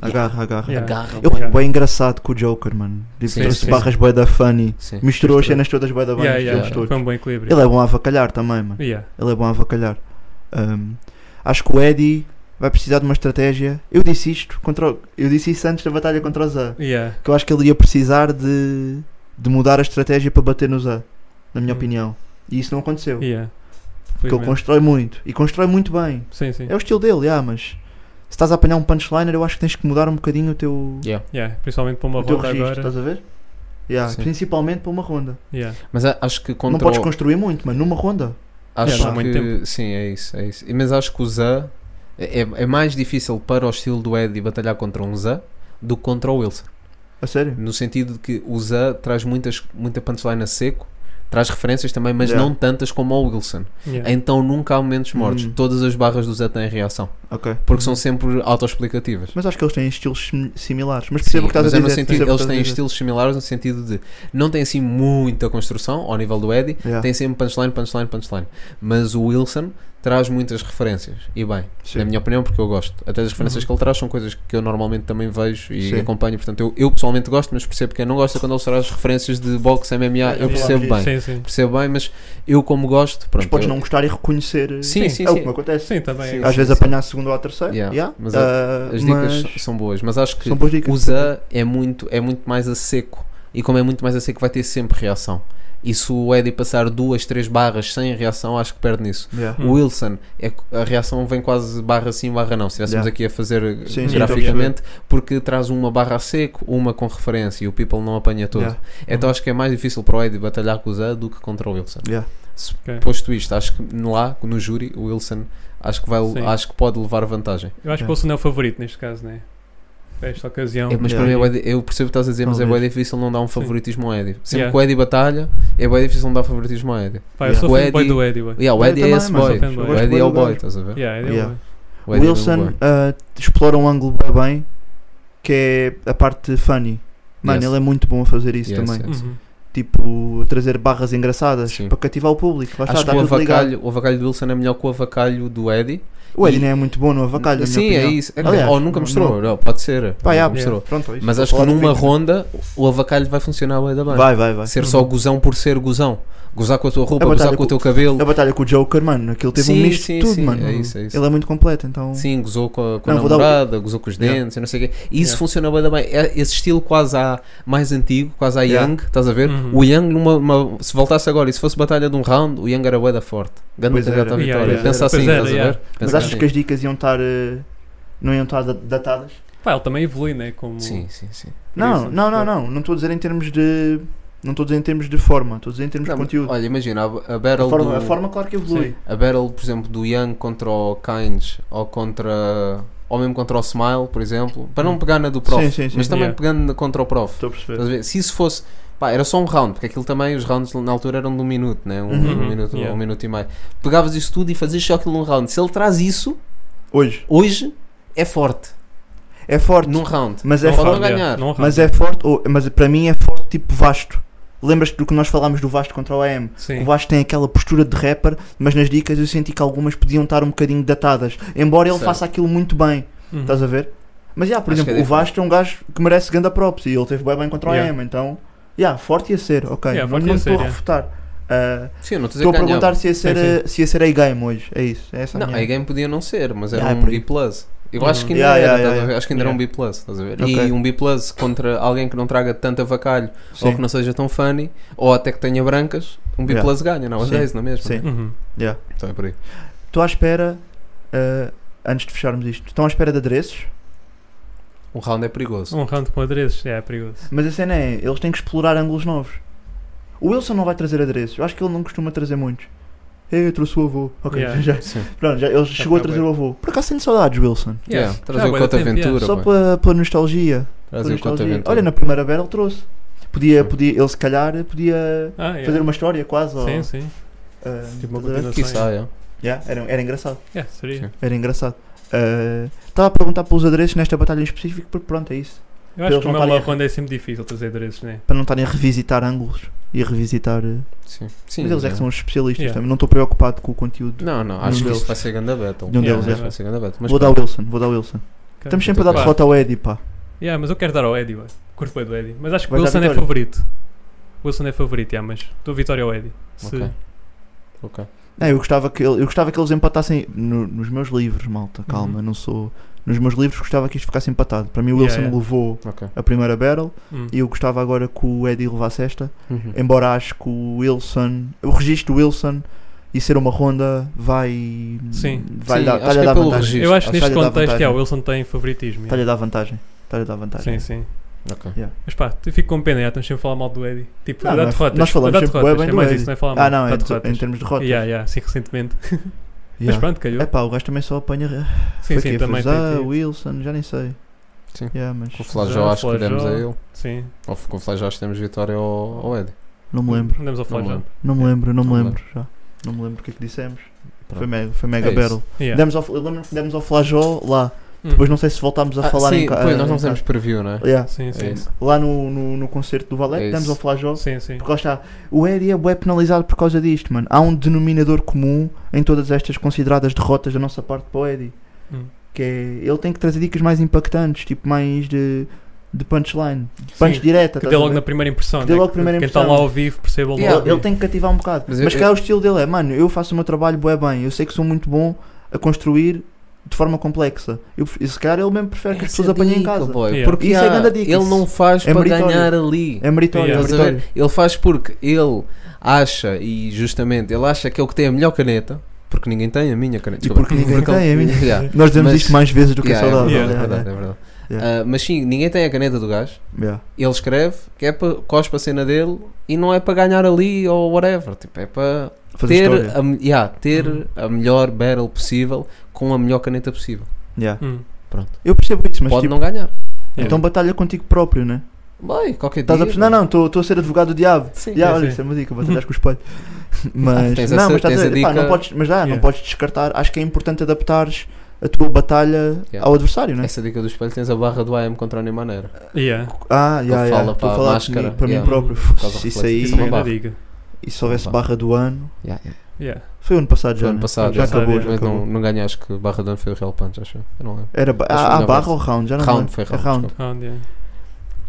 [SPEAKER 6] Agarra, agarra.
[SPEAKER 8] Yeah.
[SPEAKER 7] agarra.
[SPEAKER 6] Eu
[SPEAKER 8] Yeah.
[SPEAKER 6] fico bem engraçado com o Joker, mano. Tipo,
[SPEAKER 7] Sim,
[SPEAKER 6] trouxe
[SPEAKER 8] sim.
[SPEAKER 6] barras bué da funny.
[SPEAKER 7] Sim.
[SPEAKER 6] Misturou as
[SPEAKER 7] Mistura.
[SPEAKER 6] cenas todas bué da bem.
[SPEAKER 8] Yeah, yeah,
[SPEAKER 6] eles
[SPEAKER 7] yeah.
[SPEAKER 6] todos. é
[SPEAKER 8] Foi um bom equilíbrio.
[SPEAKER 6] Ele é bom a avacalhar também, mano.
[SPEAKER 8] Yeah.
[SPEAKER 6] Ele é bom a avacalhar. Um, acho que o Eddie vai precisar de uma estratégia. Eu disse isto, contra o- eu disse isso antes da batalha contra o Zé.
[SPEAKER 8] Yeah.
[SPEAKER 6] Que eu acho que ele ia precisar de, de mudar a estratégia para bater no Zé, na minha
[SPEAKER 8] Hum.
[SPEAKER 6] opinião. E isso não aconteceu.
[SPEAKER 8] Yeah.
[SPEAKER 6] Porque ele
[SPEAKER 8] Felizmente.
[SPEAKER 6] constrói muito. E constrói muito bem.
[SPEAKER 8] Sim, sim.
[SPEAKER 6] É o estilo dele, ah, mas se estás a apanhar um punchliner, eu acho que tens que mudar um bocadinho o teu,
[SPEAKER 7] Yeah.
[SPEAKER 8] Yeah. Principalmente para uma
[SPEAKER 6] o teu
[SPEAKER 8] ronda
[SPEAKER 6] registro,
[SPEAKER 8] agora.
[SPEAKER 6] estás a ver? Yeah,
[SPEAKER 7] Sim.
[SPEAKER 6] principalmente para uma ronda.
[SPEAKER 8] Yeah.
[SPEAKER 7] Mas a- acho que contra
[SPEAKER 6] Não podes
[SPEAKER 7] o-
[SPEAKER 6] construir muito, mas numa ronda.
[SPEAKER 7] Acho
[SPEAKER 8] Yeah, dá
[SPEAKER 7] que,
[SPEAKER 8] muito tempo.
[SPEAKER 7] Sim, é isso, é isso. E- Mas acho que o Zé é, é mais difícil para o estilo do Eddie batalhar contra um Zé do que contra o Wilson.
[SPEAKER 6] A sério?
[SPEAKER 7] No sentido de que o Zé traz muitas, muita punchline a seco, traz referências também, mas
[SPEAKER 6] Yeah.
[SPEAKER 7] não tantas como o Wilson.
[SPEAKER 8] Yeah.
[SPEAKER 7] Então nunca há momentos mortos.
[SPEAKER 6] Hum. Uhum.
[SPEAKER 7] Todas as barras do Zé têm reação.
[SPEAKER 6] Ok.
[SPEAKER 7] Porque são sempre autoexplicativas.
[SPEAKER 6] Mas acho que eles têm estilos sim- similares. Mas percebo o que estás
[SPEAKER 7] mas
[SPEAKER 6] a
[SPEAKER 7] é
[SPEAKER 6] dizer.
[SPEAKER 7] no sentido,
[SPEAKER 6] percebo o
[SPEAKER 7] eles
[SPEAKER 6] que
[SPEAKER 7] têm
[SPEAKER 6] estás a dizer.
[SPEAKER 7] estilos similares no sentido de não têm assim muita construção ao nível do Eddie,
[SPEAKER 6] Yeah.
[SPEAKER 7] tem sempre punchline, punchline, punchline. Mas o Wilson traz muitas referências. E bem,
[SPEAKER 6] Sim. Uhum.
[SPEAKER 7] na minha opinião, porque eu gosto. Até as referências que ele traz são coisas que eu normalmente também vejo e
[SPEAKER 6] Sim.
[SPEAKER 7] acompanho. Portanto, eu, eu pessoalmente gosto, mas percebo quem não gosta quando ele traz referências de boxe, MMA.
[SPEAKER 6] Eu
[SPEAKER 7] Eu percebo
[SPEAKER 6] falava
[SPEAKER 7] bem.
[SPEAKER 8] Sim, sim.
[SPEAKER 7] Percebo bem, mas eu, como gosto, pronto.
[SPEAKER 6] Mas podes
[SPEAKER 7] eu-
[SPEAKER 6] não gostar e reconhecer. eh,
[SPEAKER 7] Sim,
[SPEAKER 8] Sim,
[SPEAKER 7] sim,
[SPEAKER 6] é o que
[SPEAKER 7] sim.
[SPEAKER 6] me acontece.
[SPEAKER 8] Sim, tá também.
[SPEAKER 7] Sim.
[SPEAKER 6] Às vezes apanhar a segunda ou a terceira.
[SPEAKER 7] Yeah,
[SPEAKER 6] yeah,
[SPEAKER 7] mas é,
[SPEAKER 6] ah,
[SPEAKER 7] As dicas
[SPEAKER 6] mas
[SPEAKER 7] são boas, mas acho que
[SPEAKER 6] são boas dicas.
[SPEAKER 7] O Zé é muito, é muito mais a seco. E como é muito mais a seco, vai ter sempre reação. E se o Eddie passar duas, três barras sem reação, acho que perde nisso.
[SPEAKER 6] Yeah.
[SPEAKER 8] Hum.
[SPEAKER 7] O Wilson, é, a reação vem quase barra sim, barra não. Se estivéssemos
[SPEAKER 6] Yeah.
[SPEAKER 7] aqui a fazer eh,
[SPEAKER 6] Sim, sim,
[SPEAKER 7] graficamente, porque traz uma barra a seco, uma com referência e o People não apanha todo.
[SPEAKER 6] Yeah. Uhum.
[SPEAKER 7] Então acho que é mais difícil para o Eddie batalhar com o Zé do que contra o Wilson.
[SPEAKER 6] Yeah.
[SPEAKER 7] Se-
[SPEAKER 8] Ok.
[SPEAKER 7] Posto isto, acho que lá, no júri, o Wilson acho que, vai,
[SPEAKER 8] Sim.
[SPEAKER 7] acho que pode levar vantagem.
[SPEAKER 8] Eu acho que o Wilson é o favorito neste caso, né? Para esta ocasião.
[SPEAKER 7] É, mas
[SPEAKER 6] Yeah.
[SPEAKER 7] para mim é bué di- eu percebo o que estás a dizer, mas é
[SPEAKER 6] Talvez.
[SPEAKER 7] bem difícil não dar um
[SPEAKER 8] Sim.
[SPEAKER 7] favoritismo ao Eddie. Sempre
[SPEAKER 8] Yeah.
[SPEAKER 7] que o Eddie batalha, é bem difícil não dar favoritismo ao Eddie.
[SPEAKER 8] Pá, eu
[SPEAKER 6] Yeah.
[SPEAKER 8] sou
[SPEAKER 7] O
[SPEAKER 8] fanboy
[SPEAKER 7] Eddie-
[SPEAKER 8] do Eddie, ué.
[SPEAKER 7] Yeah, o
[SPEAKER 6] Eu
[SPEAKER 7] Eddie é
[SPEAKER 6] também,
[SPEAKER 7] esse
[SPEAKER 6] mas
[SPEAKER 7] boy.
[SPEAKER 8] eu gosto
[SPEAKER 7] O Eddie
[SPEAKER 6] bué
[SPEAKER 7] é o
[SPEAKER 6] do
[SPEAKER 7] boy,
[SPEAKER 6] gajo.
[SPEAKER 7] estás a ver?
[SPEAKER 8] Yeah, Eddie é o
[SPEAKER 6] Yeah.
[SPEAKER 8] boy.
[SPEAKER 7] O Eddie é
[SPEAKER 6] Wilson
[SPEAKER 7] mesmo boy.
[SPEAKER 6] ah, explora um ângulo bem, bem, que é a parte funny. Mano,
[SPEAKER 7] Yes.
[SPEAKER 6] ele é muito bom a fazer isso
[SPEAKER 7] Yes,
[SPEAKER 6] também.
[SPEAKER 7] yes.
[SPEAKER 8] Uhum.
[SPEAKER 6] Tipo, a trazer barras engraçadas
[SPEAKER 7] Sim.
[SPEAKER 6] para cativar o público. Lá está,
[SPEAKER 7] Acho
[SPEAKER 6] está
[SPEAKER 7] que o
[SPEAKER 6] tá, tudo ligado.
[SPEAKER 7] avacalho, o avacalho do Wilson é melhor que o avacalho do Eddie.
[SPEAKER 6] O Eddie
[SPEAKER 7] E-
[SPEAKER 6] não é muito bom no avacalho, na minha
[SPEAKER 7] Sim, é
[SPEAKER 6] opinião.
[SPEAKER 7] isso. É que-
[SPEAKER 6] Aliás,
[SPEAKER 7] ou nunca
[SPEAKER 6] não-
[SPEAKER 7] mostrou,
[SPEAKER 6] não-
[SPEAKER 7] não, pode ser.
[SPEAKER 6] Pá,
[SPEAKER 7] Nunca
[SPEAKER 6] yeah,
[SPEAKER 7] mostrou.
[SPEAKER 6] Pronto, é isso.
[SPEAKER 7] Mas
[SPEAKER 6] Vou
[SPEAKER 7] acho que
[SPEAKER 6] falar do
[SPEAKER 7] numa
[SPEAKER 6] Victor.
[SPEAKER 7] ronda o avacalho vai funcionar bué da bem.
[SPEAKER 6] Vai, Uhum. vai, vai.
[SPEAKER 7] Ser só gozão por ser gozão. Gozar com a tua roupa,
[SPEAKER 6] A
[SPEAKER 7] gozar
[SPEAKER 6] batalha
[SPEAKER 7] com o
[SPEAKER 6] com-
[SPEAKER 7] teu cabelo.
[SPEAKER 6] A batalha com o Joker, mano, aquilo teve
[SPEAKER 7] Sim,
[SPEAKER 6] um misto
[SPEAKER 7] sim,
[SPEAKER 6] de tudo,
[SPEAKER 7] sim,
[SPEAKER 6] mano.
[SPEAKER 7] é isso, é isso.
[SPEAKER 6] Ele é muito completo, então.
[SPEAKER 7] Sim, gozou com a, com a
[SPEAKER 6] Não, vou dar o-
[SPEAKER 7] namorada, gozou com os
[SPEAKER 6] Yeah.
[SPEAKER 7] dentes, eu não sei o quê. E isso
[SPEAKER 8] Yeah.
[SPEAKER 7] funciona bem, bem. É Esse estilo quase à, mais antigo, quase à
[SPEAKER 6] Yeah.
[SPEAKER 7] Young, estás a ver?
[SPEAKER 8] Uhum.
[SPEAKER 7] O Young, numa, uma- se voltasse agora e se fosse batalha de um round, o Young era bué da forte. Ganda
[SPEAKER 6] Pois
[SPEAKER 7] gata
[SPEAKER 6] era.
[SPEAKER 7] vitória.
[SPEAKER 8] Yeah,
[SPEAKER 6] yeah.
[SPEAKER 7] Pensa
[SPEAKER 8] Pois
[SPEAKER 7] assim,
[SPEAKER 8] era,
[SPEAKER 7] estás a
[SPEAKER 8] yeah.
[SPEAKER 7] ver?
[SPEAKER 6] Mas
[SPEAKER 7] Pensa
[SPEAKER 6] achas
[SPEAKER 7] assim.
[SPEAKER 6] que as dicas iam estar. eh, não iam estar da- datadas?
[SPEAKER 8] Pá, ele também evolui, né? Como...
[SPEAKER 7] Sim, sim, sim.
[SPEAKER 6] Não,
[SPEAKER 8] isso,
[SPEAKER 6] não,
[SPEAKER 8] claro.
[SPEAKER 6] não, não. Não estou a dizer em termos de. Não estou a dizer em termos de forma, estou a dizer em termos
[SPEAKER 7] Não,
[SPEAKER 6] de conteúdo.
[SPEAKER 7] Olha, imagina, a, a
[SPEAKER 6] a,
[SPEAKER 7] battle
[SPEAKER 6] forma, a
[SPEAKER 7] do-
[SPEAKER 6] forma, claro que evolui.
[SPEAKER 7] A battle, por exemplo, do Young contra o Kynes ou contra. ou mesmo contra o Smile, por exemplo, para não pegar na do prof,
[SPEAKER 6] Hum. Sim, sim, sim.
[SPEAKER 7] mas também
[SPEAKER 8] Yeah.
[SPEAKER 7] pegando na- contra o prof.
[SPEAKER 6] Estou a
[SPEAKER 7] Estás
[SPEAKER 6] perceber.
[SPEAKER 7] a ver? Se isso fosse. Pá, era só um round, porque aquilo também, os rounds na altura eram de um minuto, né? um,
[SPEAKER 6] Uhum.
[SPEAKER 7] um minuto,
[SPEAKER 8] Yeah.
[SPEAKER 7] um minuto e meio. Pegavas isso tudo e fazias só aquilo num round. Se ele traz isso,
[SPEAKER 6] Hoje.
[SPEAKER 7] hoje é forte.
[SPEAKER 6] É forte,
[SPEAKER 7] Num round.
[SPEAKER 6] mas é
[SPEAKER 8] Não
[SPEAKER 7] Pode
[SPEAKER 8] round,
[SPEAKER 6] forte.
[SPEAKER 7] não ganhar.
[SPEAKER 8] yeah. Não
[SPEAKER 6] Mas é forte, ou- mas para mim é forte tipo vasto. Lembras-te do que nós falámos do Vasto contra o AM?
[SPEAKER 8] Sim.
[SPEAKER 6] O Vasco tem aquela postura de rapper, mas nas dicas eu senti que algumas podiam estar um bocadinho datadas. Embora ele
[SPEAKER 7] Certo.
[SPEAKER 6] faça aquilo muito bem,
[SPEAKER 8] Uhum.
[SPEAKER 6] estás a ver? Mas, yeah, por
[SPEAKER 7] Acho que é
[SPEAKER 6] exemplo, o Vasco é um gajo que merece ganda props e ele teve bem bem contra o
[SPEAKER 8] Yeah.
[SPEAKER 6] AM, então, yeah, forte ia ser, ok.
[SPEAKER 8] Yeah,
[SPEAKER 6] não
[SPEAKER 8] forte
[SPEAKER 6] não
[SPEAKER 8] ia ser,
[SPEAKER 6] estou a
[SPEAKER 8] yeah.
[SPEAKER 6] refutar. Ah,
[SPEAKER 7] Sim, eu
[SPEAKER 6] estou
[SPEAKER 7] não estou a
[SPEAKER 6] a
[SPEAKER 7] dizer que
[SPEAKER 6] perguntar
[SPEAKER 7] ganhava.
[SPEAKER 6] se ia ser,
[SPEAKER 8] Sim,
[SPEAKER 6] a- se ia ser A-game hoje, é isso, é essa a
[SPEAKER 7] Não,
[SPEAKER 6] minha.
[SPEAKER 7] a game podia não ser, mas era
[SPEAKER 6] Yeah, é
[SPEAKER 7] um
[SPEAKER 6] por
[SPEAKER 7] B.
[SPEAKER 6] aí.
[SPEAKER 7] Eu
[SPEAKER 8] Uhum.
[SPEAKER 7] acho que ainda
[SPEAKER 6] Yeah,
[SPEAKER 7] era,
[SPEAKER 6] yeah,
[SPEAKER 7] estás a
[SPEAKER 6] yeah,
[SPEAKER 7] ver? acho que ainda era um
[SPEAKER 8] yeah.
[SPEAKER 7] B. Estás a ver?
[SPEAKER 6] Ok.
[SPEAKER 7] E um B contra alguém que não traga tanto avacalho ou
[SPEAKER 6] Sim,
[SPEAKER 7] que não seja tão funny ou até que tenha brancas, um B
[SPEAKER 6] Yeah.
[SPEAKER 7] ganha, não, às
[SPEAKER 6] Sim.
[SPEAKER 7] 10, não é mesmo?
[SPEAKER 6] sim.
[SPEAKER 8] Uhum.
[SPEAKER 7] Então é por aí.
[SPEAKER 6] Estou à espera, ah, antes de fecharmos isto, estão à espera de adereços,
[SPEAKER 7] Um round é perigoso.
[SPEAKER 8] Um round com adereços, é, é perigoso.
[SPEAKER 6] mas a cena é, eles têm que explorar ângulos novos. O Wilson não vai trazer adereços, eu acho que ele não costuma trazer muitos. Ei, eu trouxe o avô. Ok,
[SPEAKER 8] Yeah.
[SPEAKER 6] (laughs) já,
[SPEAKER 7] Sim.
[SPEAKER 6] Pronto, já, ele chegou a
[SPEAKER 8] tá
[SPEAKER 6] trazer o avô. Por acaso tenho saudades, Wilson.
[SPEAKER 7] Yeah,
[SPEAKER 8] Yeah.
[SPEAKER 7] Trazer
[SPEAKER 8] Já,
[SPEAKER 7] o
[SPEAKER 8] bué
[SPEAKER 7] Cota
[SPEAKER 8] da tempo, yeah.
[SPEAKER 7] Aventura.
[SPEAKER 6] Só
[SPEAKER 7] bué.
[SPEAKER 6] pela, pela nostalgia. pela
[SPEAKER 7] Trazer o Cota
[SPEAKER 6] nostalgia.
[SPEAKER 7] Aventura.
[SPEAKER 6] Olha, na primeira battle trouxe. Podia,
[SPEAKER 7] Sim.
[SPEAKER 6] podia, ele se calhar podia
[SPEAKER 8] Ah, yeah.
[SPEAKER 6] fazer uma história quase. ou,
[SPEAKER 8] Sim, sim.
[SPEAKER 6] ah,
[SPEAKER 8] Tipo uma
[SPEAKER 6] estás a ver?
[SPEAKER 8] continuação.
[SPEAKER 7] Que saia.
[SPEAKER 6] Yeah, era, era engraçado.
[SPEAKER 8] Yeah, seria.
[SPEAKER 7] Sim.
[SPEAKER 6] Era engraçado. Ah, Estava a perguntar pelos adereços nesta batalha em específico, porque pronto, é isso.
[SPEAKER 8] Eu acho
[SPEAKER 6] Eles
[SPEAKER 8] que
[SPEAKER 6] não
[SPEAKER 8] uma
[SPEAKER 6] estarem-
[SPEAKER 8] ronda é sempre difícil trazer adereços, né?
[SPEAKER 6] Para não estarem a revisitar ângulos e a revisitar. ah,
[SPEAKER 7] Sim. Sim,
[SPEAKER 6] mas eles é que
[SPEAKER 7] yeah.
[SPEAKER 6] são os especialistas
[SPEAKER 8] Yeah.
[SPEAKER 6] também. Não estou preocupado com o conteúdo.
[SPEAKER 7] Não, não,
[SPEAKER 6] Um
[SPEAKER 7] acho que
[SPEAKER 6] deles.
[SPEAKER 7] isto vai ser ganda battle.
[SPEAKER 6] De um
[SPEAKER 8] Yeah, deles,
[SPEAKER 7] acho
[SPEAKER 8] é.
[SPEAKER 7] que vai ser ganda battle. Mas
[SPEAKER 6] vou dar
[SPEAKER 7] pronto.
[SPEAKER 6] Wilson, vou dar Wilson.
[SPEAKER 8] Tá,
[SPEAKER 6] Estamos sempre a dar
[SPEAKER 7] Pá.
[SPEAKER 6] derrota ao Eddie, pá.
[SPEAKER 8] Yeah, mas eu quero dar ao Eddie, ué. Curto bem do Eddie. Mas acho que o
[SPEAKER 6] Vai dar
[SPEAKER 8] Wilson é
[SPEAKER 6] vitória.
[SPEAKER 8] favorito. O Wilson é favorito, yeah, mas dou vitória ao Eddie. Se...
[SPEAKER 7] Ok. Ok.
[SPEAKER 6] Não, eu gostava que, ele- eu gostava que eles empatassem no- nos meus livros,
[SPEAKER 8] Uhum.
[SPEAKER 6] malta, calma, eu não sou. Nos meus livros gostava que isto ficasse empatado. Para mim o
[SPEAKER 8] Yeah,
[SPEAKER 6] Wilson
[SPEAKER 8] yeah.
[SPEAKER 6] levou
[SPEAKER 7] Ok.
[SPEAKER 6] a primeira battle
[SPEAKER 8] Hum.
[SPEAKER 6] e eu gostava agora que o Eddie levasse esta,
[SPEAKER 7] Uhum.
[SPEAKER 6] embora acho que o Wilson, o registro do Wilson e ser uma ronda vai
[SPEAKER 8] Sim.
[SPEAKER 6] vai
[SPEAKER 7] Sim,
[SPEAKER 6] dar,
[SPEAKER 7] acho
[SPEAKER 6] vai
[SPEAKER 7] que é
[SPEAKER 6] dar
[SPEAKER 7] pelo
[SPEAKER 6] vantagem.
[SPEAKER 7] registro.
[SPEAKER 8] Eu acho que neste
[SPEAKER 6] Acho que lhe dá
[SPEAKER 8] contexto,
[SPEAKER 6] vantagem.
[SPEAKER 8] yeah, o Wilson tem favoritismo.
[SPEAKER 6] Está-lhe
[SPEAKER 8] yeah.
[SPEAKER 6] a dar vantagem. Está-lhe a dar vantagem.
[SPEAKER 8] Sim, sim.
[SPEAKER 7] Ok.
[SPEAKER 6] Yeah.
[SPEAKER 8] Mas pá, eu fico com pena, já estamos sempre a falar mal do Eddie. Tipo,
[SPEAKER 6] Não,
[SPEAKER 8] dá
[SPEAKER 6] nós-
[SPEAKER 8] derrotas.
[SPEAKER 6] nós falamos
[SPEAKER 8] dá
[SPEAKER 6] sempre
[SPEAKER 8] derrotas,
[SPEAKER 6] bué bem
[SPEAKER 8] é
[SPEAKER 6] do
[SPEAKER 8] mais
[SPEAKER 6] Eddie.
[SPEAKER 8] isso, não é falar mal.
[SPEAKER 6] Ah, não,
[SPEAKER 8] dá
[SPEAKER 6] em, tu-
[SPEAKER 8] derrotas.
[SPEAKER 6] em termos de rotas.
[SPEAKER 8] Yeah, yeah, sim, recentemente. Mas
[SPEAKER 6] Yeah.
[SPEAKER 8] pronto, calhou.
[SPEAKER 6] É pá, o gajo também só apanha. (laughs)
[SPEAKER 8] Sim,
[SPEAKER 6] foi
[SPEAKER 8] sim,
[SPEAKER 6] quê?
[SPEAKER 8] também.
[SPEAKER 6] Foi Zá,
[SPEAKER 8] tem- tem-
[SPEAKER 6] Wilson, já nem sei.
[SPEAKER 7] Sim.
[SPEAKER 6] Yeah, mas
[SPEAKER 7] Com o Flajó
[SPEAKER 8] Já,
[SPEAKER 7] acho que demos a
[SPEAKER 8] Flajó.
[SPEAKER 7] ele.
[SPEAKER 8] Sim.
[SPEAKER 7] Ou com o Flajó acho que demos vitória ao, ao Ed.
[SPEAKER 6] não me lembro.
[SPEAKER 8] Andamos a falar
[SPEAKER 7] Não
[SPEAKER 8] já.
[SPEAKER 7] lembro.
[SPEAKER 6] Não me lembro, não me
[SPEAKER 7] Não me
[SPEAKER 6] lembro já. Não me lembro o que é que dissemos.
[SPEAKER 7] Pronto.
[SPEAKER 6] Foi mega, foi mega
[SPEAKER 7] É isso.
[SPEAKER 6] battle.
[SPEAKER 8] Yeah.
[SPEAKER 6] Demos ao, eu lembro que demos ao Flajó lá.
[SPEAKER 8] Hum.
[SPEAKER 6] Depois não sei se voltámos a
[SPEAKER 7] Ah,
[SPEAKER 6] falar
[SPEAKER 7] sim,
[SPEAKER 6] em ca-
[SPEAKER 7] pois,
[SPEAKER 6] eh,
[SPEAKER 7] nós não
[SPEAKER 6] em
[SPEAKER 7] fizemos preview, não é?
[SPEAKER 6] casa. Yeah.
[SPEAKER 8] Sim, sim.
[SPEAKER 7] É isso.
[SPEAKER 6] Lá no, no, no concerto do Valete,
[SPEAKER 7] É
[SPEAKER 6] demos
[SPEAKER 7] isso.
[SPEAKER 6] ao Flajó.
[SPEAKER 8] Sim, sim.
[SPEAKER 6] Porque lá está, o Eri é bué penalizado por causa disto, mano. Há um denominador comum em todas estas consideradas derrotas da nossa parte para o Eri.
[SPEAKER 8] Hum.
[SPEAKER 6] Que é, ele tem que trazer dicas mais impactantes, tipo mais de, de punchline, punch
[SPEAKER 8] Sim,
[SPEAKER 6] direta.
[SPEAKER 8] Que
[SPEAKER 6] estás
[SPEAKER 8] dê
[SPEAKER 6] a
[SPEAKER 8] logo
[SPEAKER 6] ver?
[SPEAKER 8] na primeira impressão.
[SPEAKER 6] Que tá dê
[SPEAKER 8] né?
[SPEAKER 6] logo a primeira
[SPEAKER 8] Quem está lá
[SPEAKER 6] impressão.
[SPEAKER 8] ao vivo perceba logo.
[SPEAKER 6] ele, ele tem que cativar um bocado.
[SPEAKER 7] Mas
[SPEAKER 6] Mas,
[SPEAKER 7] eu-
[SPEAKER 6] cá o estilo dele é, mano, eu faço o meu trabalho bué bem, eu sei que sou muito bom a construir de forma complexa. Eu, e se calhar ele mesmo prefere É que as
[SPEAKER 7] é
[SPEAKER 6] pessoas apanhem em casa.
[SPEAKER 7] Boy,
[SPEAKER 8] Yeah.
[SPEAKER 7] Porque
[SPEAKER 6] Isso é
[SPEAKER 7] ah,
[SPEAKER 6] grande dica.
[SPEAKER 7] ele não faz
[SPEAKER 6] É
[SPEAKER 7] para
[SPEAKER 6] meritório.
[SPEAKER 7] ganhar ali.
[SPEAKER 6] É meritório,
[SPEAKER 8] Yeah.
[SPEAKER 6] é
[SPEAKER 7] Estás a
[SPEAKER 6] meritório.
[SPEAKER 7] ver? Ele faz porque ele acha, e justamente ele acha que é o que tem a melhor caneta, porque ninguém tem a minha caneta.
[SPEAKER 6] E
[SPEAKER 7] desculpa.
[SPEAKER 6] porque ninguém tem a minha.
[SPEAKER 7] (laughs) Yeah.
[SPEAKER 6] Nós dizemos
[SPEAKER 7] Mas-
[SPEAKER 6] isto mais vezes do que
[SPEAKER 7] Yeah,
[SPEAKER 6] é saudável.
[SPEAKER 7] É
[SPEAKER 8] Yeah.
[SPEAKER 7] verdade, é
[SPEAKER 6] yeah,
[SPEAKER 7] verdade.
[SPEAKER 6] yeah,
[SPEAKER 7] é verdade.
[SPEAKER 6] yeah.
[SPEAKER 7] Ah, mas sim, ninguém tem a caneta do gajo.
[SPEAKER 6] yeah.
[SPEAKER 7] Ele escreve que é para cospa a cena dele e não é para ganhar ali ou whatever. Tipo, é para
[SPEAKER 6] Fazer
[SPEAKER 7] ter,
[SPEAKER 6] história.
[SPEAKER 7] a, me- yeah, ter
[SPEAKER 8] Uhum.
[SPEAKER 7] a melhor battle possível com a melhor caneta possível.
[SPEAKER 6] Yeah.
[SPEAKER 8] Hum.
[SPEAKER 6] Eu percebo isso, mas
[SPEAKER 7] Pode
[SPEAKER 6] tipo,
[SPEAKER 7] não ganhar.
[SPEAKER 6] então batalha contigo próprio, né?
[SPEAKER 7] Bem, qualquer
[SPEAKER 6] Estás a
[SPEAKER 7] dia.
[SPEAKER 6] perceber? Não, não, estou a ser advogado do diabo.
[SPEAKER 7] Sim.
[SPEAKER 6] Yeah,
[SPEAKER 8] sim,
[SPEAKER 6] olha,
[SPEAKER 8] sim.
[SPEAKER 6] isso é uma dica, batalhas com o espelho. Mas,
[SPEAKER 7] Tens
[SPEAKER 6] não,
[SPEAKER 7] essa-
[SPEAKER 6] mas estás
[SPEAKER 7] tens
[SPEAKER 6] a
[SPEAKER 7] a
[SPEAKER 6] dizer, pá,
[SPEAKER 7] dica-
[SPEAKER 6] não podes, mas dá, não
[SPEAKER 8] Yeah.
[SPEAKER 6] podes descartar. Acho que é importante adaptares a tua batalha
[SPEAKER 7] Yeah.
[SPEAKER 6] ao adversário, né?
[SPEAKER 7] Essa dica do espelho tens a barra do AM contra o Neymaneira.
[SPEAKER 8] Yeah.
[SPEAKER 6] Ah, já, já.
[SPEAKER 7] fala
[SPEAKER 6] Estou
[SPEAKER 7] para
[SPEAKER 6] a
[SPEAKER 7] a
[SPEAKER 6] falar de
[SPEAKER 7] máscara,
[SPEAKER 6] mim, para mim
[SPEAKER 7] yeah.
[SPEAKER 6] próprio.
[SPEAKER 7] Por causa do
[SPEAKER 6] Isso
[SPEAKER 7] reflexo.
[SPEAKER 6] aí,
[SPEAKER 7] Isso é uma
[SPEAKER 8] Ainda
[SPEAKER 7] barra.
[SPEAKER 8] diga.
[SPEAKER 6] e se houvesse barra do ano.
[SPEAKER 7] Yeah, yeah.
[SPEAKER 8] Yeah.
[SPEAKER 6] Foi ano passado já.
[SPEAKER 7] ano
[SPEAKER 6] né?
[SPEAKER 7] passado,
[SPEAKER 6] já
[SPEAKER 7] já
[SPEAKER 6] acabou.
[SPEAKER 8] sabe,
[SPEAKER 6] Já
[SPEAKER 7] Mas
[SPEAKER 6] acabou.
[SPEAKER 7] não, não ganhei, acho que barra do ano foi o Real Punch, acho eu. Eu não lembro.
[SPEAKER 6] Era ba-
[SPEAKER 7] Acho
[SPEAKER 6] há,
[SPEAKER 7] que
[SPEAKER 6] há
[SPEAKER 7] não
[SPEAKER 6] barra
[SPEAKER 7] vai.
[SPEAKER 6] ou round? Já não
[SPEAKER 7] Round,
[SPEAKER 6] lembro.
[SPEAKER 7] foi
[SPEAKER 6] É
[SPEAKER 7] round.
[SPEAKER 6] round.
[SPEAKER 7] desculpa.
[SPEAKER 8] Round,
[SPEAKER 6] (laughs)
[SPEAKER 8] yeah.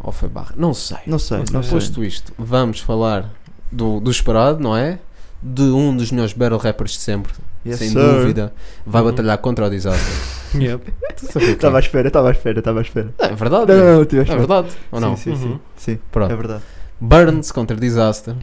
[SPEAKER 7] Ou foi barra? Não sei.
[SPEAKER 6] Não sei, não
[SPEAKER 8] Não
[SPEAKER 6] sei.
[SPEAKER 8] sei.
[SPEAKER 7] Posto isto, vamos falar do, do esperado, não é? De um dos melhores battle rappers de sempre,
[SPEAKER 6] Yes,
[SPEAKER 7] sem
[SPEAKER 6] sir.
[SPEAKER 7] dúvida. Vai
[SPEAKER 8] Uhum.
[SPEAKER 7] batalhar contra o
[SPEAKER 6] (laughs)
[SPEAKER 7] Disaster.
[SPEAKER 8] Yep.
[SPEAKER 6] Estava à espera, estava à espera, estava à espera.
[SPEAKER 7] É verdade.
[SPEAKER 6] Não, não, não, tive à
[SPEAKER 7] É
[SPEAKER 6] espera.
[SPEAKER 7] verdade. Ou não?
[SPEAKER 6] né? Sim, sim,
[SPEAKER 8] Uhum.
[SPEAKER 6] sim. sim.
[SPEAKER 7] Pronto.
[SPEAKER 6] É verdade.
[SPEAKER 7] Burns contra Disaster.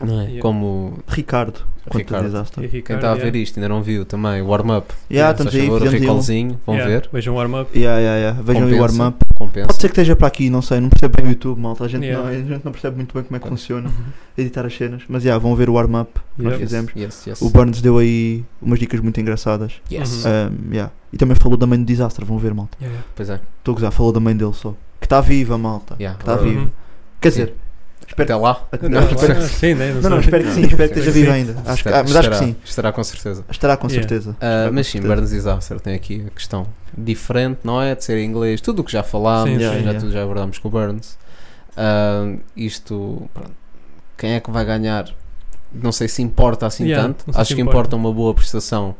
[SPEAKER 7] Não é?
[SPEAKER 8] Yeah.
[SPEAKER 7] Como
[SPEAKER 6] Ricardo, contra o
[SPEAKER 7] Ricardo.
[SPEAKER 6] desastre.
[SPEAKER 8] E
[SPEAKER 7] quem
[SPEAKER 8] Ricardo,
[SPEAKER 7] está a
[SPEAKER 8] yeah.
[SPEAKER 7] ver isto ainda não viu também, warm-up.
[SPEAKER 6] Yeah,
[SPEAKER 7] Só
[SPEAKER 6] estamos aí,
[SPEAKER 7] chegou o
[SPEAKER 6] fizemos aí
[SPEAKER 7] recallzinho, vão
[SPEAKER 8] Yeah.
[SPEAKER 7] ver.
[SPEAKER 8] Vejam o warm-up.
[SPEAKER 6] um- yeah, yeah, yeah. Vejam aí o
[SPEAKER 7] Compensa.
[SPEAKER 6] warm-up.
[SPEAKER 7] Compensa.
[SPEAKER 6] Pode ser que esteja para aqui, não sei, não percebo bem o YouTube, malta. A gente,
[SPEAKER 8] Yeah.
[SPEAKER 6] não, a gente não percebe muito bem como é
[SPEAKER 7] Tá.
[SPEAKER 6] que funciona
[SPEAKER 7] Uhum.
[SPEAKER 6] editar as cenas. Mas já, vão ver o warm-up que nós
[SPEAKER 8] Yeah.
[SPEAKER 6] fizemos.
[SPEAKER 7] Yes, yes.
[SPEAKER 6] O Burns deu aí umas dicas muito engraçadas.
[SPEAKER 7] Yes.
[SPEAKER 8] Uhum.
[SPEAKER 6] Um, yeah. E também falou da mãe do desastre, vão ver, malta.
[SPEAKER 8] Yeah, yeah.
[SPEAKER 7] Pois é.
[SPEAKER 6] Estou a gozar, falou da mãe dele só. Que está viva, malta.
[SPEAKER 7] Yeah,
[SPEAKER 6] que está
[SPEAKER 7] agora-
[SPEAKER 6] viva.
[SPEAKER 8] Uhum.
[SPEAKER 6] Quer
[SPEAKER 7] Sim.
[SPEAKER 6] dizer, espero,
[SPEAKER 7] Até lá.
[SPEAKER 6] até-
[SPEAKER 8] Não,
[SPEAKER 6] Tá não, espero que
[SPEAKER 8] ah, sim, né?
[SPEAKER 6] Não, não,
[SPEAKER 8] sei.
[SPEAKER 6] espero que
[SPEAKER 7] (laughs)
[SPEAKER 6] sim, espero que
[SPEAKER 8] Sim.
[SPEAKER 6] esteja viva ainda. Acho que- ah, mas acho que
[SPEAKER 7] Estará-
[SPEAKER 6] sim.
[SPEAKER 7] Estará com certeza.
[SPEAKER 6] Estará com
[SPEAKER 8] Yeah.
[SPEAKER 6] certeza.
[SPEAKER 7] Ah,
[SPEAKER 6] Estará com
[SPEAKER 7] mas sim,
[SPEAKER 6] certeza.
[SPEAKER 7] Burns Disaster tem aqui a questão diferente, não é? De ser em inglês, tudo o que já falámos,
[SPEAKER 8] Sim,
[SPEAKER 7] já,
[SPEAKER 6] sim.
[SPEAKER 7] tudo já abordámos com o Burns. Ah, isto, pronto, quem é que vai ganhar? Não sei se importa assim
[SPEAKER 8] Yeah,
[SPEAKER 7] tanto.
[SPEAKER 8] não sei
[SPEAKER 7] Acho
[SPEAKER 8] se
[SPEAKER 7] que importa.
[SPEAKER 8] importa.
[SPEAKER 7] uma boa prestação,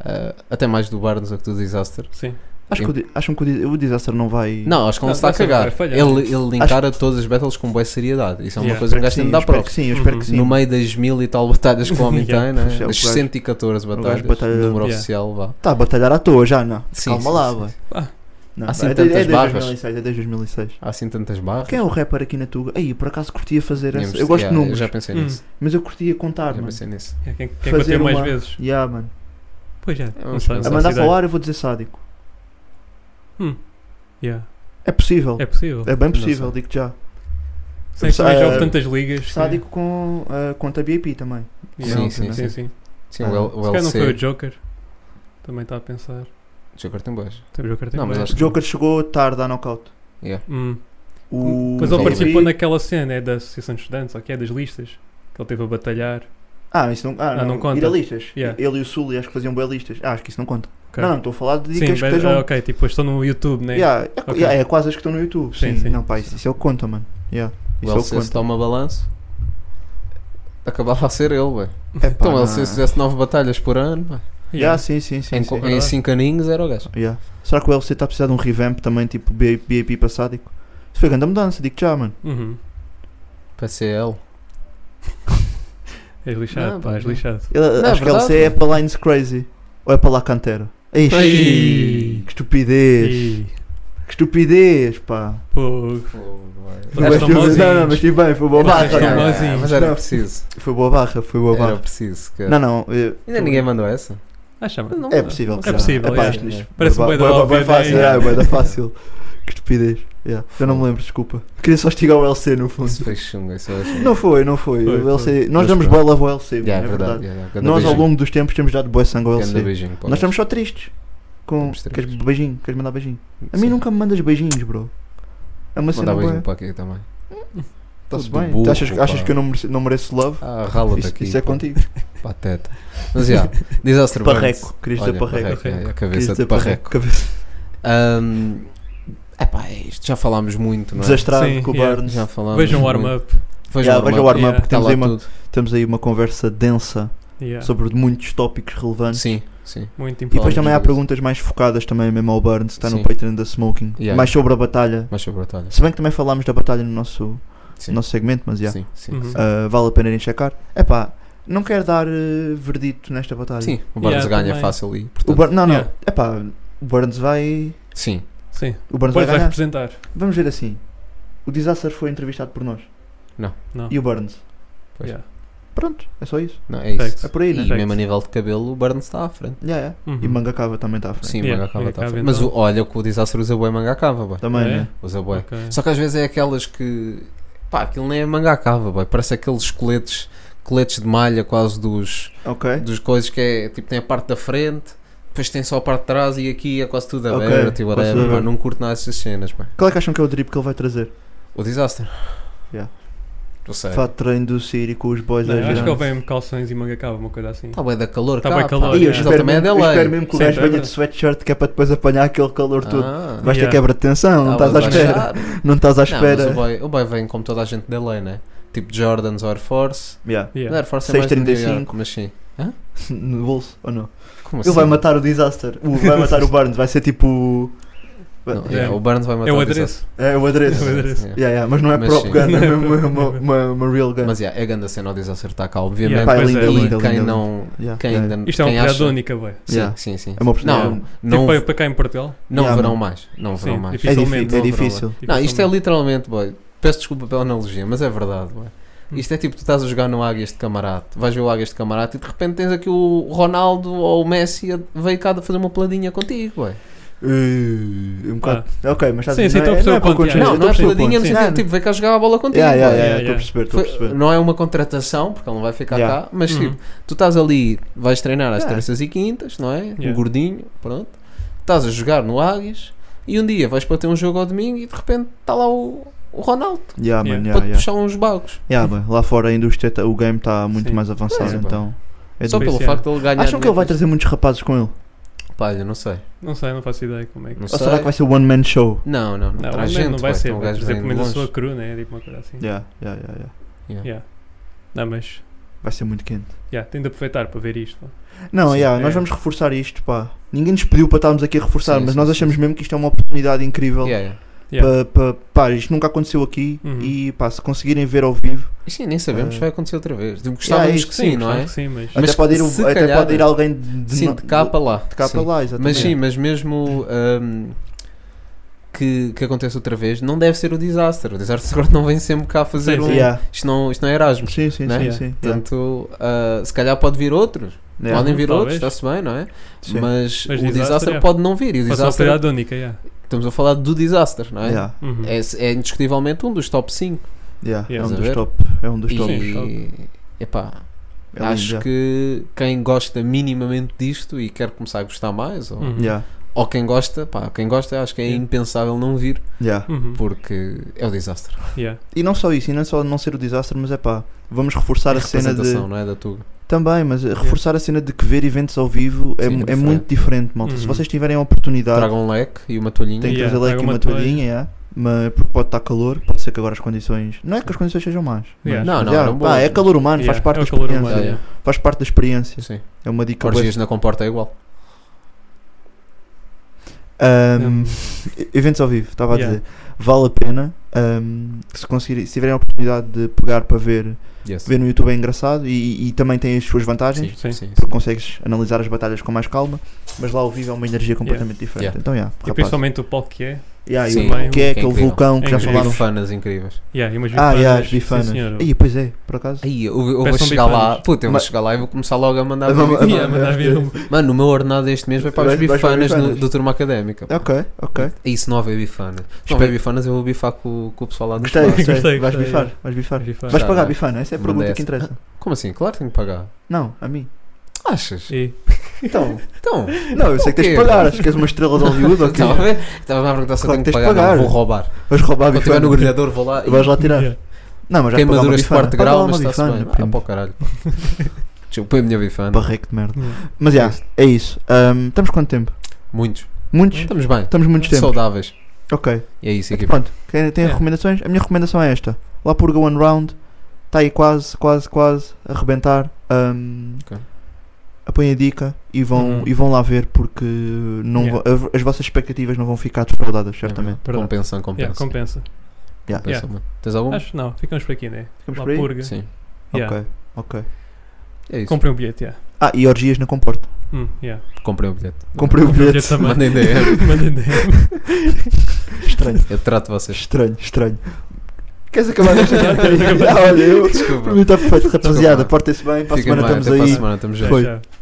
[SPEAKER 7] ah, até mais do Burns do que do Disaster.
[SPEAKER 8] Sim.
[SPEAKER 6] Acho que o di- acham que o di- o desastre não vai.
[SPEAKER 7] Não, acho que é ele
[SPEAKER 8] Não,
[SPEAKER 7] está a
[SPEAKER 8] vai ser-
[SPEAKER 7] cagar.
[SPEAKER 8] vai falhar.
[SPEAKER 7] Ele, ele encara todas as battles com boa seriedade. Isso é uma
[SPEAKER 8] Yeah.
[SPEAKER 7] coisa que o
[SPEAKER 6] Espero que
[SPEAKER 7] gajo tem
[SPEAKER 6] sim,
[SPEAKER 7] de dar
[SPEAKER 6] espero que
[SPEAKER 7] props.
[SPEAKER 6] sim, eu
[SPEAKER 8] Uhum.
[SPEAKER 6] espero que sim.
[SPEAKER 7] No meio das mil e tal batalhas que o homem
[SPEAKER 8] (laughs) Yeah.
[SPEAKER 7] tem, né?
[SPEAKER 6] Puxa, o
[SPEAKER 7] das
[SPEAKER 6] gajo-
[SPEAKER 7] 114
[SPEAKER 6] gajo
[SPEAKER 7] batalhas,
[SPEAKER 6] batalha-
[SPEAKER 7] número
[SPEAKER 8] Yeah.
[SPEAKER 7] oficial, vá.
[SPEAKER 6] Está Tá, a batalhar à toa já, não.
[SPEAKER 7] Sim,
[SPEAKER 6] Calma
[SPEAKER 7] sim,
[SPEAKER 6] lá,
[SPEAKER 7] sim,
[SPEAKER 6] vai.
[SPEAKER 7] sim.
[SPEAKER 8] Ah,
[SPEAKER 6] Não,
[SPEAKER 7] Há assim
[SPEAKER 6] é, de- é
[SPEAKER 7] tantas
[SPEAKER 6] desde
[SPEAKER 7] barras.
[SPEAKER 6] 2006, é desde 2006.
[SPEAKER 7] Há assim tantas barras.
[SPEAKER 6] Quem é o rapper aqui na Tuga? Aí, por acaso curtia fazer
[SPEAKER 7] Tínhamos-
[SPEAKER 6] essa. Eu gosto de
[SPEAKER 7] yeah,
[SPEAKER 6] números,
[SPEAKER 7] Eu já pensei
[SPEAKER 8] Hum.
[SPEAKER 7] nisso.
[SPEAKER 6] mas eu curtia contar,
[SPEAKER 7] já
[SPEAKER 6] mano.
[SPEAKER 7] pensei nisso.
[SPEAKER 8] Yeah, Quem quem
[SPEAKER 6] Fazer
[SPEAKER 8] bateu mais
[SPEAKER 6] uma-
[SPEAKER 8] vezes?
[SPEAKER 6] Yeah, mano.
[SPEAKER 8] Pois já, não
[SPEAKER 7] Vamos
[SPEAKER 8] sei.
[SPEAKER 7] pensar.
[SPEAKER 6] A
[SPEAKER 7] Essa
[SPEAKER 6] mandar para o
[SPEAKER 8] ideia.
[SPEAKER 6] ar eu vou dizer sádico.
[SPEAKER 8] Yeah.
[SPEAKER 6] É possível.
[SPEAKER 8] É possível.
[SPEAKER 6] É bem
[SPEAKER 7] Não sei.
[SPEAKER 6] possível, digo já.
[SPEAKER 8] Sei que também
[SPEAKER 6] Sa-
[SPEAKER 8] já houve tantas ligas.
[SPEAKER 6] Sádico com, ah, conta BIP também.
[SPEAKER 8] que-
[SPEAKER 7] Sim,
[SPEAKER 8] Não,
[SPEAKER 7] sim,
[SPEAKER 8] sim.
[SPEAKER 7] sim.
[SPEAKER 8] sim.
[SPEAKER 7] Sim,
[SPEAKER 6] Ah.
[SPEAKER 7] o, L,
[SPEAKER 8] Se
[SPEAKER 7] o
[SPEAKER 8] calhar não foi o
[SPEAKER 7] LC.
[SPEAKER 8] Joker. Também está a pensar. Tipo,
[SPEAKER 7] Joker tem boas.
[SPEAKER 8] O Joker tem
[SPEAKER 7] Não, mas
[SPEAKER 8] bué.
[SPEAKER 7] acho
[SPEAKER 6] O Joker chegou tarde à knockout.
[SPEAKER 8] Hum.
[SPEAKER 6] O
[SPEAKER 8] Mas ele
[SPEAKER 7] Sim.
[SPEAKER 8] participou
[SPEAKER 6] Sim.
[SPEAKER 8] naquela cena, é da Associação de Estudantes, ou que é das listas, que ele teve a batalhar.
[SPEAKER 6] Ah, isso não, ah,
[SPEAKER 8] Ah,
[SPEAKER 6] não,
[SPEAKER 8] não conta.
[SPEAKER 6] Ir a listas.
[SPEAKER 8] Yeah.
[SPEAKER 6] Ele e o Sully acho que faziam boas listas. Ah, acho que isso não conta.
[SPEAKER 8] Ok.
[SPEAKER 6] Não, não, estou a falar de
[SPEAKER 8] Sim,
[SPEAKER 6] dicas
[SPEAKER 8] mas,
[SPEAKER 6] que estejam.
[SPEAKER 8] ah, ok, tipo, estão no YouTube, né?
[SPEAKER 6] Yeah, é,
[SPEAKER 8] Ok.
[SPEAKER 6] yeah, é quase as que estão no YouTube. Sim,
[SPEAKER 8] Sim, sim.
[SPEAKER 6] Não, pá, isso, isso é o que conta, mano. Yeah, Isso
[SPEAKER 7] O
[SPEAKER 6] é o que
[SPEAKER 7] LC se
[SPEAKER 6] conta.
[SPEAKER 7] toma balanço. Acabava a ser ele, ué.
[SPEAKER 6] É, pá,
[SPEAKER 7] Então, o
[SPEAKER 6] não.
[SPEAKER 7] LC se fizesse 9 batalhas por ano, ué,
[SPEAKER 6] Yeah,
[SPEAKER 8] Yeah.
[SPEAKER 6] sim, sim, sim.
[SPEAKER 7] em
[SPEAKER 6] sim. é
[SPEAKER 7] co- em 5 aninhos era o gajo.
[SPEAKER 6] Yeah. Será que o LC está a precisar de um revamp também, tipo B- BAP para sádico? Isso foi grande mudança, digo já, mano.
[SPEAKER 8] Uhum.
[SPEAKER 7] PCL.
[SPEAKER 8] És lixado,
[SPEAKER 7] Não,
[SPEAKER 8] pá, és
[SPEAKER 7] não.
[SPEAKER 8] lixado.
[SPEAKER 6] Ele-
[SPEAKER 7] Não, é
[SPEAKER 6] acho que
[SPEAKER 7] verdade.
[SPEAKER 6] LC é para Lines Crazy. Ou é para lá Cantero? Ixi,
[SPEAKER 8] Ai.
[SPEAKER 6] que estupidez.
[SPEAKER 8] Ih,
[SPEAKER 6] Que estupidez, pá.
[SPEAKER 8] pô,
[SPEAKER 7] Era
[SPEAKER 8] Mas
[SPEAKER 6] Mas
[SPEAKER 8] são
[SPEAKER 6] tive-
[SPEAKER 8] bonzinhos.
[SPEAKER 6] é não, não, mas tive bem, foi boa
[SPEAKER 8] Mas
[SPEAKER 6] barra.
[SPEAKER 8] são
[SPEAKER 6] não.
[SPEAKER 8] bonzinhos.
[SPEAKER 7] mas era
[SPEAKER 6] Não.
[SPEAKER 7] preciso.
[SPEAKER 6] Foi boa barra, foi boa
[SPEAKER 7] Era
[SPEAKER 6] barra.
[SPEAKER 7] preciso. que-
[SPEAKER 6] Não, não. eu-
[SPEAKER 7] Ainda ninguém mandou essa?
[SPEAKER 8] ah, chama.
[SPEAKER 7] Não,
[SPEAKER 6] É possível. que
[SPEAKER 8] É
[SPEAKER 6] não.
[SPEAKER 8] possível,
[SPEAKER 6] Epá,
[SPEAKER 8] é.
[SPEAKER 6] isto- isto-
[SPEAKER 8] Parece um
[SPEAKER 6] bué-
[SPEAKER 8] boi da
[SPEAKER 6] bué- bué
[SPEAKER 8] óbvio, né?
[SPEAKER 6] fácil, é, bué da fácil. Que estupidez. Yeah. Eu não me lembro, desculpa. Queria só estigar o LC no fundo.
[SPEAKER 7] Isso foi chunga, isso foi chunga.
[SPEAKER 6] Não foi, não foi.
[SPEAKER 8] Foi,
[SPEAKER 6] o LC,
[SPEAKER 8] foi.
[SPEAKER 6] Nós
[SPEAKER 7] Mas
[SPEAKER 6] damos
[SPEAKER 7] pronto.
[SPEAKER 6] boa love ao LC,
[SPEAKER 7] Yeah,
[SPEAKER 6] é verdade.
[SPEAKER 7] yeah, yeah, ganda
[SPEAKER 6] Nós ao
[SPEAKER 7] beijinho.
[SPEAKER 6] longo dos tempos temos dado boa sangue ao
[SPEAKER 7] Ganda
[SPEAKER 6] LC.
[SPEAKER 7] beijinho, pá.
[SPEAKER 6] Nós estamos só tristes. Com...
[SPEAKER 7] Estamos
[SPEAKER 6] Queres
[SPEAKER 7] tristes.
[SPEAKER 6] beijinho? Queres mandar beijinho? A mim
[SPEAKER 7] Sim.
[SPEAKER 6] nunca me mandas beijinhos, bro. É uma cena
[SPEAKER 7] Mandar
[SPEAKER 6] boa.
[SPEAKER 7] beijinho para aqui também.
[SPEAKER 6] Está-se
[SPEAKER 7] Tudo
[SPEAKER 6] bem.
[SPEAKER 7] burro,
[SPEAKER 6] Tu achas, achas
[SPEAKER 7] pá.
[SPEAKER 6] que eu não mereço, não mereço love?
[SPEAKER 7] Ah, rala-te
[SPEAKER 6] isso,
[SPEAKER 7] aqui.
[SPEAKER 6] isso é
[SPEAKER 7] pá.
[SPEAKER 6] contigo.
[SPEAKER 7] Pateta. Mas já, diz ao
[SPEAKER 6] Parreco. Querias dizer
[SPEAKER 7] Olha,
[SPEAKER 6] parreco.
[SPEAKER 7] parreco, é, a
[SPEAKER 6] Querias
[SPEAKER 7] cabeça
[SPEAKER 6] dizer
[SPEAKER 7] de parreco.
[SPEAKER 6] Cabeça-
[SPEAKER 7] Ahm, epá, é isto já falámos muito, não é?
[SPEAKER 6] Desastrado
[SPEAKER 8] Sim,
[SPEAKER 6] com o
[SPEAKER 8] yeah.
[SPEAKER 6] Barnes.
[SPEAKER 7] Já falámos
[SPEAKER 8] Vejam o
[SPEAKER 7] muito.
[SPEAKER 8] warm-up.
[SPEAKER 7] Vejam
[SPEAKER 6] Yeah, vejam o
[SPEAKER 7] warm-up.
[SPEAKER 6] warm-up,
[SPEAKER 8] Yeah.
[SPEAKER 6] porque
[SPEAKER 7] Está
[SPEAKER 6] temos
[SPEAKER 7] lá
[SPEAKER 6] aí, uma,
[SPEAKER 7] tudo.
[SPEAKER 6] temos aí uma conversa densa
[SPEAKER 8] Yeah,
[SPEAKER 6] sobre muitos tópicos relevantes.
[SPEAKER 7] É. Sim, sim.
[SPEAKER 8] Muito
[SPEAKER 6] E depois
[SPEAKER 8] importante.
[SPEAKER 6] também há
[SPEAKER 7] Sim.
[SPEAKER 6] perguntas mais focadas também mesmo ao Burns, está no
[SPEAKER 7] Sim.
[SPEAKER 6] Patreon da Smoking.
[SPEAKER 7] Yeah.
[SPEAKER 6] Mais sobre a batalha.
[SPEAKER 7] Mais sobre a batalha.
[SPEAKER 6] Se bem que também falámos da batalha no nosso,
[SPEAKER 7] Sim,
[SPEAKER 6] no nosso segmento, mas já.
[SPEAKER 7] sim, sim.
[SPEAKER 8] Uhum.
[SPEAKER 6] Ah, vale a pena irem checar. Epá, não quero dar eh, verdito nesta batalha.
[SPEAKER 7] Sim, o Barnes
[SPEAKER 8] Yeah,
[SPEAKER 7] ganha
[SPEAKER 8] também.
[SPEAKER 7] fácil e,
[SPEAKER 6] O
[SPEAKER 7] portanto,
[SPEAKER 6] Burns, não, não.
[SPEAKER 8] Yeah.
[SPEAKER 6] Epá, o Burns vai.
[SPEAKER 7] sim.
[SPEAKER 8] Sim.
[SPEAKER 6] O Burns
[SPEAKER 8] Depois
[SPEAKER 6] vai
[SPEAKER 8] vais
[SPEAKER 6] ganhar.
[SPEAKER 8] representar.
[SPEAKER 6] Vamos ver assim. O Disaster foi entrevistado por nós.
[SPEAKER 7] Não.
[SPEAKER 8] Não.
[SPEAKER 6] E o Burns.
[SPEAKER 7] Pois.
[SPEAKER 8] Yeah.
[SPEAKER 6] Pronto, é só isso.
[SPEAKER 7] Não, é isso.
[SPEAKER 6] É por aí,
[SPEAKER 7] E
[SPEAKER 6] né?
[SPEAKER 8] Perfeito.
[SPEAKER 7] mesmo a nível de cabelo, o Barnes está à frente.
[SPEAKER 6] Yeah, yeah.
[SPEAKER 8] Uhum.
[SPEAKER 6] E Manga Cava também está à frente.
[SPEAKER 7] Sim,
[SPEAKER 8] Yeah,
[SPEAKER 7] manga cava
[SPEAKER 8] manga
[SPEAKER 7] está à
[SPEAKER 8] cava,
[SPEAKER 7] frente. Mas
[SPEAKER 8] então.
[SPEAKER 7] o- olha que o desastre usa bué manga cava, bué.
[SPEAKER 6] Também,
[SPEAKER 8] É.
[SPEAKER 6] né?
[SPEAKER 7] Usa bué.
[SPEAKER 8] Ok.
[SPEAKER 7] Só que às vezes é aquelas que. Pá, aquilo nem é manga à cava, boy. parece aqueles coletes, coletes de malha quase dos,
[SPEAKER 6] Ok.
[SPEAKER 7] dos coisas que é tipo tem a parte da frente, depois tem só a parte de trás e aqui é quase tudo
[SPEAKER 6] Ok,
[SPEAKER 7] aberto e whatever.
[SPEAKER 6] quase tudo
[SPEAKER 7] boy.
[SPEAKER 6] aberto.
[SPEAKER 7] Não curto nada dessas cenas, boy.
[SPEAKER 6] Qual é que acham que é o drip que ele vai trazer?
[SPEAKER 7] O desastre.
[SPEAKER 6] Yeah.
[SPEAKER 7] Não sei.
[SPEAKER 6] Fato de treino do Siri com os boys
[SPEAKER 8] Não,
[SPEAKER 6] a
[SPEAKER 8] eu acho que ele
[SPEAKER 6] girar.
[SPEAKER 8] vem calções e manga cava, uma coisa assim.
[SPEAKER 7] Está bem da calor,
[SPEAKER 8] Tá
[SPEAKER 7] cá,
[SPEAKER 8] bué
[SPEAKER 7] pá.
[SPEAKER 8] calor,
[SPEAKER 6] Ih, eu
[SPEAKER 8] Ele
[SPEAKER 6] espero,
[SPEAKER 7] Ele também é
[SPEAKER 6] mesmo, eu espero
[SPEAKER 7] dela.
[SPEAKER 6] mesmo que o
[SPEAKER 8] Sim,
[SPEAKER 6] gajo
[SPEAKER 8] é
[SPEAKER 6] venha de
[SPEAKER 8] verdade.
[SPEAKER 6] sweatshirt que é para depois apanhar aquele calor todo.
[SPEAKER 7] Ah,
[SPEAKER 6] Vais ter
[SPEAKER 8] Yeah.
[SPEAKER 6] quebra de tensão, não
[SPEAKER 7] tá,
[SPEAKER 6] estás à
[SPEAKER 7] mas
[SPEAKER 6] espera.
[SPEAKER 7] já-
[SPEAKER 6] Não estás à
[SPEAKER 7] Não, mas
[SPEAKER 6] espera.
[SPEAKER 7] o boy, o boy vem como toda a gente da lei, né? Tipo Jordans ou Air Force.
[SPEAKER 6] Yeah. (laughs)
[SPEAKER 8] Yeah.
[SPEAKER 7] Air Force é mais de New
[SPEAKER 6] 635.
[SPEAKER 7] York, mas sim.
[SPEAKER 6] No bolso ou não?
[SPEAKER 7] assim? Como
[SPEAKER 6] Ele
[SPEAKER 7] assim?
[SPEAKER 6] vai matar o Disaster. O- vai matar o Burns, vai ser tipo. vai-
[SPEAKER 7] Não,
[SPEAKER 8] Yeah.
[SPEAKER 7] é, O Burns vai matar
[SPEAKER 8] É o
[SPEAKER 7] desastre.
[SPEAKER 8] adereço.
[SPEAKER 6] É o adereço.
[SPEAKER 8] É o adereço.
[SPEAKER 7] Yeah.
[SPEAKER 6] Yeah, yeah, mas não é
[SPEAKER 7] Mas
[SPEAKER 6] prop
[SPEAKER 7] sim. (laughs)
[SPEAKER 6] gun,
[SPEAKER 8] Não
[SPEAKER 6] é
[SPEAKER 8] é
[SPEAKER 6] mesmo
[SPEAKER 8] prop-
[SPEAKER 6] uma, uma, uma real gun.
[SPEAKER 7] Mas yeah, é grande a cena ao desacertar cá, obviamente.
[SPEAKER 8] Yeah,
[SPEAKER 6] Pá, é
[SPEAKER 8] pois é,
[SPEAKER 6] linda,
[SPEAKER 7] e
[SPEAKER 6] linda,
[SPEAKER 7] quem
[SPEAKER 6] linda, linda.
[SPEAKER 7] não.
[SPEAKER 6] Yeah,
[SPEAKER 7] Quem,
[SPEAKER 6] yeah.
[SPEAKER 7] ainda-
[SPEAKER 8] Isto é uma
[SPEAKER 7] quem
[SPEAKER 8] piada
[SPEAKER 7] acha-
[SPEAKER 6] única.
[SPEAKER 8] única, boy. Tipo,
[SPEAKER 7] Sim,
[SPEAKER 6] Yeah.
[SPEAKER 7] sim, sim.
[SPEAKER 6] É uma
[SPEAKER 7] Não,
[SPEAKER 6] oportunidade.
[SPEAKER 7] não,
[SPEAKER 8] é para, para cá em Portugal.
[SPEAKER 7] não
[SPEAKER 6] Yeah,
[SPEAKER 7] verão
[SPEAKER 6] mano.
[SPEAKER 7] mais. Não verão
[SPEAKER 8] Sim,
[SPEAKER 7] mais.
[SPEAKER 6] É
[SPEAKER 8] dificilmente.
[SPEAKER 6] difícil, é difícil.
[SPEAKER 7] Não, isto é literalmente, boy. Peço desculpa pela analogia, mas é verdade, boy.
[SPEAKER 6] Hum.
[SPEAKER 7] Isto é tipo, tu estás a jogar no Águias de Camarate, vais ver o Águias de Camarate e de repente tens aqui o Ronaldo ou o Messi a- veio cá de fazer uma peladinha contigo, boy.
[SPEAKER 6] Uh, um bocado.
[SPEAKER 7] Ah.
[SPEAKER 6] Ok, mas estás
[SPEAKER 8] Sim,
[SPEAKER 6] a
[SPEAKER 8] sim, estou a
[SPEAKER 6] dizer. Não é-
[SPEAKER 8] perceber
[SPEAKER 6] não é
[SPEAKER 8] o ponto,
[SPEAKER 6] para
[SPEAKER 8] yeah.
[SPEAKER 6] congelar,
[SPEAKER 7] Não,
[SPEAKER 6] estou
[SPEAKER 7] não
[SPEAKER 6] a
[SPEAKER 7] é
[SPEAKER 6] perceber o
[SPEAKER 7] peladinha
[SPEAKER 6] ponto,
[SPEAKER 7] no
[SPEAKER 6] sim.
[SPEAKER 7] sentido, tipo, veio cá jogar a bola contigo,
[SPEAKER 6] Yeah, yeah,
[SPEAKER 7] boy.
[SPEAKER 6] yeah,
[SPEAKER 8] Yeah,
[SPEAKER 6] estou
[SPEAKER 8] yeah.
[SPEAKER 6] a perceber, estou a
[SPEAKER 7] Foi-
[SPEAKER 6] perceber.
[SPEAKER 7] não é uma contratação, porque ele não vai ficar
[SPEAKER 6] Yeah.
[SPEAKER 7] cá, mas
[SPEAKER 8] Uhum.
[SPEAKER 7] tipo, tu estás ali, vais treinar às
[SPEAKER 6] Yeah.
[SPEAKER 7] terças e quintas, não é?
[SPEAKER 8] Yeah.
[SPEAKER 7] Um gordinho, pronto. Estás a jogar no Águias e um dia vais para ter um jogo ao domingo e de repente está lá o, o Ronaldo
[SPEAKER 6] Yeah, man,
[SPEAKER 8] Yeah.
[SPEAKER 6] yeah,
[SPEAKER 7] para te
[SPEAKER 6] yeah.
[SPEAKER 7] puxar uns bagos.
[SPEAKER 6] Yeah, bem, lá fora a indústria, tá- o game está muito
[SPEAKER 8] Sim.
[SPEAKER 6] mais avançado,
[SPEAKER 7] Pois é, pá.
[SPEAKER 6] então. É
[SPEAKER 7] Só
[SPEAKER 6] de-
[SPEAKER 8] por
[SPEAKER 7] pelo
[SPEAKER 8] isso é.
[SPEAKER 7] facto de ele ganhar.
[SPEAKER 6] Acham que ele vai trazer muitos rapazes com ele?
[SPEAKER 7] Palha, não sei.
[SPEAKER 8] Não sei, não faço ideia como é que.
[SPEAKER 7] Não
[SPEAKER 6] Ou
[SPEAKER 7] sei.
[SPEAKER 6] será que vai ser one man show?
[SPEAKER 7] Não, não, não.
[SPEAKER 8] Não,
[SPEAKER 7] traz
[SPEAKER 8] mas
[SPEAKER 7] gente,
[SPEAKER 8] não vai
[SPEAKER 7] pá,
[SPEAKER 8] ser.
[SPEAKER 7] então o
[SPEAKER 8] Vai
[SPEAKER 7] gajo
[SPEAKER 8] dizer
[SPEAKER 7] vem
[SPEAKER 8] pelo menos a
[SPEAKER 7] de
[SPEAKER 8] sua
[SPEAKER 7] longe.
[SPEAKER 8] crew, né? Tipo uma coisa assim.
[SPEAKER 6] Yeah, yeah, yeah, yeah.
[SPEAKER 7] Yeah.
[SPEAKER 8] Yeah. Não, mas
[SPEAKER 6] Vai ser muito quente.
[SPEAKER 8] yeah, tem de aproveitar para ver isto. pá.
[SPEAKER 6] Não,
[SPEAKER 7] Sim,
[SPEAKER 6] yeah,
[SPEAKER 8] é.
[SPEAKER 6] nós vamos reforçar isto, pá. Ninguém nos pediu para estarmos aqui a reforçar,
[SPEAKER 7] Sim,
[SPEAKER 6] mas
[SPEAKER 7] sim,
[SPEAKER 6] nós
[SPEAKER 7] sim.
[SPEAKER 6] achamos mesmo que isto é uma oportunidade incrível.
[SPEAKER 7] Yeah, yeah.
[SPEAKER 8] Yeah.
[SPEAKER 6] Para, pá, isto nunca aconteceu aqui
[SPEAKER 8] Uhum.
[SPEAKER 6] e pá, se conseguirem ver ao vivo,
[SPEAKER 7] E sim, nem sabemos se
[SPEAKER 6] Eh,
[SPEAKER 7] vai acontecer outra vez. Tipo, Gostávamos
[SPEAKER 6] isso,
[SPEAKER 7] que sim, não
[SPEAKER 8] gostava
[SPEAKER 7] é?
[SPEAKER 8] que Sim, mas.
[SPEAKER 7] Mas
[SPEAKER 6] até, pode ir, o-
[SPEAKER 7] se
[SPEAKER 6] até
[SPEAKER 7] calhar-
[SPEAKER 6] pode ir alguém de,
[SPEAKER 7] Sim, de cá para lá.
[SPEAKER 6] de cá
[SPEAKER 7] Sim.
[SPEAKER 6] para lá, exatamente.
[SPEAKER 7] Mas sim, mas mesmo ahm, que, que aconteça outra vez, não deve ser o desastre. O desastre agora não vem sempre cá fazer
[SPEAKER 8] Sim,
[SPEAKER 7] um.
[SPEAKER 8] sim.
[SPEAKER 6] Yeah.
[SPEAKER 7] Isto, não, isto não é Erasmus.
[SPEAKER 6] Sim, sim,
[SPEAKER 7] Né?
[SPEAKER 6] sim,
[SPEAKER 8] Yeah.
[SPEAKER 6] sim. yeah.
[SPEAKER 7] Portanto, ah, se calhar pode vir outros.
[SPEAKER 6] Yeah.
[SPEAKER 7] Podem vir
[SPEAKER 8] Talvez.
[SPEAKER 7] outros, está-se bem, não é?
[SPEAKER 6] Sim.
[SPEAKER 7] Mas,
[SPEAKER 8] Mas
[SPEAKER 7] o
[SPEAKER 8] desastre,
[SPEAKER 7] desastre
[SPEAKER 8] é.
[SPEAKER 7] pode não vir. E o
[SPEAKER 8] Passou a
[SPEAKER 7] desastre,
[SPEAKER 8] oportunidade única, yeah.
[SPEAKER 7] estamos a falar do desastre, não é?
[SPEAKER 6] Yeah,
[SPEAKER 8] Uhum.
[SPEAKER 7] É, é indiscutivelmente um dos top 5.
[SPEAKER 6] yeah, É
[SPEAKER 8] Yeah.
[SPEAKER 6] um
[SPEAKER 7] Estás a
[SPEAKER 6] dos
[SPEAKER 7] ver?
[SPEAKER 6] top. É um dos
[SPEAKER 7] e,
[SPEAKER 6] top.
[SPEAKER 8] Sim, top.
[SPEAKER 7] epá,
[SPEAKER 6] É um
[SPEAKER 7] acho
[SPEAKER 6] dos-
[SPEAKER 7] que quem gosta minimamente disto e quer começar a gostar mais, ou,
[SPEAKER 8] Uhum.
[SPEAKER 6] Yeah.
[SPEAKER 7] ou quem gosta, pá, quem gosta, acho que é
[SPEAKER 8] Yeah.
[SPEAKER 7] impensável não vir.
[SPEAKER 6] Yeah.
[SPEAKER 8] Uhum.
[SPEAKER 7] porque é o desastre.
[SPEAKER 8] Yeah.
[SPEAKER 6] E não só isso, e não só não ser o desastre, mas é pá, vamos reforçar a, Tá cena de.
[SPEAKER 7] representação, não é da Tuga.
[SPEAKER 6] Também, mas eh, reforçar a cena de que ver eventos ao vivo é,
[SPEAKER 7] Sim,
[SPEAKER 6] mu- é
[SPEAKER 7] diferente.
[SPEAKER 6] muito diferente, malta. Se
[SPEAKER 8] Uhum.
[SPEAKER 6] vocês tiverem a oportunidade,
[SPEAKER 7] Traga um leque e uma toalhinha.
[SPEAKER 6] tem que
[SPEAKER 8] Yeah,
[SPEAKER 6] trazer lá aqui
[SPEAKER 8] traga uma
[SPEAKER 6] uma toalhinha, yeah, mas porque pode estar calor, pode ser que agora as condições. Não é que as condições sejam más.
[SPEAKER 8] Yeah.
[SPEAKER 7] Não,
[SPEAKER 6] mas,
[SPEAKER 7] não,
[SPEAKER 6] yeah,
[SPEAKER 7] eram
[SPEAKER 6] pá,
[SPEAKER 7] boas.
[SPEAKER 6] é calor humano,
[SPEAKER 8] Yeah,
[SPEAKER 6] faz parte
[SPEAKER 8] é
[SPEAKER 6] da
[SPEAKER 8] o calor
[SPEAKER 6] experiência.
[SPEAKER 8] humano.
[SPEAKER 7] Yeah,
[SPEAKER 8] yeah.
[SPEAKER 6] Faz parte da experiência.
[SPEAKER 7] Sim.
[SPEAKER 6] É uma dica boa.
[SPEAKER 7] Orgias na comporta é igual.
[SPEAKER 6] Ahm, Eventos ao vivo, estava a
[SPEAKER 8] Yeah.
[SPEAKER 6] dizer. Vale a pena. ahm, se, conseguirem, se tiverem a oportunidade de pegar para ver,
[SPEAKER 7] Yes.
[SPEAKER 6] ver no YouTube é engraçado e, e também tem as suas vantagens.
[SPEAKER 7] Sim, sim, sim.
[SPEAKER 6] Porque consegues analisar as batalhas com mais calma, mas lá ao vivo é uma energia completamente diferente.
[SPEAKER 7] Yeah.
[SPEAKER 6] Então, yeah,
[SPEAKER 8] E
[SPEAKER 6] rapaz.
[SPEAKER 8] principalmente o palco que é.
[SPEAKER 6] Yeah, e
[SPEAKER 7] Sim,
[SPEAKER 6] o que é
[SPEAKER 7] é
[SPEAKER 6] aquele
[SPEAKER 7] incrível.
[SPEAKER 6] vulcão que
[SPEAKER 8] É
[SPEAKER 6] já
[SPEAKER 8] incrível.
[SPEAKER 6] falámos?
[SPEAKER 7] bifanas incríveis.
[SPEAKER 8] Yeah, e umas
[SPEAKER 6] Ah,
[SPEAKER 8] bifanas.
[SPEAKER 6] yeah, as
[SPEAKER 8] Sim,
[SPEAKER 6] bifanas.
[SPEAKER 8] senhora.
[SPEAKER 6] Aí, pois é, por acaso.
[SPEAKER 7] Aí, eu, eu vou
[SPEAKER 6] um
[SPEAKER 8] Peçam
[SPEAKER 7] chegar lá,
[SPEAKER 8] bifanas.
[SPEAKER 7] puta, eu
[SPEAKER 6] Ma-
[SPEAKER 7] vou chegar lá e vou começar logo a mandar
[SPEAKER 6] Vamos-
[SPEAKER 7] vir-
[SPEAKER 8] (laughs) Yeah, mandar vir um-
[SPEAKER 7] Mano, o meu ordenado este mês vai para
[SPEAKER 6] Vai-
[SPEAKER 7] as
[SPEAKER 6] vai para
[SPEAKER 7] bifanas
[SPEAKER 6] bifanas.
[SPEAKER 7] do, do turma académica. pá.
[SPEAKER 6] Ok, Ah, ok.
[SPEAKER 7] É isso, não houver bifanas. Se não
[SPEAKER 6] Espero-
[SPEAKER 7] houver bifanas, eu vou bifar com, com o pessoal lá do
[SPEAKER 6] Gostei,
[SPEAKER 7] espaço.
[SPEAKER 6] gostei.
[SPEAKER 8] Gostei,
[SPEAKER 6] Vais
[SPEAKER 8] gostei.
[SPEAKER 6] bifar, vais bifar.
[SPEAKER 8] Bifar.
[SPEAKER 6] Vais
[SPEAKER 7] Tá,
[SPEAKER 6] pagar a
[SPEAKER 7] tá.
[SPEAKER 6] bifana? Essa é a
[SPEAKER 7] Manda
[SPEAKER 6] pergunta
[SPEAKER 7] essa.
[SPEAKER 6] que interessa.
[SPEAKER 7] Como assim? Claro que tenho que pagar.
[SPEAKER 6] Não,
[SPEAKER 8] (laughs)
[SPEAKER 6] a mim.
[SPEAKER 7] Achas?
[SPEAKER 8] E-
[SPEAKER 6] Então, (laughs)
[SPEAKER 7] Então,
[SPEAKER 6] não, eu sei que tens de
[SPEAKER 7] Porquê?
[SPEAKER 6] pagar. Acho que és uma estrela de Hollywood ou quê?
[SPEAKER 7] estava a ver? Estava a perguntar se eu
[SPEAKER 6] Claro que tens
[SPEAKER 7] tenho que
[SPEAKER 6] de
[SPEAKER 7] pagar.
[SPEAKER 6] pagar.
[SPEAKER 7] Não, vou roubar.
[SPEAKER 6] Vais roubar a
[SPEAKER 7] Quando estiver
[SPEAKER 6] bifana.
[SPEAKER 7] no grelhador, vou lá. e-
[SPEAKER 6] Vais lá tirar.
[SPEAKER 8] Yeah.
[SPEAKER 6] Não, mas já pagar uma
[SPEAKER 7] Queimaduras de
[SPEAKER 6] bifana.
[SPEAKER 7] quarto
[SPEAKER 6] Paga lá
[SPEAKER 7] grau,
[SPEAKER 6] uma
[SPEAKER 7] mas está-se
[SPEAKER 6] bifana,
[SPEAKER 7] bem. Ah,
[SPEAKER 6] primo.
[SPEAKER 7] para o caralho. (laughs) pá. Deixa eu pôr a minha bifana.
[SPEAKER 6] Barreco de merda.
[SPEAKER 8] Yeah.
[SPEAKER 6] Mas já, é isso. Ahm, estamos quanto tempo?
[SPEAKER 7] Muitos.
[SPEAKER 6] Muitos?
[SPEAKER 7] Estamos bem.
[SPEAKER 6] Estamos muitos tempos.
[SPEAKER 7] Saudáveis.
[SPEAKER 6] Ok.
[SPEAKER 7] E é isso, equipa.
[SPEAKER 6] Pronto, quem tem
[SPEAKER 8] É.
[SPEAKER 6] recomendações? A minha recomendação é esta. Lá purga One Round. Está aí quase, quase, quase a arrebentar. Ahm,
[SPEAKER 7] Ok.
[SPEAKER 6] Apoiem a dica e vão,
[SPEAKER 8] Uhum.
[SPEAKER 6] e vão lá ver porque não
[SPEAKER 8] Yeah.
[SPEAKER 6] vo- as vossas expectativas não vão ficar defraudadas, certamente.
[SPEAKER 8] Perdão.
[SPEAKER 7] Compensa,
[SPEAKER 8] Yeah,
[SPEAKER 7] compensa.
[SPEAKER 8] compensa.
[SPEAKER 7] Compensa,
[SPEAKER 8] Yeah.
[SPEAKER 7] mano. Tens algum?
[SPEAKER 8] Acho que não, ficamos por aqui, né?
[SPEAKER 6] Ficamos
[SPEAKER 8] Lá
[SPEAKER 6] por aí?
[SPEAKER 8] purga.
[SPEAKER 7] Sim.
[SPEAKER 8] Yeah.
[SPEAKER 6] Ok, ok.
[SPEAKER 7] É isso.
[SPEAKER 8] Comprei um bilhete, yeah.
[SPEAKER 6] Ah, e orgias na Comporta.
[SPEAKER 8] Hum, yeah.
[SPEAKER 7] Comprei o bilhete.
[SPEAKER 6] Comprei o
[SPEAKER 8] Comprei um
[SPEAKER 6] bilhete.
[SPEAKER 8] também.
[SPEAKER 7] Mandem DM.
[SPEAKER 8] (laughs) Mandem DM.
[SPEAKER 6] estranho,
[SPEAKER 7] Eu trato vocês.
[SPEAKER 6] estranho, estranho. Queres acabar (laughs) desta
[SPEAKER 8] Queres acabar?
[SPEAKER 6] ah, (laughs) olha, eu.
[SPEAKER 7] Desculpa.
[SPEAKER 6] Para mim está tá perfeito, rapaziada. Portem-se bem, para a
[SPEAKER 7] Fiquem
[SPEAKER 6] semana
[SPEAKER 7] bem.
[SPEAKER 6] estamos
[SPEAKER 7] Até para a
[SPEAKER 6] aí.
[SPEAKER 7] semana. Estamos já.
[SPEAKER 6] Foi.
[SPEAKER 8] Tchau.